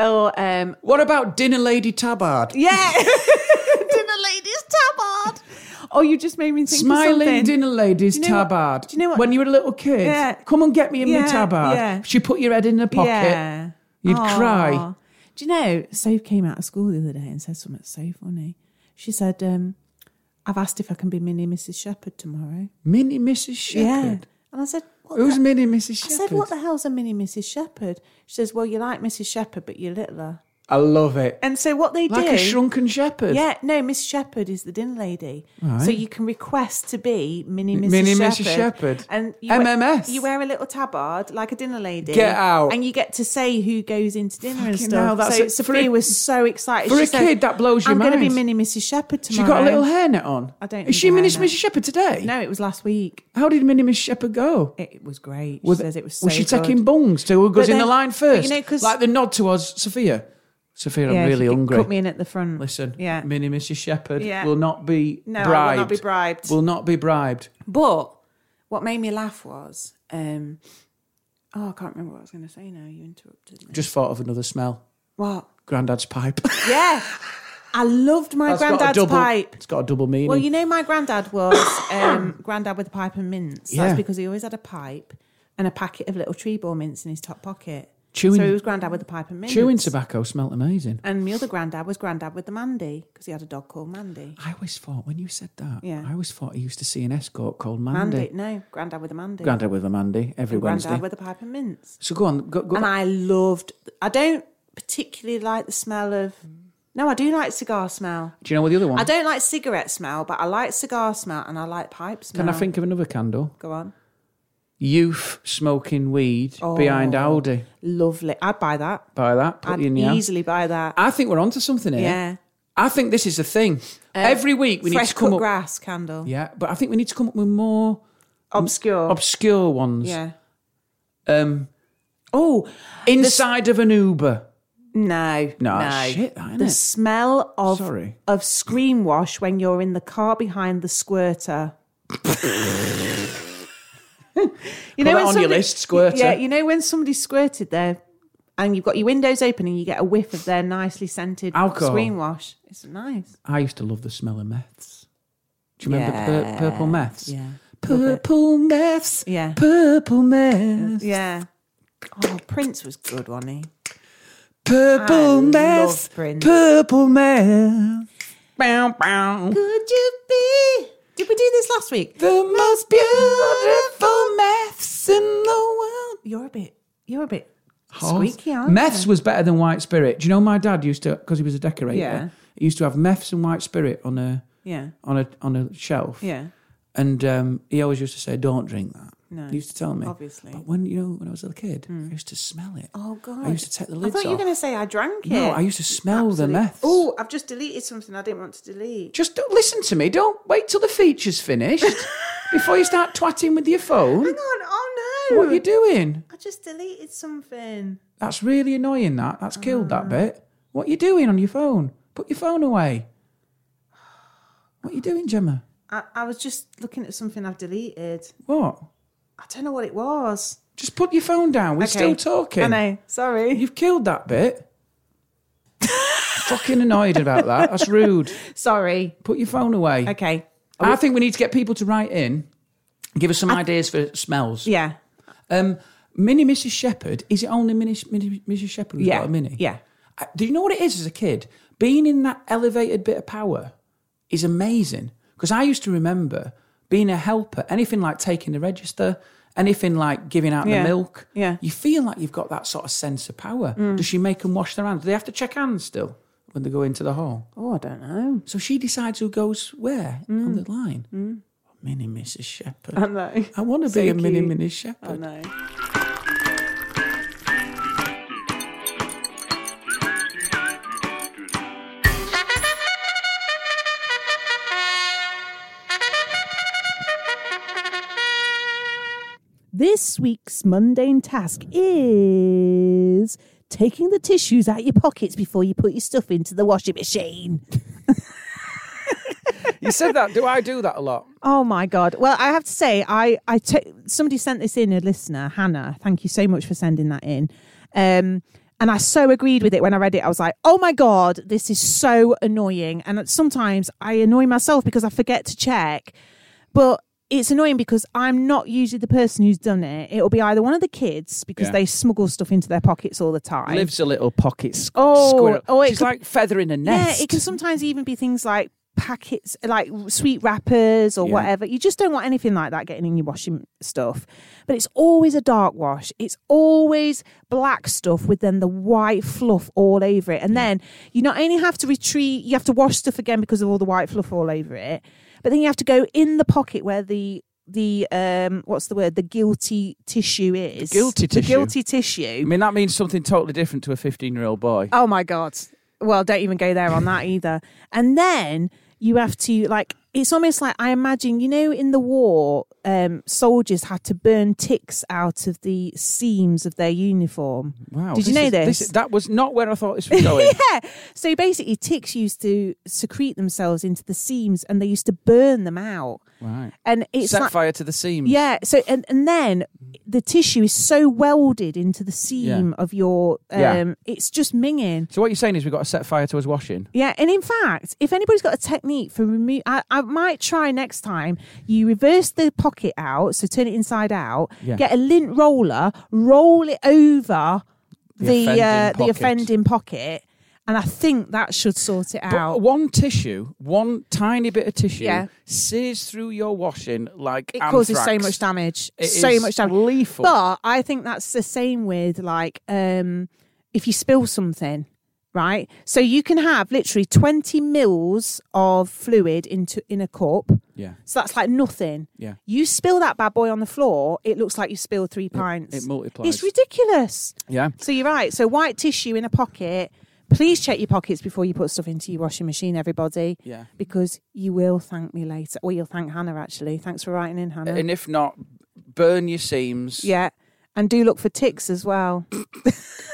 [SPEAKER 5] Oh, um,
[SPEAKER 4] What about dinner lady tabard?
[SPEAKER 5] yeah. dinner ladies tabard. Oh, you just made me think of
[SPEAKER 4] Smiling
[SPEAKER 5] something.
[SPEAKER 4] dinner lady's
[SPEAKER 5] Do you know what-
[SPEAKER 4] tabard.
[SPEAKER 5] do you know what-
[SPEAKER 4] When you were a little kid,
[SPEAKER 5] Yeah.
[SPEAKER 4] come and get me in my
[SPEAKER 5] Yeah,
[SPEAKER 4] tabard.
[SPEAKER 5] yeah.
[SPEAKER 4] She put your head in her pocket.
[SPEAKER 5] Yeah.
[SPEAKER 4] You'd
[SPEAKER 5] Aw.
[SPEAKER 4] cry.
[SPEAKER 5] Do you know, Soph came out of school the other day and said something so funny. She said, um, I've asked if I can be Minnie Mrs. Shepherd tomorrow.
[SPEAKER 4] Minnie Mrs.
[SPEAKER 5] Yeah.
[SPEAKER 4] Shepherd.
[SPEAKER 5] And I said, what
[SPEAKER 4] Who's
[SPEAKER 5] the-
[SPEAKER 4] Minnie Mrs.
[SPEAKER 5] I
[SPEAKER 4] Shepherd?
[SPEAKER 5] said, what the hell's a Minnie Mrs. Shepherd? She says, well, you like Mrs. Shepherd, but you're littler.
[SPEAKER 4] I love it.
[SPEAKER 5] And so what they
[SPEAKER 4] Like
[SPEAKER 5] do.
[SPEAKER 4] a shrunken shepherd.
[SPEAKER 5] Yeah, no, Miss Shepherd is the dinner lady. So
[SPEAKER 4] Right.
[SPEAKER 5] you can request to be Minnie
[SPEAKER 4] M-
[SPEAKER 5] Mrs.
[SPEAKER 4] Minnie Mrs.
[SPEAKER 5] Shepherd.
[SPEAKER 4] Shepherd.
[SPEAKER 5] And you wear-
[SPEAKER 4] MMS.
[SPEAKER 5] you wear a little tabard like a dinner lady.
[SPEAKER 4] Get out.
[SPEAKER 5] And you get to say who goes into dinner and
[SPEAKER 4] Fucking
[SPEAKER 5] stuff.
[SPEAKER 4] hell, that's
[SPEAKER 5] so
[SPEAKER 4] a- for
[SPEAKER 5] Sophia
[SPEAKER 4] a-
[SPEAKER 5] was so excited.
[SPEAKER 4] for
[SPEAKER 5] She
[SPEAKER 4] a
[SPEAKER 5] said,
[SPEAKER 4] kid, that blows your
[SPEAKER 5] I'm going to be
[SPEAKER 4] mind."
[SPEAKER 5] Minnie Mrs. Shepherd
[SPEAKER 4] She
[SPEAKER 5] tomorrow.
[SPEAKER 4] got a little hairnet on.
[SPEAKER 5] I don't
[SPEAKER 4] Is
[SPEAKER 5] need
[SPEAKER 4] she
[SPEAKER 5] a
[SPEAKER 4] Minnie
[SPEAKER 5] hairnet.
[SPEAKER 4] Mrs. Shepherd today?
[SPEAKER 5] No, it was last week.
[SPEAKER 4] How did Minnie Mrs. Shepherd go?
[SPEAKER 5] It, it was great. She
[SPEAKER 4] Was-
[SPEAKER 5] says it was so
[SPEAKER 4] was she
[SPEAKER 5] good.
[SPEAKER 4] taking bungs to who goes
[SPEAKER 5] But
[SPEAKER 4] in the
[SPEAKER 5] then-
[SPEAKER 4] line
[SPEAKER 5] but you
[SPEAKER 4] first?
[SPEAKER 5] know, 'cause-
[SPEAKER 4] like the nod towards Sophia. Sophia,
[SPEAKER 5] Yeah,
[SPEAKER 4] I'm
[SPEAKER 5] she
[SPEAKER 4] really
[SPEAKER 5] could-
[SPEAKER 4] hungry.
[SPEAKER 5] Put me in at the front.
[SPEAKER 4] Listen,
[SPEAKER 5] Yeah.
[SPEAKER 4] Minnie Mrs. Shepherd
[SPEAKER 5] Yeah.
[SPEAKER 4] will not be
[SPEAKER 5] No, I
[SPEAKER 4] bribed.
[SPEAKER 5] will not be bribed.
[SPEAKER 4] Will not be bribed.
[SPEAKER 5] But what made me laugh was, um, oh, I can't remember what I was going to say now. You interrupted me.
[SPEAKER 4] Just thought of another smell.
[SPEAKER 5] What?
[SPEAKER 4] Granddad's pipe.
[SPEAKER 5] Yeah. I loved my
[SPEAKER 4] That's got a
[SPEAKER 5] granddad's
[SPEAKER 4] double-
[SPEAKER 5] pipe.
[SPEAKER 4] It's got a double meaning.
[SPEAKER 5] Well, you know, my granddad was um, granddad with a pipe and mints. That's
[SPEAKER 4] Yeah.
[SPEAKER 5] because he always had a pipe and a packet of little tree ball mints in his top pocket.
[SPEAKER 4] Chewing-
[SPEAKER 5] So he was granddad with a pipe and mints.
[SPEAKER 4] Chewing tobacco smelt amazing.
[SPEAKER 5] And my other granddad was granddad with the Mandy because he had a dog called Mandy.
[SPEAKER 4] I always thought when you said that,
[SPEAKER 5] Yeah.
[SPEAKER 4] I always thought he used to see an escort called Mandy.
[SPEAKER 5] Mandy. No, granddad with a Mandy.
[SPEAKER 4] Grandad with a Mandy every
[SPEAKER 5] And
[SPEAKER 4] Wednesday.
[SPEAKER 5] Granddad with a pipe and mints.
[SPEAKER 4] so go on, go, go
[SPEAKER 5] And
[SPEAKER 4] back.
[SPEAKER 5] I loved, I don't particularly like the smell of, no, I do like cigar smell.
[SPEAKER 4] Do you know what the other one?
[SPEAKER 5] I don't like cigarette smell, but I like cigar smell and I like pipe smell.
[SPEAKER 4] Can I think of another candle?
[SPEAKER 5] Go on.
[SPEAKER 4] Youth smoking weed behind
[SPEAKER 5] Oh.
[SPEAKER 4] Aldi.
[SPEAKER 5] Lovely. I'd buy that.
[SPEAKER 4] Buy that. Put
[SPEAKER 5] I'd
[SPEAKER 4] you in your.
[SPEAKER 5] easily buy that.
[SPEAKER 4] I think we're onto something here.
[SPEAKER 5] yeah. Uh,
[SPEAKER 4] I think this is the thing. Every week we need
[SPEAKER 5] Fresh
[SPEAKER 4] to come
[SPEAKER 5] cut
[SPEAKER 4] up.
[SPEAKER 5] grass candle.
[SPEAKER 4] Yeah, but I think we need to come up with more
[SPEAKER 5] Obscure.
[SPEAKER 4] obscure ones.
[SPEAKER 5] yeah.
[SPEAKER 4] Um,
[SPEAKER 5] Oh,
[SPEAKER 4] inside of an Uber.
[SPEAKER 5] no.
[SPEAKER 4] No,
[SPEAKER 5] No.
[SPEAKER 4] that's shit, that, isn't
[SPEAKER 5] the
[SPEAKER 4] it?
[SPEAKER 5] smell of
[SPEAKER 4] Sorry.
[SPEAKER 5] of screen wash when you're in the car behind the squirter. you
[SPEAKER 4] that
[SPEAKER 5] when
[SPEAKER 4] on your list, squirter.
[SPEAKER 5] Yeah, you know when somebody squirted there and you've got your windows open and you get a whiff of their nicely scented
[SPEAKER 4] Alcohol.
[SPEAKER 5] screen wash. It's nice.
[SPEAKER 4] I used to love the smell of meths. Do you remember
[SPEAKER 5] Yeah.
[SPEAKER 4] pur- purple meths?
[SPEAKER 5] Yeah.
[SPEAKER 4] Purple meths.
[SPEAKER 5] Yeah.
[SPEAKER 4] Purple meths.
[SPEAKER 5] Yeah. Oh, Prince was good, wasn't he?
[SPEAKER 4] Purple
[SPEAKER 5] I
[SPEAKER 4] mess,
[SPEAKER 5] love Prince.
[SPEAKER 4] purple mess. Bow, bow.
[SPEAKER 5] Could you be? Did we do this last week?
[SPEAKER 4] The most beautiful mess in the world.
[SPEAKER 5] You're a bit. You're a bit squeaky, aren't
[SPEAKER 4] Meths
[SPEAKER 5] you?
[SPEAKER 4] was better than white spirit. Do you know my dad used to, because he was a decorator,
[SPEAKER 5] Yeah.
[SPEAKER 4] he used to have meths and white spirit on a
[SPEAKER 5] Yeah.
[SPEAKER 4] on a on a shelf.
[SPEAKER 5] Yeah.
[SPEAKER 4] And um, he always used to say, "Don't drink that."
[SPEAKER 5] No,
[SPEAKER 4] he used to tell me.
[SPEAKER 5] obviously. Hmm.
[SPEAKER 4] But when you know, when I was a little kid, I used to smell it.
[SPEAKER 5] Oh God.
[SPEAKER 4] I used to take the
[SPEAKER 5] I
[SPEAKER 4] lids
[SPEAKER 5] thought you were
[SPEAKER 4] off.
[SPEAKER 5] going to say I drank it.
[SPEAKER 4] No, I used to smell the meths.
[SPEAKER 5] Oh, I've just deleted something I didn't want to delete.
[SPEAKER 4] Just don't- listen to me. Don't wait till the feature's finished before you start twatting with your phone.
[SPEAKER 5] Hang on. Oh no.
[SPEAKER 4] What are you doing?
[SPEAKER 5] I just deleted something.
[SPEAKER 4] That's really annoying. That that's killed
[SPEAKER 5] Ah.
[SPEAKER 4] that bit. What are you doing on your phone? Put your phone away. What are you doing, Gemma?
[SPEAKER 5] I, I was just looking at something I've deleted.
[SPEAKER 4] What?
[SPEAKER 5] I don't know what it was.
[SPEAKER 4] Just put your phone down. We're
[SPEAKER 5] Okay.
[SPEAKER 4] still talking.
[SPEAKER 5] I know. Sorry.
[SPEAKER 4] You've killed that bit. Fucking annoyed about that. That's rude.
[SPEAKER 5] Sorry.
[SPEAKER 4] Put your phone away.
[SPEAKER 5] Okay.
[SPEAKER 4] I think we need to get people to write in, give us some ideas for smells.
[SPEAKER 5] Yeah.
[SPEAKER 4] Um, Mini Mrs. Shepherd, is it only Mini, Mini Mrs. Shepherd who's
[SPEAKER 5] Yeah.
[SPEAKER 4] got a mini?
[SPEAKER 5] Yeah.
[SPEAKER 4] Uh, Do you know what it is as a kid? Being in that elevated bit of power is amazing. Because I used to remember being a helper, anything like taking the register, anything like giving out
[SPEAKER 5] Yeah.
[SPEAKER 4] the milk.
[SPEAKER 5] Yeah. Mm.
[SPEAKER 4] You feel like you've got that sort of sense of power. Does she make them wash their hands? Do they have to check hands still when they go into the hall?
[SPEAKER 5] Oh, I don't know.
[SPEAKER 4] So she decides who goes where on the line. Mini Mrs. Shepherd.
[SPEAKER 5] Mm. I know.
[SPEAKER 4] I want to be a mini
[SPEAKER 5] cute.
[SPEAKER 4] mini
[SPEAKER 5] I
[SPEAKER 4] shepherd.
[SPEAKER 5] know. This week's mundane task is taking the tissues out of your pockets before you put your stuff into the washing machine.
[SPEAKER 8] You said that. Do I do that a lot?
[SPEAKER 5] Oh my god! Well, I have to say, I I took somebody sent this in a listener, Hannah. Thank you so much for sending that in. Um, and I so agreed with it when I read it. I was like, oh my god, this is so annoying. And sometimes I annoy myself because I forget to check. But it's annoying because I'm not usually the person who's done it. It'll be either one of the kids because
[SPEAKER 4] Yeah.
[SPEAKER 5] they smuggle stuff into their pockets all the time.
[SPEAKER 4] Lives a little pocket squ-
[SPEAKER 5] Oh,
[SPEAKER 4] squirrel.
[SPEAKER 5] oh, it
[SPEAKER 4] She's
[SPEAKER 5] could-
[SPEAKER 4] like feathering a nest.
[SPEAKER 5] Yeah, it can sometimes even be things like packets, like sweet wrappers or
[SPEAKER 4] Yeah.
[SPEAKER 5] whatever. You just don't want anything like that getting in your washing stuff. But it's always a dark wash. It's always black stuff with then the white fluff all over it. And then you not only have to retrieve, you have to wash stuff again because of all the white fluff all over it, but then you have to go in the pocket where the the um what's the word the guilty tissue is
[SPEAKER 4] guilty
[SPEAKER 5] The
[SPEAKER 4] tissue?
[SPEAKER 5] guilty tissue
[SPEAKER 4] I mean, that means something totally different to a 15 year old boy.
[SPEAKER 5] Oh my god. Well, don't even go there on that either. And then you have to like it's almost like I imagine, you know, in the war, um, soldiers had to burn ticks out of the seams of their uniform.
[SPEAKER 4] wow.
[SPEAKER 5] Did you know
[SPEAKER 4] is-
[SPEAKER 5] this?
[SPEAKER 4] that was not where I thought this was going.
[SPEAKER 5] yeah. So basically ticks used to secrete themselves into the seams and they used to burn them out.
[SPEAKER 4] Right.
[SPEAKER 5] And it's
[SPEAKER 4] Set
[SPEAKER 5] like,
[SPEAKER 4] fire to the seams.
[SPEAKER 5] yeah. So and, and then the tissue is so welded into the seam of your um
[SPEAKER 4] Yeah.
[SPEAKER 5] it's just minging.
[SPEAKER 4] So what you're saying is we've got to set fire to us washing.
[SPEAKER 5] Yeah, and in fact, if anybody's got a technique for remove, I, I might try next time. You reverse the pocket out, so turn it inside out.
[SPEAKER 4] Yeah.
[SPEAKER 5] Get a lint roller, roll it over the
[SPEAKER 4] offending
[SPEAKER 5] uh, the
[SPEAKER 4] pocket.
[SPEAKER 5] offending pocket, and I think that should sort it
[SPEAKER 4] But
[SPEAKER 5] out.
[SPEAKER 4] one tissue, one tiny bit of tissue,
[SPEAKER 5] Yeah.
[SPEAKER 4] sears through your washing like
[SPEAKER 5] it causes so
[SPEAKER 4] anthrax.
[SPEAKER 5] much damage.
[SPEAKER 4] It
[SPEAKER 5] so
[SPEAKER 4] is
[SPEAKER 5] much damage.
[SPEAKER 4] lethal.
[SPEAKER 5] But I think that's the same with like um if you spill something, right? So you can have literally 20 mils of fluid into in a cup.
[SPEAKER 4] Yeah.
[SPEAKER 5] So that's like nothing.
[SPEAKER 4] Yeah.
[SPEAKER 5] You spill that bad boy on the floor, it looks like you spilled three pints.
[SPEAKER 4] it multiplies.
[SPEAKER 5] It's ridiculous.
[SPEAKER 4] Yeah.
[SPEAKER 5] So you're right. So white tissue in a pocket. Please check your pockets before you put stuff into your washing machine, everybody.
[SPEAKER 4] Yeah.
[SPEAKER 5] Because you will thank me later. Or you'll thank Hannah, actually. Thanks for writing in, Hannah.
[SPEAKER 4] And if not, burn your seams.
[SPEAKER 5] yeah. And do look for ticks as well.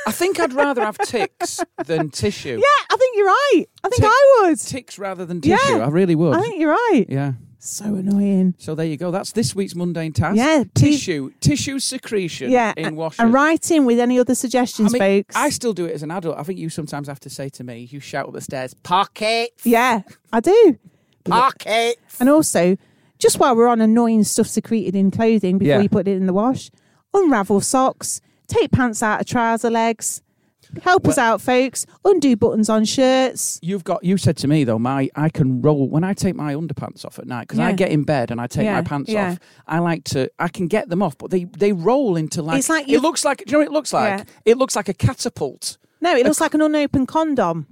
[SPEAKER 4] I think I'd rather have ticks than tissue.
[SPEAKER 5] Yeah, I think you're right. I think
[SPEAKER 4] Tick-
[SPEAKER 5] I would.
[SPEAKER 4] Ticks rather than
[SPEAKER 5] Yeah.
[SPEAKER 4] tissue. I really would.
[SPEAKER 5] I think you're right.
[SPEAKER 4] yeah.
[SPEAKER 5] So annoying.
[SPEAKER 4] So there you go. That's this week's mundane task.
[SPEAKER 5] Yeah, please-
[SPEAKER 4] Tissue. Tissue secretion
[SPEAKER 5] Yeah.
[SPEAKER 4] in
[SPEAKER 5] and-
[SPEAKER 4] washing.
[SPEAKER 5] And write in with any other suggestions,
[SPEAKER 4] I mean,
[SPEAKER 5] folks.
[SPEAKER 4] I still do it as an adult. I think you sometimes have to say to me, you shout up the stairs, pocket,
[SPEAKER 5] yeah, I do.
[SPEAKER 4] pocket.
[SPEAKER 5] And also, just while we're on annoying stuff secreted in clothing before
[SPEAKER 4] Yeah.
[SPEAKER 5] you put it in the wash, unravel socks, take pants out of trouser legs. Help us out, folks. Undo buttons on shirts.
[SPEAKER 4] You've got. You said to me though, my I can roll when I take my underpants off at night because I
[SPEAKER 5] Yeah.
[SPEAKER 4] get in bed and I take
[SPEAKER 5] Yeah,
[SPEAKER 4] my pants
[SPEAKER 5] yeah.
[SPEAKER 4] off. I like to. I can get them off, but they they roll into like.
[SPEAKER 5] It's
[SPEAKER 4] it
[SPEAKER 5] like you-
[SPEAKER 4] looks like. Do you know what it looks like?
[SPEAKER 5] Yeah.
[SPEAKER 4] It looks like a catapult.
[SPEAKER 5] No, it looks like an unopened condom.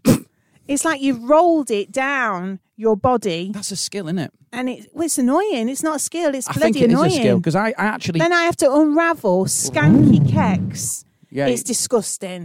[SPEAKER 5] it's like you've rolled it down your body,
[SPEAKER 4] That's a skill, isn't it?
[SPEAKER 5] and it, well, it's annoying. It's not a skill. It's
[SPEAKER 4] I
[SPEAKER 5] bloody
[SPEAKER 4] think it is
[SPEAKER 5] annoying.
[SPEAKER 4] a skill because I, I actually.
[SPEAKER 5] Then I have to unravel skanky cakes.
[SPEAKER 4] Yeah,
[SPEAKER 5] it's
[SPEAKER 4] it-
[SPEAKER 5] disgusting.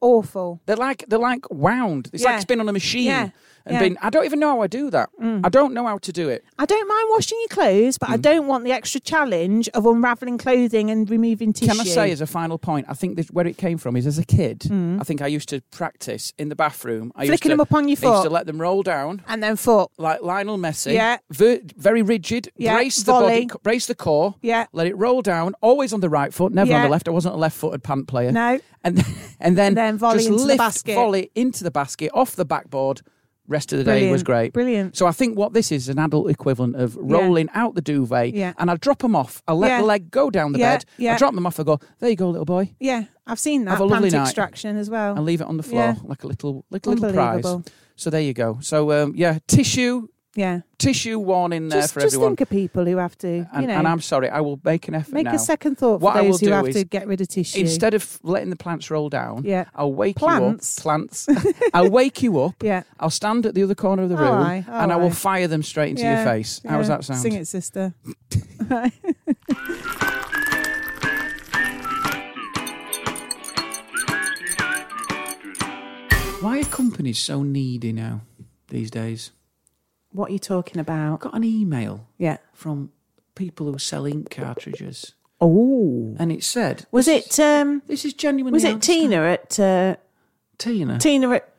[SPEAKER 5] Awful.
[SPEAKER 4] they're like they're like wound. It's like
[SPEAKER 5] Yeah.
[SPEAKER 4] it's been on a machine
[SPEAKER 5] Yeah,
[SPEAKER 4] and
[SPEAKER 5] yeah. Mm.
[SPEAKER 4] been. I don't even know how I do that. I don't know how to do it.
[SPEAKER 5] I don't mind washing your clothes,
[SPEAKER 4] Mm.
[SPEAKER 5] but I don't want the extra challenge of unraveling clothing and removing tissue.
[SPEAKER 4] Can I say as a final point? I think this, where it came from is as a kid. I think I used to practice in the bathroom. I used
[SPEAKER 5] Mm. Flicking
[SPEAKER 4] to,
[SPEAKER 5] them up on your
[SPEAKER 4] I used
[SPEAKER 5] foot.
[SPEAKER 4] to let them roll down.
[SPEAKER 5] and then foot.
[SPEAKER 4] like Lionel Messi.
[SPEAKER 5] Yeah.
[SPEAKER 4] Ver- very rigid.
[SPEAKER 5] Yeah,
[SPEAKER 4] Brace the
[SPEAKER 5] volley.
[SPEAKER 4] body, brace the core.
[SPEAKER 5] Yeah.
[SPEAKER 4] Let it roll down. Always on the right foot, never on
[SPEAKER 5] Yeah.
[SPEAKER 4] the left. I wasn't a left-footed pant player.
[SPEAKER 5] No.
[SPEAKER 4] And and then,
[SPEAKER 5] And then volley
[SPEAKER 4] just
[SPEAKER 5] into the
[SPEAKER 4] lift,
[SPEAKER 5] basket.
[SPEAKER 4] Volley into the basket off the backboard. Rest of the day was
[SPEAKER 5] Brilliant,
[SPEAKER 4] great.
[SPEAKER 5] brilliant.
[SPEAKER 4] So I think what this is an adult equivalent of rolling out the duvet,
[SPEAKER 5] Yeah.
[SPEAKER 4] and I drop them off. I let
[SPEAKER 5] Yeah.
[SPEAKER 4] the leg go down the
[SPEAKER 5] Yeah,
[SPEAKER 4] bed.
[SPEAKER 5] yeah.
[SPEAKER 4] I drop them off. I go, there you go, little boy,
[SPEAKER 5] Yeah, I've seen that.
[SPEAKER 4] Have a lovely
[SPEAKER 5] Pant
[SPEAKER 4] night.
[SPEAKER 5] extraction as well.
[SPEAKER 4] and leave it on the floor
[SPEAKER 5] Yeah.
[SPEAKER 4] like a little, little, little prize.
[SPEAKER 5] Unbelievable.
[SPEAKER 4] So there you go. So um, yeah, tissue,
[SPEAKER 5] yeah.
[SPEAKER 4] tissue warning there
[SPEAKER 5] Just,
[SPEAKER 4] for
[SPEAKER 5] just
[SPEAKER 4] everyone.
[SPEAKER 5] think of people who have to,
[SPEAKER 4] And,
[SPEAKER 5] you know,
[SPEAKER 4] and I'm sorry, I will make an effort
[SPEAKER 5] make
[SPEAKER 4] now.
[SPEAKER 5] a second thought for
[SPEAKER 4] What I will
[SPEAKER 5] those who
[SPEAKER 4] do
[SPEAKER 5] have
[SPEAKER 4] is,
[SPEAKER 5] to get rid of tissue.
[SPEAKER 4] Instead of letting the plants roll down,
[SPEAKER 5] Yeah.
[SPEAKER 4] I'll wake
[SPEAKER 5] Plants?
[SPEAKER 4] you up. Plants. I'll wake you up.
[SPEAKER 5] Yeah.
[SPEAKER 4] I'll stand at the other corner of the
[SPEAKER 5] All
[SPEAKER 4] room
[SPEAKER 5] right, all
[SPEAKER 4] and I will
[SPEAKER 5] right.
[SPEAKER 4] fire them straight into
[SPEAKER 5] Yeah,
[SPEAKER 4] your face. How does
[SPEAKER 5] yeah.
[SPEAKER 4] that sound?
[SPEAKER 5] Sing it, sister.
[SPEAKER 4] Why are companies so needy now these days?
[SPEAKER 5] What are you talking
[SPEAKER 4] I
[SPEAKER 5] about?
[SPEAKER 4] got an email
[SPEAKER 5] Yeah.
[SPEAKER 4] from people who sell ink cartridges
[SPEAKER 5] Oh.
[SPEAKER 4] and it said,
[SPEAKER 5] Was it um
[SPEAKER 4] This is genuinely.
[SPEAKER 5] was it
[SPEAKER 4] outstanding."
[SPEAKER 5] Tina at uh,
[SPEAKER 4] Tina?
[SPEAKER 5] Tina at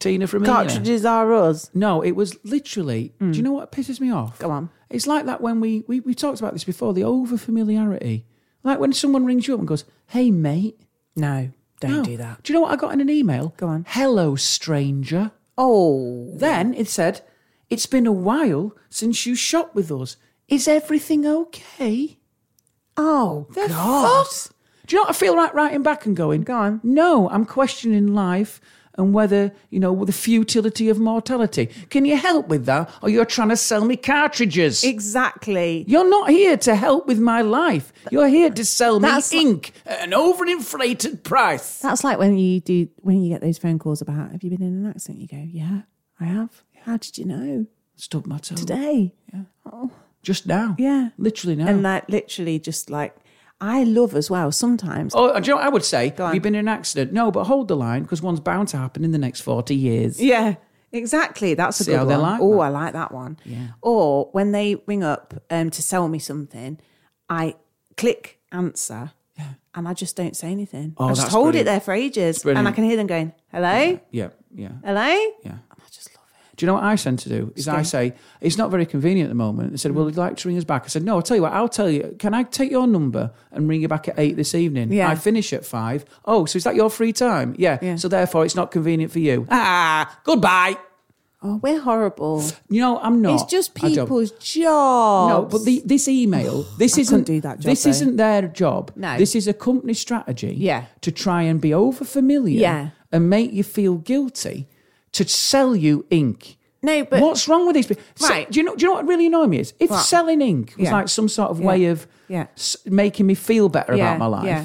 [SPEAKER 4] Tina from here.
[SPEAKER 5] Cartridges are us.
[SPEAKER 4] No, it was literally. Do you know what pisses me off?
[SPEAKER 5] Go on.
[SPEAKER 4] It's like that when we we we talked about this before. The over familiarity, like when someone rings you up and goes, "Hey, mate."
[SPEAKER 5] No, don't
[SPEAKER 4] No.
[SPEAKER 5] do that.
[SPEAKER 4] Do you know what I got in an email?
[SPEAKER 5] Go on.
[SPEAKER 4] Hello, stranger.
[SPEAKER 5] Oh,
[SPEAKER 4] Then it said, "It's been a while since you shot with us. Is everything okay?"
[SPEAKER 5] oh,
[SPEAKER 4] The
[SPEAKER 5] God.
[SPEAKER 4] fuck? Do you know what I feel like writing back and going?
[SPEAKER 5] Go on.
[SPEAKER 4] No, I'm questioning life and whether you know the futility of mortality. Can you help with that, or you're trying to sell me cartridges?
[SPEAKER 5] Exactly.
[SPEAKER 4] You're not here to help with my life. You're here to sell me
[SPEAKER 5] That's-
[SPEAKER 4] ink at an overinflated price.
[SPEAKER 5] That's like when you do when you get those phone calls about have you been in an accident? You go, yeah, I have. How did you know
[SPEAKER 4] Stubbed my toe.
[SPEAKER 5] today?
[SPEAKER 4] Just now.
[SPEAKER 5] Yeah.
[SPEAKER 4] Literally now.
[SPEAKER 5] And that literally just like I love as well. Sometimes
[SPEAKER 4] Oh, do you know what I would say?
[SPEAKER 5] on.
[SPEAKER 4] Have you been in an accident? No, but hold the line because one's bound to happen in the next 40 years.
[SPEAKER 5] Yeah, exactly. That's a
[SPEAKER 4] See
[SPEAKER 5] good
[SPEAKER 4] how
[SPEAKER 5] one.
[SPEAKER 4] they like
[SPEAKER 5] oh,
[SPEAKER 4] that.
[SPEAKER 5] I like that one. Yeah. Or when they ring up um, to sell me something, I click answer. And I just don't say anything. I
[SPEAKER 4] Oh,
[SPEAKER 5] just
[SPEAKER 4] that's
[SPEAKER 5] hold it
[SPEAKER 4] brilliant.
[SPEAKER 5] there for ages,
[SPEAKER 4] brilliant.
[SPEAKER 5] and I can hear them going, "Hello,
[SPEAKER 4] Yeah, yeah,
[SPEAKER 5] hello."
[SPEAKER 4] yeah.
[SPEAKER 5] I just love it.
[SPEAKER 4] Do you know what I tend to do? Is I say, it's not very convenient at the moment. They said,
[SPEAKER 5] Mm.
[SPEAKER 4] well, would you like to ring us back? I said, no, I'll tell you what, I'll tell you. Can I take your number and ring you back at eight this evening?
[SPEAKER 5] Yeah.
[SPEAKER 4] I finish at five. Oh, so is that your free time? Yeah.
[SPEAKER 5] Yeah.
[SPEAKER 4] So therefore, it's not convenient for you. Ah, goodbye.
[SPEAKER 5] Oh, we're horrible.
[SPEAKER 4] You know, I'm not.
[SPEAKER 5] It's just
[SPEAKER 4] I don't.
[SPEAKER 5] people's jobs.
[SPEAKER 4] No, but the, this email, this
[SPEAKER 5] I
[SPEAKER 4] isn't
[SPEAKER 5] couldn't do that job,
[SPEAKER 4] this
[SPEAKER 5] though.
[SPEAKER 4] isn't their job.
[SPEAKER 5] No.
[SPEAKER 4] this is a company strategy.
[SPEAKER 5] Yeah.
[SPEAKER 4] to try and be over familiar.
[SPEAKER 5] Yeah.
[SPEAKER 4] and make you feel guilty to sell you ink.
[SPEAKER 5] no, but
[SPEAKER 4] What's wrong with these people? So-
[SPEAKER 5] Right.
[SPEAKER 4] do you know? Do you know what really annoyed me is if
[SPEAKER 5] What?
[SPEAKER 4] selling ink was
[SPEAKER 5] Yeah.
[SPEAKER 4] like some sort of way of
[SPEAKER 5] Yeah.
[SPEAKER 4] s- making me feel better
[SPEAKER 5] Yeah,
[SPEAKER 4] about my life.
[SPEAKER 5] yeah.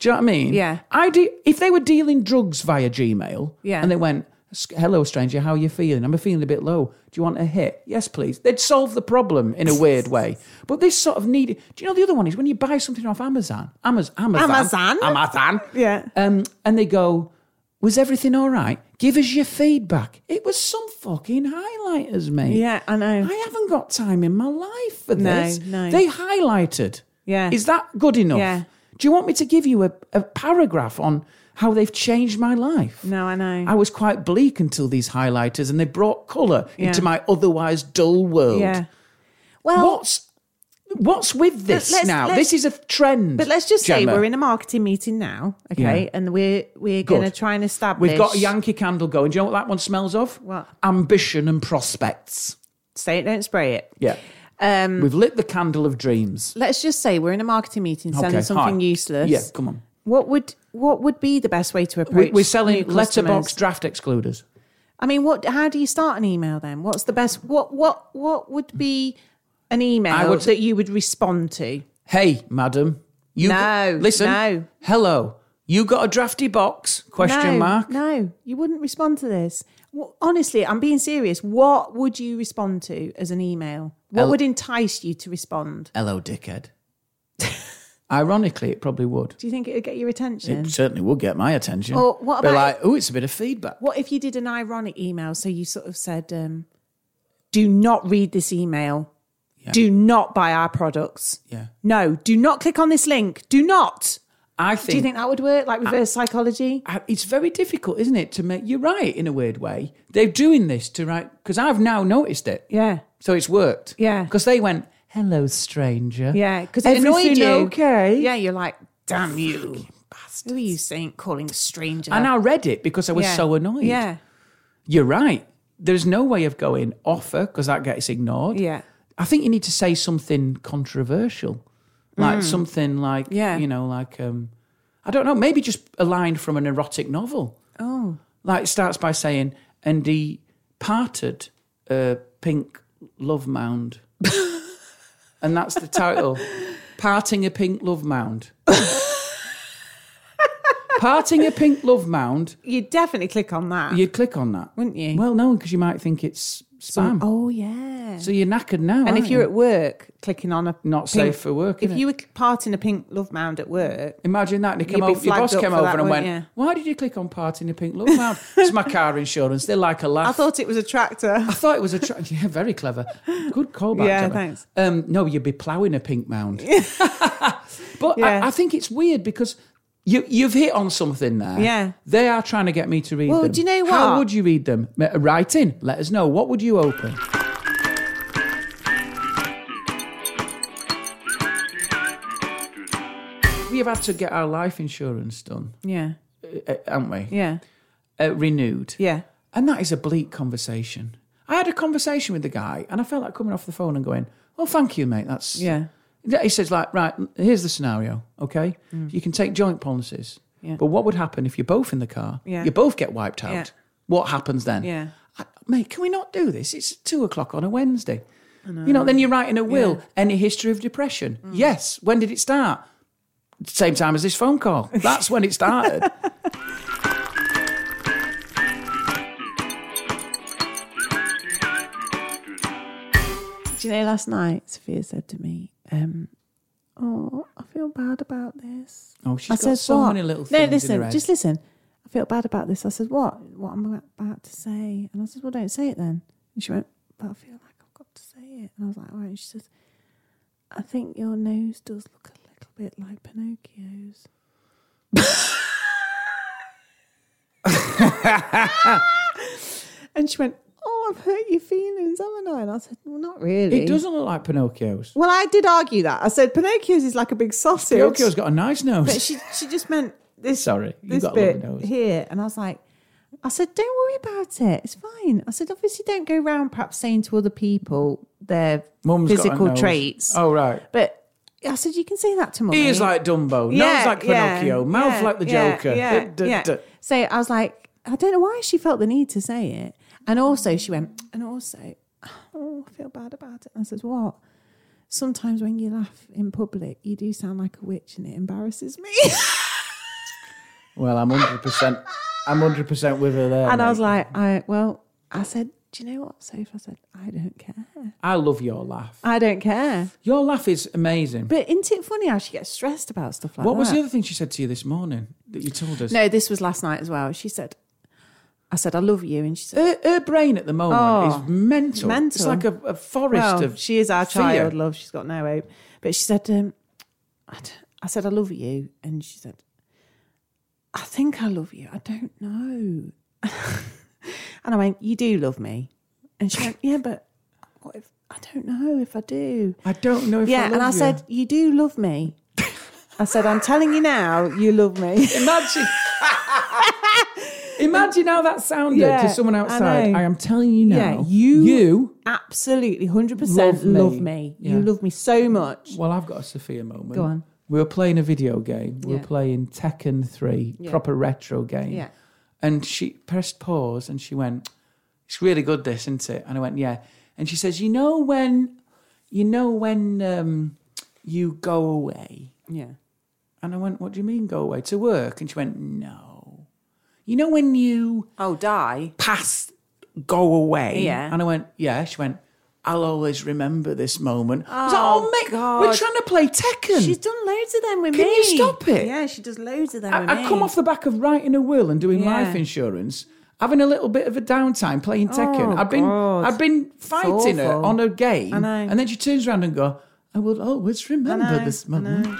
[SPEAKER 4] Do you know what I mean?
[SPEAKER 5] Yeah.
[SPEAKER 4] I do. If they were dealing drugs via Gmail,
[SPEAKER 5] Yeah.
[SPEAKER 4] and they went, "S- "Hello, stranger, how are you feeling? I'm feeling a bit low. Do you want a hit? Yes, please." They'd solve the problem in a weird way. But this sort of need. Do you know the other one is when you buy something off Amazon, Amazon, Amazon,
[SPEAKER 5] Amazon?
[SPEAKER 4] Amazon,
[SPEAKER 5] Yeah.
[SPEAKER 4] um, and they go, "Was everything all right? Give us your feedback." It was some fucking highlighters, mate.
[SPEAKER 5] Yeah, I know.
[SPEAKER 4] I haven't got time in my life for
[SPEAKER 5] No,
[SPEAKER 4] this.
[SPEAKER 5] no.
[SPEAKER 4] They highlighted.
[SPEAKER 5] Yeah.
[SPEAKER 4] Is that good enough?
[SPEAKER 5] Yeah.
[SPEAKER 4] Do you want me to give you a, a paragraph on how they've changed my life?
[SPEAKER 5] No, I know.
[SPEAKER 4] I was quite bleak until these highlighters and they brought colour
[SPEAKER 5] Yeah.
[SPEAKER 4] into my otherwise dull world.
[SPEAKER 5] yeah. Well,
[SPEAKER 4] What's what's with this
[SPEAKER 5] let's-
[SPEAKER 4] now?
[SPEAKER 5] let's-
[SPEAKER 4] this is a trend.
[SPEAKER 5] But let's just
[SPEAKER 4] Gemma.
[SPEAKER 5] say we're in a marketing meeting now, okay?
[SPEAKER 4] Yeah.
[SPEAKER 5] And we're we're going to try and establish.
[SPEAKER 4] We've got a Yankee candle going. Do you know what that one smells of?
[SPEAKER 5] What?
[SPEAKER 4] Ambition and prospects.
[SPEAKER 5] Say it, don't spray it.
[SPEAKER 4] Yeah. Um, We've lit the candle of dreams.
[SPEAKER 5] Let's just say we're in a marketing meeting selling
[SPEAKER 4] Okay,
[SPEAKER 5] something
[SPEAKER 4] hi.
[SPEAKER 5] useless.
[SPEAKER 4] Yeah, come on.
[SPEAKER 5] What would what would be the best way to
[SPEAKER 4] We,
[SPEAKER 5] approach?
[SPEAKER 4] we're selling
[SPEAKER 5] new
[SPEAKER 4] letterbox
[SPEAKER 5] customers?
[SPEAKER 4] draft excluders.
[SPEAKER 5] I mean, what? How do you start an email then? What's the best? What what what would be an email
[SPEAKER 4] would-
[SPEAKER 5] that you would respond to?
[SPEAKER 4] Hey, madam, you
[SPEAKER 5] No,
[SPEAKER 4] listen.
[SPEAKER 5] no.
[SPEAKER 4] Hello, you got a drafty box? Question
[SPEAKER 5] no,
[SPEAKER 4] mark.
[SPEAKER 5] No, you wouldn't respond to this. Well, honestly, I'm being serious. What would you respond to as an email? What
[SPEAKER 4] Hello.
[SPEAKER 5] would entice you to respond?
[SPEAKER 4] Hello, dickhead. Ironically, it probably would.
[SPEAKER 5] Do you think it would get your attention?
[SPEAKER 4] It certainly would get my attention.
[SPEAKER 5] Or what
[SPEAKER 4] Be
[SPEAKER 5] about-
[SPEAKER 4] like, oh, it's a bit of feedback.
[SPEAKER 5] what if you did an ironic email? So you sort of said, um, do not read this email. Do not buy our products.
[SPEAKER 4] Yeah.
[SPEAKER 5] No, do not click on this link. Do not.
[SPEAKER 4] I think,
[SPEAKER 5] Do you think that would work? Like reverse
[SPEAKER 4] Uh,
[SPEAKER 5] psychology?
[SPEAKER 4] I- it's very difficult, isn't it? To make you're right in a weird way. They're doing this to write because I've now noticed it.
[SPEAKER 5] Yeah.
[SPEAKER 4] So it's worked.
[SPEAKER 5] Yeah.
[SPEAKER 4] Because they went, hello, stranger.
[SPEAKER 5] Yeah. Because it
[SPEAKER 4] Everything
[SPEAKER 5] annoyed you.
[SPEAKER 4] okay?
[SPEAKER 5] Yeah. You're like, damn you. Who are you saying calling a stranger?
[SPEAKER 4] And I read it because I was
[SPEAKER 5] Yeah.
[SPEAKER 4] so annoyed.
[SPEAKER 5] Yeah.
[SPEAKER 4] You're right. There's no way of going offer because that gets ignored.
[SPEAKER 5] Yeah.
[SPEAKER 4] I think you need to say something controversial, like something like,
[SPEAKER 5] Hmm. Yeah.
[SPEAKER 4] you know, like, um, I don't know, maybe just a line from an erotic novel.
[SPEAKER 5] Oh.
[SPEAKER 4] Like, it starts by saying, and he parted a pink love mound. and that's the title Parting a Pink Love Mound. Parting a Pink Love Mound.
[SPEAKER 5] You'd definitely click on that.
[SPEAKER 4] You'd click on that.
[SPEAKER 5] Wouldn't you?
[SPEAKER 4] Well, no, because you might think it's spam.
[SPEAKER 5] oh, yeah.
[SPEAKER 4] So you're knackered now.
[SPEAKER 5] and
[SPEAKER 4] aren't
[SPEAKER 5] if you're
[SPEAKER 4] you?
[SPEAKER 5] at work, clicking on a
[SPEAKER 4] Not
[SPEAKER 5] pink-
[SPEAKER 4] safe for work,
[SPEAKER 5] If
[SPEAKER 4] innit?
[SPEAKER 5] you were parting a pink love mound at work,
[SPEAKER 4] Imagine that. And he came
[SPEAKER 5] You'd be
[SPEAKER 4] over, your
[SPEAKER 5] flagged
[SPEAKER 4] boss
[SPEAKER 5] up
[SPEAKER 4] came
[SPEAKER 5] for
[SPEAKER 4] over
[SPEAKER 5] that,
[SPEAKER 4] and went,
[SPEAKER 5] wouldn't you?
[SPEAKER 4] Why did you click on part in a pink love mound? it's my car insurance. They like a laugh.
[SPEAKER 5] I thought it was a tractor.
[SPEAKER 4] I thought it was a tra- yeah, very clever. Good callback.
[SPEAKER 5] Yeah,
[SPEAKER 4] Gemma.
[SPEAKER 5] thanks.
[SPEAKER 4] Um, no, you'd be ploughing a pink mound. but
[SPEAKER 5] Yeah.
[SPEAKER 4] I, I think it's weird because You, you've hit on something there.
[SPEAKER 5] Yeah.
[SPEAKER 4] They are trying to get me to read
[SPEAKER 5] Well,
[SPEAKER 4] them.
[SPEAKER 5] do you know
[SPEAKER 4] How
[SPEAKER 5] what?
[SPEAKER 4] would you read them? Ma- Write in. Let us know. What would you open? We have had to get our life insurance done,
[SPEAKER 5] Yeah.
[SPEAKER 4] uh, haven't we?
[SPEAKER 5] Yeah.
[SPEAKER 4] Uh, renewed.
[SPEAKER 5] Yeah.
[SPEAKER 4] And that is a bleak conversation. I had a conversation with the guy and I felt like coming off the phone and going, Oh, thank you, mate. That's.
[SPEAKER 5] Yeah.
[SPEAKER 4] Yeah, He says, like, right, here's the scenario, okay? You can take joint policies.
[SPEAKER 5] Mm. Yeah.
[SPEAKER 4] But what would happen if you're both in the car?
[SPEAKER 5] Yeah.
[SPEAKER 4] You both get wiped out.
[SPEAKER 5] Yeah.
[SPEAKER 4] What happens then?
[SPEAKER 5] Yeah.
[SPEAKER 4] I, mate, can we not do this? It's two o'clock on a Wednesday. You know, then you're writing a will. Any history of depression?
[SPEAKER 5] Mm.
[SPEAKER 4] Yes. When did it start? Same time as this phone call. That's when it started.
[SPEAKER 5] Do you know last night Sophia said to me, um, "Oh, I feel bad about this."
[SPEAKER 4] Oh, she's
[SPEAKER 5] I
[SPEAKER 4] got so many little things.
[SPEAKER 5] No,
[SPEAKER 4] in
[SPEAKER 5] listen,
[SPEAKER 4] her head.
[SPEAKER 5] just listen. I feel bad about this. I said, "What? What am I about to say?" And I said, "Well, don't say it then." And she went, "But I feel like I've got to say it." And I was like, "All right." And she says, "I think your nose does look a little bit like Pinocchio's." and she went, "Oh, I've hurt your feelings, haven't I?" And I said, "Well, not really."
[SPEAKER 4] It doesn't look like Pinocchio's.
[SPEAKER 5] Well, I did argue that. I said Pinocchio's is like a big sausage.
[SPEAKER 4] Pinocchio's got a nice
[SPEAKER 5] But
[SPEAKER 4] nose.
[SPEAKER 5] she she just meant this.
[SPEAKER 4] Sorry, you
[SPEAKER 5] this
[SPEAKER 4] got a
[SPEAKER 5] bit
[SPEAKER 4] lovely nose.
[SPEAKER 5] here, and I was like, I said, don't worry about it. It's fine. I said, obviously, don't go round perhaps saying to other people their
[SPEAKER 4] Mum's got a
[SPEAKER 5] physical
[SPEAKER 4] nose.
[SPEAKER 5] traits.
[SPEAKER 4] Oh, right.
[SPEAKER 5] but I said you can say that to mum.
[SPEAKER 4] Ears like Dumbo, nose like Pinocchio, mouth like the Joker.
[SPEAKER 5] Yeah,
[SPEAKER 4] Duh, duh,
[SPEAKER 5] yeah.
[SPEAKER 4] duh.
[SPEAKER 5] So I was like, I don't know why she felt the need to say it. And also she went, and also, oh, I feel bad about it. And I said, what? Sometimes when you laugh in public, you do sound like a witch and it embarrasses me.
[SPEAKER 4] Well, I'm 100%. I'm 100% with her there.
[SPEAKER 5] and I was
[SPEAKER 4] mate.
[SPEAKER 5] like, I well, I said, do you know what, Soph? I said, I don't care.
[SPEAKER 4] I love your laugh.
[SPEAKER 5] I don't care.
[SPEAKER 4] Your laugh is amazing.
[SPEAKER 5] But isn't it funny how she gets stressed about stuff like
[SPEAKER 4] what
[SPEAKER 5] that?
[SPEAKER 4] was the other thing she said to you this morning that you told us?
[SPEAKER 5] No, this was last night as well. She said, I said, I love you. And she said,
[SPEAKER 4] Her, her brain at the moment
[SPEAKER 5] Oh,
[SPEAKER 4] is mental.
[SPEAKER 5] mental.
[SPEAKER 4] It's like a, a forest
[SPEAKER 5] well,
[SPEAKER 4] of.
[SPEAKER 5] she is our
[SPEAKER 4] fear.
[SPEAKER 5] child, love. She's got no hope. But she said, um, I, d- I said, I love you. And she said, I think I love you. I don't know. and I went, You do love me. And she went, Yeah, but what if I don't know if I do?
[SPEAKER 4] I don't know if
[SPEAKER 5] yeah,
[SPEAKER 4] I love
[SPEAKER 5] and I
[SPEAKER 4] you.
[SPEAKER 5] said, You do love me. I said, I'm telling you now, you love me.
[SPEAKER 4] Imagine. Imagine how that sounded
[SPEAKER 5] Yeah,
[SPEAKER 4] to someone
[SPEAKER 5] I
[SPEAKER 4] outside.
[SPEAKER 5] know.
[SPEAKER 4] I, am telling you
[SPEAKER 5] Yeah,
[SPEAKER 4] now.
[SPEAKER 5] you-
[SPEAKER 4] You.
[SPEAKER 5] Absolutely, 100%
[SPEAKER 4] Love
[SPEAKER 5] love
[SPEAKER 4] me.
[SPEAKER 5] me. You
[SPEAKER 4] Yeah.
[SPEAKER 5] love me so much.
[SPEAKER 4] Well, I've got a Sophia moment.
[SPEAKER 5] Go on.
[SPEAKER 4] We were playing a video game. We were
[SPEAKER 5] Yeah.
[SPEAKER 4] playing Tekken 3, proper retro game.
[SPEAKER 5] Yeah.
[SPEAKER 4] And she pressed pause and she went, It's really good, this, isn't it? And I went, Yeah. And she says, You know when, you know when um, you go away?
[SPEAKER 5] Yeah.
[SPEAKER 4] And I went, What do you mean go away? To work? And she went, No. You know when you
[SPEAKER 5] Oh, die.
[SPEAKER 4] pass go away.
[SPEAKER 5] Yeah.
[SPEAKER 4] And I went, yeah. She went, I'll always remember this moment. I was like,
[SPEAKER 5] Oh,
[SPEAKER 4] oh, mate,
[SPEAKER 5] God.
[SPEAKER 4] we're trying to play Tekken.
[SPEAKER 5] She's done loads of them with
[SPEAKER 4] Can
[SPEAKER 5] me.
[SPEAKER 4] you stop it?
[SPEAKER 5] Yeah, she does loads of them with
[SPEAKER 4] I, I
[SPEAKER 5] me.
[SPEAKER 4] come off the back of writing a will and doing
[SPEAKER 5] Yeah. Oh,
[SPEAKER 4] life insurance, having a little bit of a downtime playing Tekken. I've been
[SPEAKER 5] God.
[SPEAKER 4] I've been fighting her
[SPEAKER 5] awful.
[SPEAKER 4] on a game,
[SPEAKER 5] I know.
[SPEAKER 4] and then she turns around and go, "I will always remember
[SPEAKER 5] I know,
[SPEAKER 4] this
[SPEAKER 5] I
[SPEAKER 4] moment."
[SPEAKER 5] know.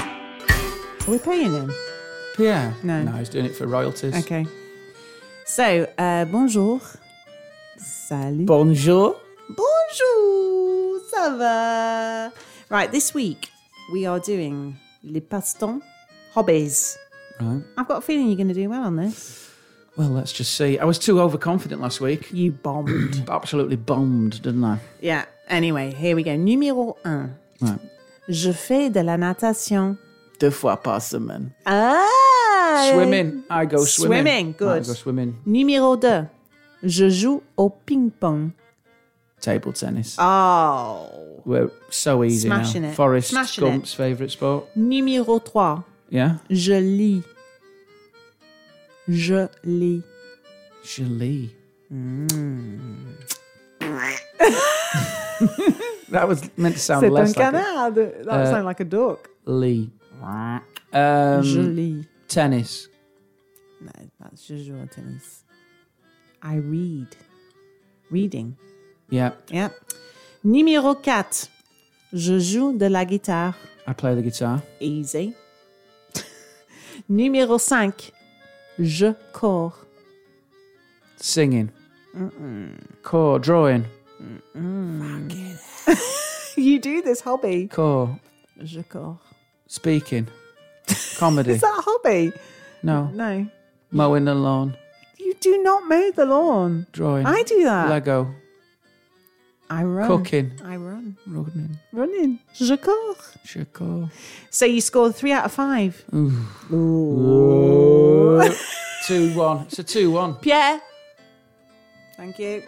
[SPEAKER 5] Are we paying him?
[SPEAKER 4] Yeah,
[SPEAKER 5] No.
[SPEAKER 4] no, he's doing it for royalties.
[SPEAKER 5] Okay. So, uh, bonjour. Salut.
[SPEAKER 4] Bonjour.
[SPEAKER 5] Bonjour, ça va? Right, this week we are doing les passe-temps hobbies.
[SPEAKER 4] Right.
[SPEAKER 5] I've got a feeling you're going to do well on this.
[SPEAKER 4] Well, let's just see. I was too overconfident last week.
[SPEAKER 5] You bombed.
[SPEAKER 4] Absolutely bombed, didn't I?
[SPEAKER 5] yeah, anyway, here we go. Numéro 1.
[SPEAKER 4] Right.
[SPEAKER 5] Je fais de la natation.
[SPEAKER 4] Deux fois par semaine.
[SPEAKER 5] Ah!
[SPEAKER 4] Swimming. I go swimming.
[SPEAKER 5] Swimming, good.
[SPEAKER 4] I go swimming.
[SPEAKER 5] Numéro 2. Je joue au ping-pong.
[SPEAKER 4] Table tennis.
[SPEAKER 5] Oh.
[SPEAKER 4] We're so easy
[SPEAKER 5] Smashing
[SPEAKER 4] now.
[SPEAKER 5] it.
[SPEAKER 4] Forest
[SPEAKER 5] Smashing
[SPEAKER 4] Gump's favourite sport.
[SPEAKER 5] Numéro 3.
[SPEAKER 4] Yeah.
[SPEAKER 5] Je lis. Je lis.
[SPEAKER 4] Julie. Mm. that was meant to sound less like Euh, a
[SPEAKER 5] That would sound like a duck.
[SPEAKER 4] Lee. Um,
[SPEAKER 5] Je lis.
[SPEAKER 4] tennis.
[SPEAKER 5] No, that's je joue au tennis. I read. Reading.
[SPEAKER 4] Yeah.
[SPEAKER 5] Yeah. Numéro 4. Je joue de la guitare.
[SPEAKER 4] I play the guitar.
[SPEAKER 5] Easy. Numéro 5. Je cours.
[SPEAKER 4] Singing. Core. Drawing.
[SPEAKER 5] You do this hobby.
[SPEAKER 4] Core.
[SPEAKER 5] Je cours.
[SPEAKER 4] Speaking. Comedy.
[SPEAKER 5] Is that a hobby?
[SPEAKER 4] no.
[SPEAKER 5] No.
[SPEAKER 4] Mowing the lawn.
[SPEAKER 5] You do not mow the lawn.
[SPEAKER 4] Drawing.
[SPEAKER 5] I do that. Oh.
[SPEAKER 4] Lego.
[SPEAKER 5] I run.
[SPEAKER 4] Cooking.
[SPEAKER 5] I run.
[SPEAKER 4] Running.
[SPEAKER 5] Running. Je cours.
[SPEAKER 4] Chico.
[SPEAKER 5] So you scored three out of five.
[SPEAKER 4] Two one. It's a two one.
[SPEAKER 5] Pierre. Thank you.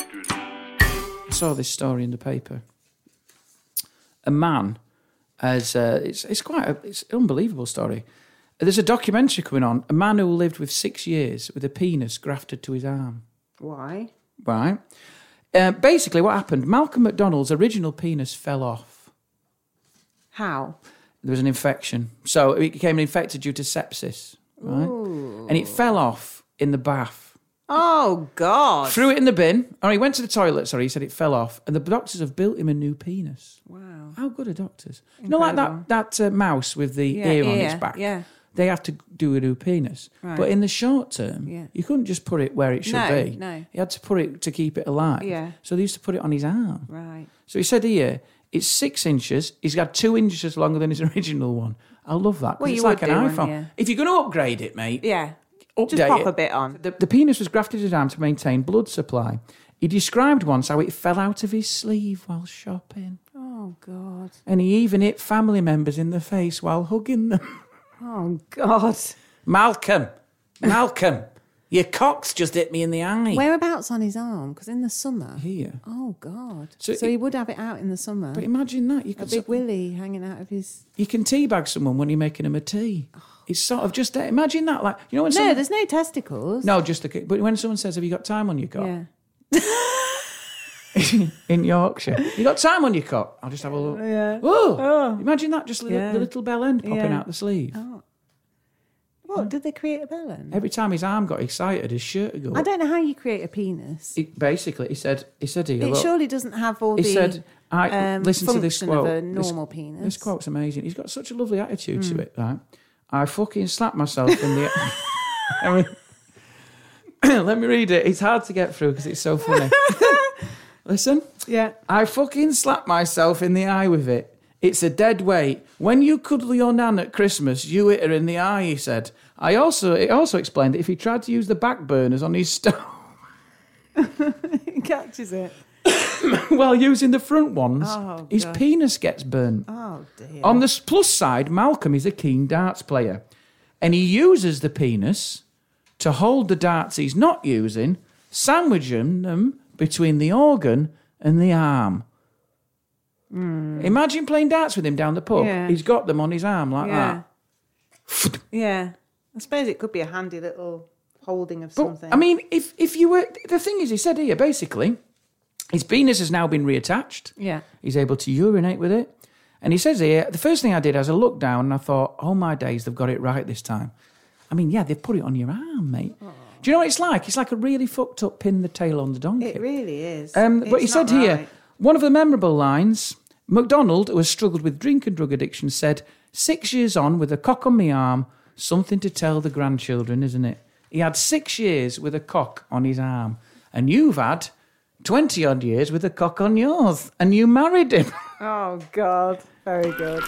[SPEAKER 4] I saw this story in the paper. A man has uh, it's it's quite a, it's an unbelievable story. There's a documentary coming on. A man who lived with six years with a penis grafted to his arm.
[SPEAKER 5] Why?
[SPEAKER 4] Right. Uh, basically, what happened? Malcolm McDonald's original penis fell off.
[SPEAKER 5] How?
[SPEAKER 4] There was an infection, so it became infected due to sepsis. Right, and it fell off in the bath.
[SPEAKER 5] Oh God.
[SPEAKER 4] Threw it in the bin. Or he went to the toilet, sorry, he said it fell off. And the doctors have built him a new penis. Wow. How good are doctors? You know, like that, that uh, mouse with the ear on its
[SPEAKER 5] ear,
[SPEAKER 4] back.
[SPEAKER 5] yeah.
[SPEAKER 4] They have to do a new penis. But in the short term,
[SPEAKER 5] Yeah.
[SPEAKER 4] you couldn't just put it where it should
[SPEAKER 5] No,
[SPEAKER 4] be.
[SPEAKER 5] no.
[SPEAKER 4] He had to put it to keep it alive.
[SPEAKER 5] Yeah.
[SPEAKER 4] So they used to put it on his arm.
[SPEAKER 5] Right.
[SPEAKER 4] So he said here, it's six inches. He's got two inches longer than his original one. I love that. 'cause
[SPEAKER 5] Well,
[SPEAKER 4] it's
[SPEAKER 5] you
[SPEAKER 4] like
[SPEAKER 5] would
[SPEAKER 4] an
[SPEAKER 5] do,
[SPEAKER 4] iPhone.
[SPEAKER 5] wouldn't you?
[SPEAKER 4] If you're going to upgrade it, mate,
[SPEAKER 5] Yeah.
[SPEAKER 4] update
[SPEAKER 5] Just pop
[SPEAKER 4] it.
[SPEAKER 5] a bit on.
[SPEAKER 4] The, the penis was grafted to his arm to maintain blood supply. He described once how it fell out of his sleeve while shopping,
[SPEAKER 5] Oh God.
[SPEAKER 4] and he even hit family members in the face while hugging them.
[SPEAKER 5] Oh God.
[SPEAKER 4] Malcolm, Malcolm, your cock's just hit me in the eye.
[SPEAKER 5] Whereabouts on his arm? Because in the summer.
[SPEAKER 4] Here.
[SPEAKER 5] Oh God.
[SPEAKER 4] So
[SPEAKER 5] So,
[SPEAKER 4] it-
[SPEAKER 5] he would have it out in the summer.
[SPEAKER 4] But imagine that you
[SPEAKER 5] a
[SPEAKER 4] could
[SPEAKER 5] big willy hanging out of his.
[SPEAKER 4] you can teabag someone when you're making them a tea. It's sort of just that. Imagine that, like you know when
[SPEAKER 5] Oh. No,
[SPEAKER 4] someone,
[SPEAKER 5] there's no testicles.
[SPEAKER 4] no, just the but when someone says, "Have you got time on your cock?"
[SPEAKER 5] Yeah.
[SPEAKER 4] in Yorkshire. You got time on your cock? I'll just have a look. Yeah. Imagine that, just the,
[SPEAKER 5] Oh. Yeah.
[SPEAKER 4] the little bell end popping
[SPEAKER 5] Yeah. Oh.
[SPEAKER 4] out the sleeve.
[SPEAKER 5] What did they create a melon?
[SPEAKER 4] Every time his arm got excited, his shirt would go.
[SPEAKER 5] I
[SPEAKER 4] up.
[SPEAKER 5] don't know how you create a penis.
[SPEAKER 4] He- basically, he said, he said, here,
[SPEAKER 5] It
[SPEAKER 4] look,
[SPEAKER 5] surely doesn't have all
[SPEAKER 4] he
[SPEAKER 5] the.
[SPEAKER 4] said, I
[SPEAKER 5] um,
[SPEAKER 4] listen to this
[SPEAKER 5] function of
[SPEAKER 4] quote.
[SPEAKER 5] a
[SPEAKER 4] This-
[SPEAKER 5] normal
[SPEAKER 4] this,
[SPEAKER 5] penis. Hmm.
[SPEAKER 4] quote's amazing. He's got such a lovely attitude to it. Right, I fucking slapped myself in the. I mean, let me read it. It's hard to get through because it's so funny. listen.
[SPEAKER 5] yeah.
[SPEAKER 4] I fucking slapped myself in the eye with it. It's a dead weight. When you cuddle your nan at Christmas, you hit her in the eye, he said. I also it also explained that if he tried to use the back burners on his stove
[SPEAKER 5] It catches it.
[SPEAKER 4] while using the front ones,
[SPEAKER 5] Oh,
[SPEAKER 4] his
[SPEAKER 5] God.
[SPEAKER 4] penis gets burnt.
[SPEAKER 5] Oh dear.
[SPEAKER 4] On the s- plus side, Malcolm is a keen darts player, and he uses the penis to hold the darts he's not using, sandwiching them between the organ and the arm. Imagine playing darts with him down the pub.
[SPEAKER 5] Hmm. Yeah.
[SPEAKER 4] He's got them on his arm like
[SPEAKER 5] yeah.
[SPEAKER 4] that.
[SPEAKER 5] yeah. I suppose it could be a handy little holding of
[SPEAKER 4] But
[SPEAKER 5] something.
[SPEAKER 4] I mean, if if you were the thing is, he said here basically, his penis has now been reattached.
[SPEAKER 5] Yeah.
[SPEAKER 4] He's able to urinate with it. And he says here, the first thing I did as I looked down and I thought, oh my days, they've got it right this time. I mean, yeah, they've put it on your arm, mate. Do you know what it's like? It's like a really fucked up pin the tail on the donkey.
[SPEAKER 5] It really is.
[SPEAKER 4] Um, but
[SPEAKER 5] It's
[SPEAKER 4] he said
[SPEAKER 5] not
[SPEAKER 4] here,
[SPEAKER 5] right.
[SPEAKER 4] one of the memorable lines McDonald, who has struggled with drink and drug addiction, said, Six years on with a cock on my arm, something to tell the grandchildren, isn't it? He had six years with a cock on his arm, and you've had 20 odd years with a cock on yours, and you married him.
[SPEAKER 5] Oh God. Very good.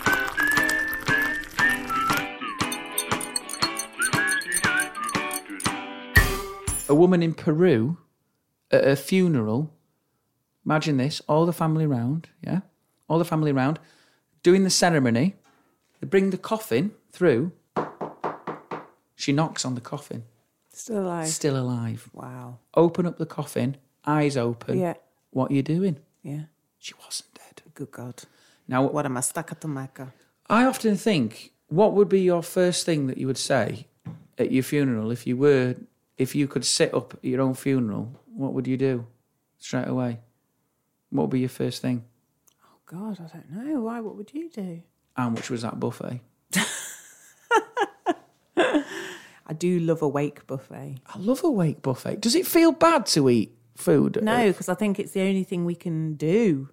[SPEAKER 4] a woman in Peru at her funeral. Imagine this: all the family round, yeah, all the family round, doing the ceremony. They bring the coffin through. She knocks on the coffin,
[SPEAKER 5] Still alive.
[SPEAKER 4] still alive.
[SPEAKER 5] Wow.
[SPEAKER 4] Open up the coffin, eyes open.
[SPEAKER 5] Yeah.
[SPEAKER 4] What are you doing?
[SPEAKER 5] Yeah.
[SPEAKER 4] She wasn't dead.
[SPEAKER 5] Good God.
[SPEAKER 4] Now,
[SPEAKER 5] What am I stuck at the maca?
[SPEAKER 4] I often think, what would be your first thing that you would say at your funeral if you were, if you could sit up at your own funeral? What would you do straight away? What would be your first thing?
[SPEAKER 5] Oh God, I don't know. Why? What would you do?
[SPEAKER 4] How much was that buffet?
[SPEAKER 5] I I do love a wake buffet.
[SPEAKER 4] I love a wake buffet. Does it feel bad to eat food?
[SPEAKER 5] No, because I think it's the only thing we can do.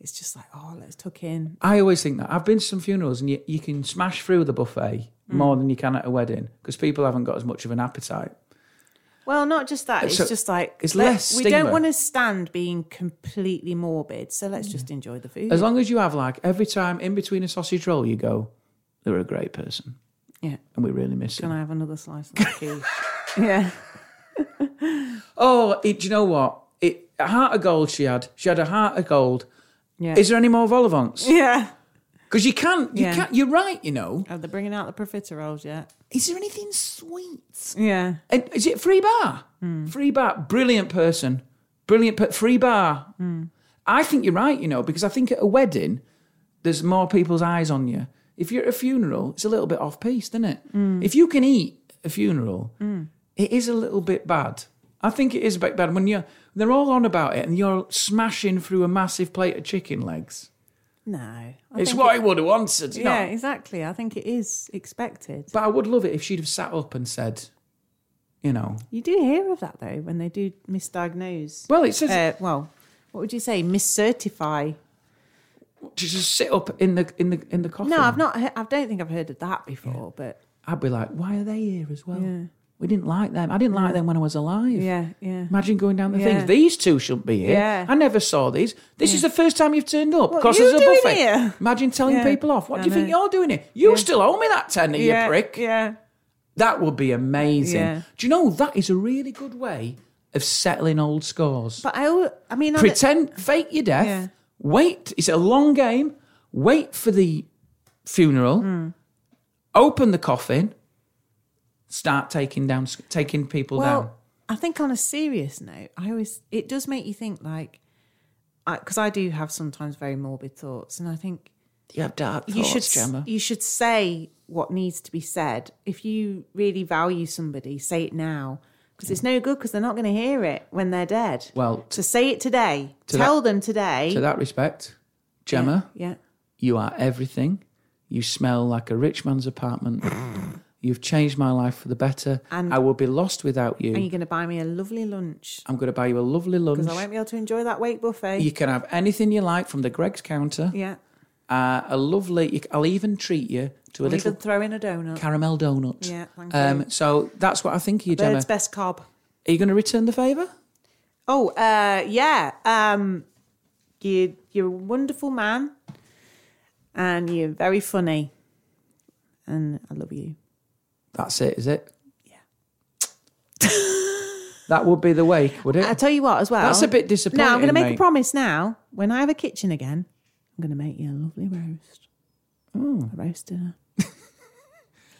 [SPEAKER 5] It's just like, oh, let's tuck in.
[SPEAKER 4] I always think that. I've been to some funerals and you, you can smash through the buffet
[SPEAKER 5] Mm.
[SPEAKER 4] more than you can at a wedding because people haven't got as much of an appetite.
[SPEAKER 5] Well, not just that. It's
[SPEAKER 4] So
[SPEAKER 5] just like
[SPEAKER 4] it's
[SPEAKER 5] let-
[SPEAKER 4] less
[SPEAKER 5] We
[SPEAKER 4] stigma.
[SPEAKER 5] don't want to stand being completely morbid, so let's just enjoy the food.
[SPEAKER 4] As long as you have, like, every time in between a sausage roll, you go, they're a great person
[SPEAKER 5] yeah.
[SPEAKER 4] and we really miss
[SPEAKER 5] Can
[SPEAKER 4] them.
[SPEAKER 5] I have another slice of the cheese? yeah.
[SPEAKER 4] Oh, it, do you know what? It, a heart of gold she had. She had a heart of gold.
[SPEAKER 5] Yeah.
[SPEAKER 4] Is there any more vol Because
[SPEAKER 5] yeah.
[SPEAKER 4] you can't, you
[SPEAKER 5] Yeah.
[SPEAKER 4] can't, you're right, you know.
[SPEAKER 5] Are they bringing out the profiteroles yet?
[SPEAKER 4] Is there anything sweet?
[SPEAKER 5] Yeah.
[SPEAKER 4] And is it free bar?
[SPEAKER 5] Hmm.
[SPEAKER 4] Free bar, brilliant person, brilliant per- free bar.
[SPEAKER 5] Hmm.
[SPEAKER 4] I think you're right, you know, because I think at a wedding, there's more people's eyes on you. If you're at a funeral, it's a little bit off piece, isn't it?
[SPEAKER 5] Hmm.
[SPEAKER 4] If you can eat a funeral, it is a little bit bad. I think it is a bit bad when you're they're all on about it and you're smashing through a massive plate of chicken legs.
[SPEAKER 5] No. I
[SPEAKER 4] it's
[SPEAKER 5] think
[SPEAKER 4] what
[SPEAKER 5] it-
[SPEAKER 4] I would have wanted. You
[SPEAKER 5] Yeah,
[SPEAKER 4] know?
[SPEAKER 5] exactly. I think it is expected.
[SPEAKER 4] But I would love it if she'd have sat up and said, you know,
[SPEAKER 5] You do hear of that though when they do misdiagnose.
[SPEAKER 4] well, it says
[SPEAKER 5] uh, well, what would you say? Miscertify?
[SPEAKER 4] to just sit up in the in the in the coffin.
[SPEAKER 5] No, I've not. He- I don't think I've heard of that before. But
[SPEAKER 4] I'd be like, why are they here as well? We didn't like them. I didn't like them when I was alive.
[SPEAKER 5] yeah, yeah.
[SPEAKER 4] Imagine going down the
[SPEAKER 5] Yeah.
[SPEAKER 4] things. These two shouldn't be here.
[SPEAKER 5] Yeah.
[SPEAKER 4] I never saw these. This is the first time you've turned up.
[SPEAKER 5] What
[SPEAKER 4] because
[SPEAKER 5] you
[SPEAKER 4] there's a
[SPEAKER 5] doing
[SPEAKER 4] buffet.
[SPEAKER 5] here?
[SPEAKER 4] Imagine telling
[SPEAKER 5] Yeah.
[SPEAKER 4] people off. What
[SPEAKER 5] I
[SPEAKER 4] do you think
[SPEAKER 5] know.
[SPEAKER 4] you're doing here? You still owe me that tenner,
[SPEAKER 5] yeah,
[SPEAKER 4] you prick.
[SPEAKER 5] Yeah,
[SPEAKER 4] That would be amazing.
[SPEAKER 5] Yeah.
[SPEAKER 4] Do you know that is a really good way of settling old scores?
[SPEAKER 5] but I. al- I mean, on a-
[SPEAKER 4] pretend fake your death
[SPEAKER 5] Yeah.
[SPEAKER 4] wait it's a long game wait for the funeral open the coffin start taking down taking people
[SPEAKER 5] well,
[SPEAKER 4] down
[SPEAKER 5] I think on a serious note, I always it does make you think like, because I, do have sometimes very morbid thoughts, and I think
[SPEAKER 4] you have dark thoughts
[SPEAKER 5] you should s-
[SPEAKER 4] Gemma
[SPEAKER 5] you should say what needs to be said. If you really value somebody, say it now. Because it's no good because they're not going to hear it when they're dead.
[SPEAKER 4] Well,
[SPEAKER 5] so say it today.
[SPEAKER 4] to
[SPEAKER 5] Tell
[SPEAKER 4] that-
[SPEAKER 5] them today.
[SPEAKER 4] to that respect Gemma
[SPEAKER 5] Yeah.
[SPEAKER 4] you are everything you smell like a rich man's apartment you've changed my life for the better
[SPEAKER 5] And-
[SPEAKER 4] I would be lost without you
[SPEAKER 5] And you're going to buy me a lovely lunch
[SPEAKER 4] I'm going to buy you a lovely lunch
[SPEAKER 5] because I won't be able to enjoy that wake buffet.
[SPEAKER 4] you can have anything you like from the Greg's counter
[SPEAKER 5] yeah.
[SPEAKER 4] uh, a lovely you c- I'll even treat you to a
[SPEAKER 5] Or
[SPEAKER 4] little
[SPEAKER 5] even throw in a donut.
[SPEAKER 4] caramel donut.
[SPEAKER 5] Yeah, thank
[SPEAKER 4] Um,
[SPEAKER 5] you.
[SPEAKER 4] so that's what I think of you, Gemma.
[SPEAKER 5] Bird's best cob.
[SPEAKER 4] Are you going to return the favour?
[SPEAKER 5] Oh, uh, yeah. Um, you, you're a wonderful man and you're very funny. And I love you.
[SPEAKER 4] That's it, is it? Yeah. that would be the wake, would it?
[SPEAKER 5] I tell you what, as well.
[SPEAKER 4] That's a bit
[SPEAKER 5] No, I'm going
[SPEAKER 4] disappointing,
[SPEAKER 5] to make
[SPEAKER 4] mate.
[SPEAKER 5] a promise now. When I have a kitchen again, I'm going to make you a lovely roast.
[SPEAKER 4] Mm.
[SPEAKER 5] Oh. A roast dinner.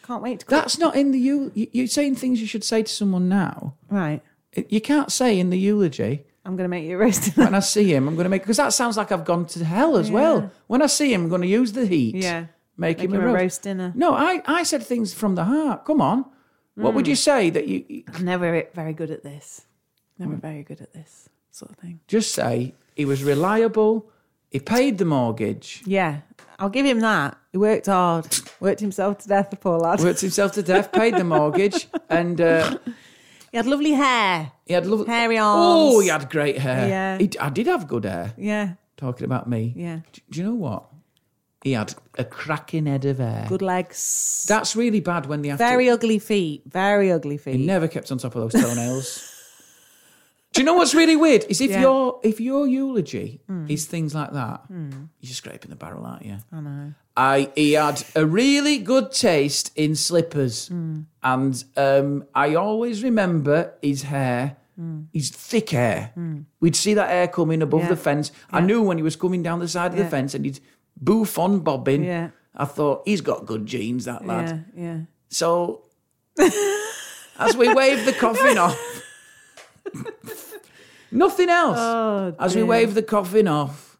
[SPEAKER 5] Can't wait to cook.
[SPEAKER 4] that's not in the eu- you. You're saying things you should say to someone now.
[SPEAKER 5] right.
[SPEAKER 4] It- You can't say in the eulogy.
[SPEAKER 5] I'm going to make you a roast dinner.
[SPEAKER 4] When I see him, I'm going to make because that sounds like I've gone to hell as well. When I see him, I'm going to use the heat.
[SPEAKER 5] Yeah.
[SPEAKER 4] make,
[SPEAKER 5] Make
[SPEAKER 4] him, a roast.
[SPEAKER 5] dinner.
[SPEAKER 4] No, I, I said things from the heart. Come on, what would you say that you
[SPEAKER 5] I'm never very good at this. Never
[SPEAKER 4] Mm.
[SPEAKER 5] very good at this sort of thing.
[SPEAKER 4] just say? He was reliable. He paid the mortgage.
[SPEAKER 5] Yeah, I'll give him that. He worked hard, worked himself to death, the poor lad.
[SPEAKER 4] worked himself to death, paid the mortgage, and uh,
[SPEAKER 5] He had lovely hair.
[SPEAKER 4] he had lovely
[SPEAKER 5] Hairy arms.
[SPEAKER 4] Oh, he had great hair.
[SPEAKER 5] Yeah.
[SPEAKER 4] he, I did have good hair.
[SPEAKER 5] Yeah,
[SPEAKER 4] Talking about me.
[SPEAKER 5] Yeah.
[SPEAKER 4] D- Do, you know what? He had a cracking head of hair.
[SPEAKER 5] good legs.
[SPEAKER 4] That's really bad when they have
[SPEAKER 5] very
[SPEAKER 4] to.
[SPEAKER 5] ugly feet. Very ugly
[SPEAKER 4] He
[SPEAKER 5] feet.
[SPEAKER 4] never kept on top of those toenails. Do you know what's really weird? Is if
[SPEAKER 5] Yeah. Hmm.
[SPEAKER 4] your if your eulogy is things like that, you're scraping the barrel, aren't you? I know. I he had a really good taste in slippers,
[SPEAKER 5] Hmm.
[SPEAKER 4] and um, I always remember his hair. His thick hair. We'd see that hair coming above
[SPEAKER 5] Hmm. Yeah.
[SPEAKER 4] the fence. I knew when he was coming down the side of the
[SPEAKER 5] Yeah.
[SPEAKER 4] fence, and he'd boof on bobbing.
[SPEAKER 5] Yeah.
[SPEAKER 4] I thought he's got good genes, that lad.
[SPEAKER 5] Yeah, yeah.
[SPEAKER 4] So, as we wave the coffin off, nothing else.
[SPEAKER 5] Oh,
[SPEAKER 4] as we wave the coffin off,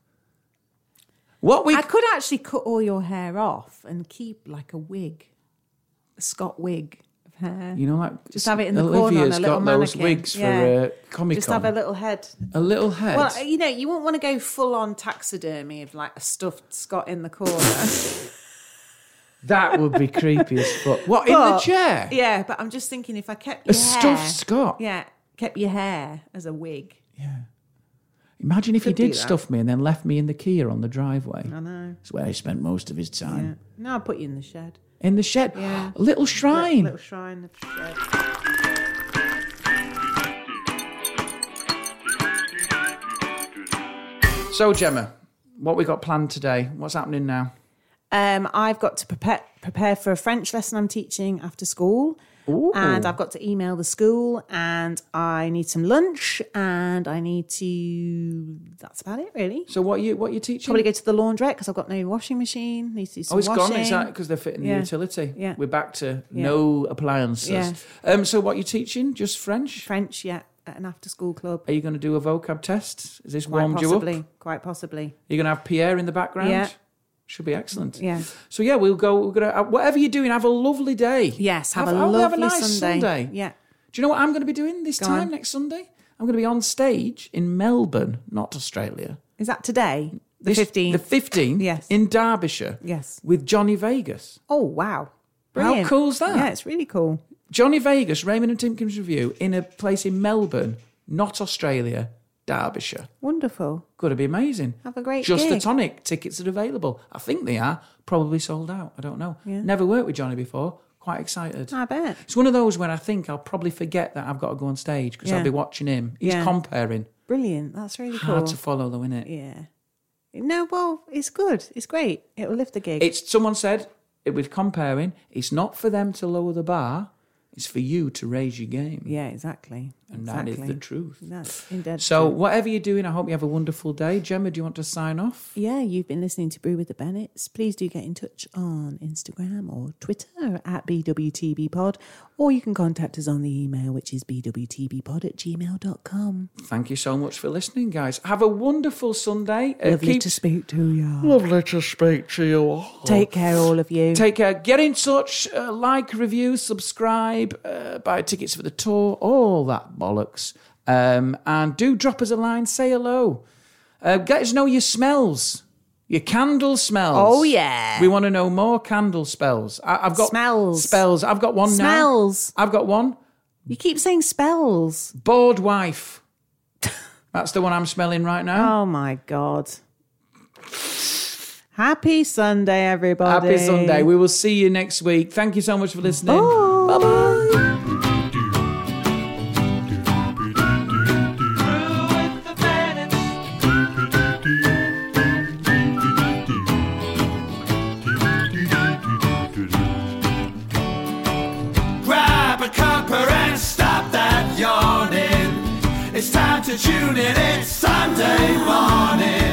[SPEAKER 4] what we
[SPEAKER 5] I could actually cut all your hair off and keep like a wig, a Scott wig of hair.
[SPEAKER 4] you know, like
[SPEAKER 5] Just have it in the corner on
[SPEAKER 4] Olivia's
[SPEAKER 5] a little
[SPEAKER 4] got those
[SPEAKER 5] mannequin.
[SPEAKER 4] wigs for
[SPEAKER 5] Yeah.
[SPEAKER 4] uh, Comic Con.
[SPEAKER 5] Just have a little head.
[SPEAKER 4] a little head.
[SPEAKER 5] Well, you know, you wouldn't want to go full on taxidermy of like a stuffed Scott in the corner.
[SPEAKER 4] That would be creepy as fuck. What, in the
[SPEAKER 5] But-
[SPEAKER 4] chair?
[SPEAKER 5] Yeah, but I'm just thinking if I
[SPEAKER 4] A
[SPEAKER 5] kept your
[SPEAKER 4] stuffed
[SPEAKER 5] hair-
[SPEAKER 4] Scot?
[SPEAKER 5] Yeah, kept your hair as a wig.
[SPEAKER 4] Imagine if he
[SPEAKER 5] Could do
[SPEAKER 4] did
[SPEAKER 5] that.
[SPEAKER 4] stuff me and then left me in the Kia on the driveway.
[SPEAKER 5] I know.
[SPEAKER 7] That's where he spent most of his
[SPEAKER 5] Yeah.
[SPEAKER 7] time.
[SPEAKER 5] No, I'll put you in the shed.
[SPEAKER 4] In the shed.
[SPEAKER 5] Yeah.
[SPEAKER 4] A little shrine.
[SPEAKER 5] Little shrine of the shed.
[SPEAKER 4] So, Gemma, what we got planned today? What's happening now?
[SPEAKER 5] Um, I've got to prepare prepare for a French lesson I'm teaching after school, and I've got to email the school, and I need some lunch, and I need to. That's about it, really.
[SPEAKER 4] So, what you what you teaching?
[SPEAKER 5] Probably go to the laundrette because I've got no washing machine. Need to do some
[SPEAKER 4] oh, it's
[SPEAKER 5] washing.
[SPEAKER 4] gone. Is that because they're fitting
[SPEAKER 5] Yeah.
[SPEAKER 4] the utility?
[SPEAKER 5] Yeah.
[SPEAKER 4] We're back to no appliances.
[SPEAKER 5] Yeah.
[SPEAKER 4] Um. So, what you teaching? Just French?
[SPEAKER 5] French? Yeah, at an after school club.
[SPEAKER 4] Are you going to do a vocab test? Is this
[SPEAKER 5] Quite
[SPEAKER 4] warmed
[SPEAKER 5] possibly.
[SPEAKER 4] you up?
[SPEAKER 5] Quite possibly.
[SPEAKER 4] You're going to have Pierre in the background.
[SPEAKER 5] Yeah.
[SPEAKER 4] Should be excellent.
[SPEAKER 5] Yeah.
[SPEAKER 4] So yeah, we'll go. We're gonna uh, whatever you're doing. Have a lovely day.
[SPEAKER 5] Yes. Have, a
[SPEAKER 4] oh,
[SPEAKER 5] lovely
[SPEAKER 4] have a nice
[SPEAKER 5] Sunday.
[SPEAKER 4] Sunday.
[SPEAKER 5] Yeah.
[SPEAKER 4] Do you know what I'm going to be doing this
[SPEAKER 5] Go
[SPEAKER 4] time
[SPEAKER 5] on.
[SPEAKER 4] next Sunday? I'm going to be on stage in Melbourne, not Australia.
[SPEAKER 5] Is that today? The
[SPEAKER 4] This- The
[SPEAKER 5] fifteenth.
[SPEAKER 4] 15th
[SPEAKER 5] Yes.
[SPEAKER 4] in Derbyshire.
[SPEAKER 5] Yes.
[SPEAKER 4] With Johnny Vegas.
[SPEAKER 5] oh wow!
[SPEAKER 4] How
[SPEAKER 5] Brilliant.
[SPEAKER 4] cool's that?
[SPEAKER 5] Yeah, it's really cool.
[SPEAKER 4] Johnny Vegas, Raymond and Timkins Review in a place in Melbourne, not Australia, Derbyshire.
[SPEAKER 5] Wonderful.
[SPEAKER 4] Gotta be amazing.
[SPEAKER 5] Have a great
[SPEAKER 4] Just the
[SPEAKER 5] gig.
[SPEAKER 4] tonic. Tickets are available. I think they are. Probably sold out. I don't know.
[SPEAKER 5] Yeah.
[SPEAKER 4] Never worked with Johnny before. Quite excited.
[SPEAKER 5] I bet.
[SPEAKER 4] It's one of those where I think I'll probably forget that I've got to go on stage because I'll
[SPEAKER 5] Yeah.
[SPEAKER 4] be watching him. He's
[SPEAKER 5] Yeah.
[SPEAKER 4] comparing.
[SPEAKER 5] Brilliant. That's really cool.
[SPEAKER 4] Hard to follow though, innit?
[SPEAKER 5] yeah. No, well, it's good. It's great. It'll lift the gig.
[SPEAKER 4] It's someone said it with comparing. It's not for them to lower the bar. It's for you to raise your game,
[SPEAKER 5] yeah, exactly.
[SPEAKER 4] and
[SPEAKER 5] exactly.
[SPEAKER 4] that is the truth.
[SPEAKER 5] That's indeed.
[SPEAKER 4] So whatever you're doing, I hope you have a wonderful day. Gemma, do you want to sign off?
[SPEAKER 5] yeah, you've been listening to Brew with the Bennetts. Please do get in touch on Instagram or Twitter at BWTBpod, or you can contact us on the email, which is bwtbpod at gmail.com.
[SPEAKER 4] Thank you so much for listening, guys. Have a wonderful Sunday. Uh,
[SPEAKER 5] Lovely
[SPEAKER 4] keep-
[SPEAKER 5] to speak to you. Lovely to speak to you. Take care, all of you.
[SPEAKER 4] Take care. Get in touch. Uh, like, review, subscribe. Uh, buy tickets for the tour. All that bollocks. Um, and do drop us a line. Say hello. Uh, get us know your smells. Your candle smells.
[SPEAKER 5] Oh, yeah.
[SPEAKER 4] We want to know more candle spells. I, I've got
[SPEAKER 5] Smells.
[SPEAKER 4] Spells. I've got one
[SPEAKER 5] Smells.
[SPEAKER 4] now. I've got one.
[SPEAKER 5] You keep saying spells.
[SPEAKER 4] Bored wife. That's the one I'm smelling right now.
[SPEAKER 5] Oh my God. Happy Sunday, everybody.
[SPEAKER 4] Happy Sunday. We will see you next week. Thank you so much for listening.
[SPEAKER 5] Bye.
[SPEAKER 4] Bye.
[SPEAKER 6] Grab a cuppa and stop that yawning. It's time to tune in. It's Sunday morning.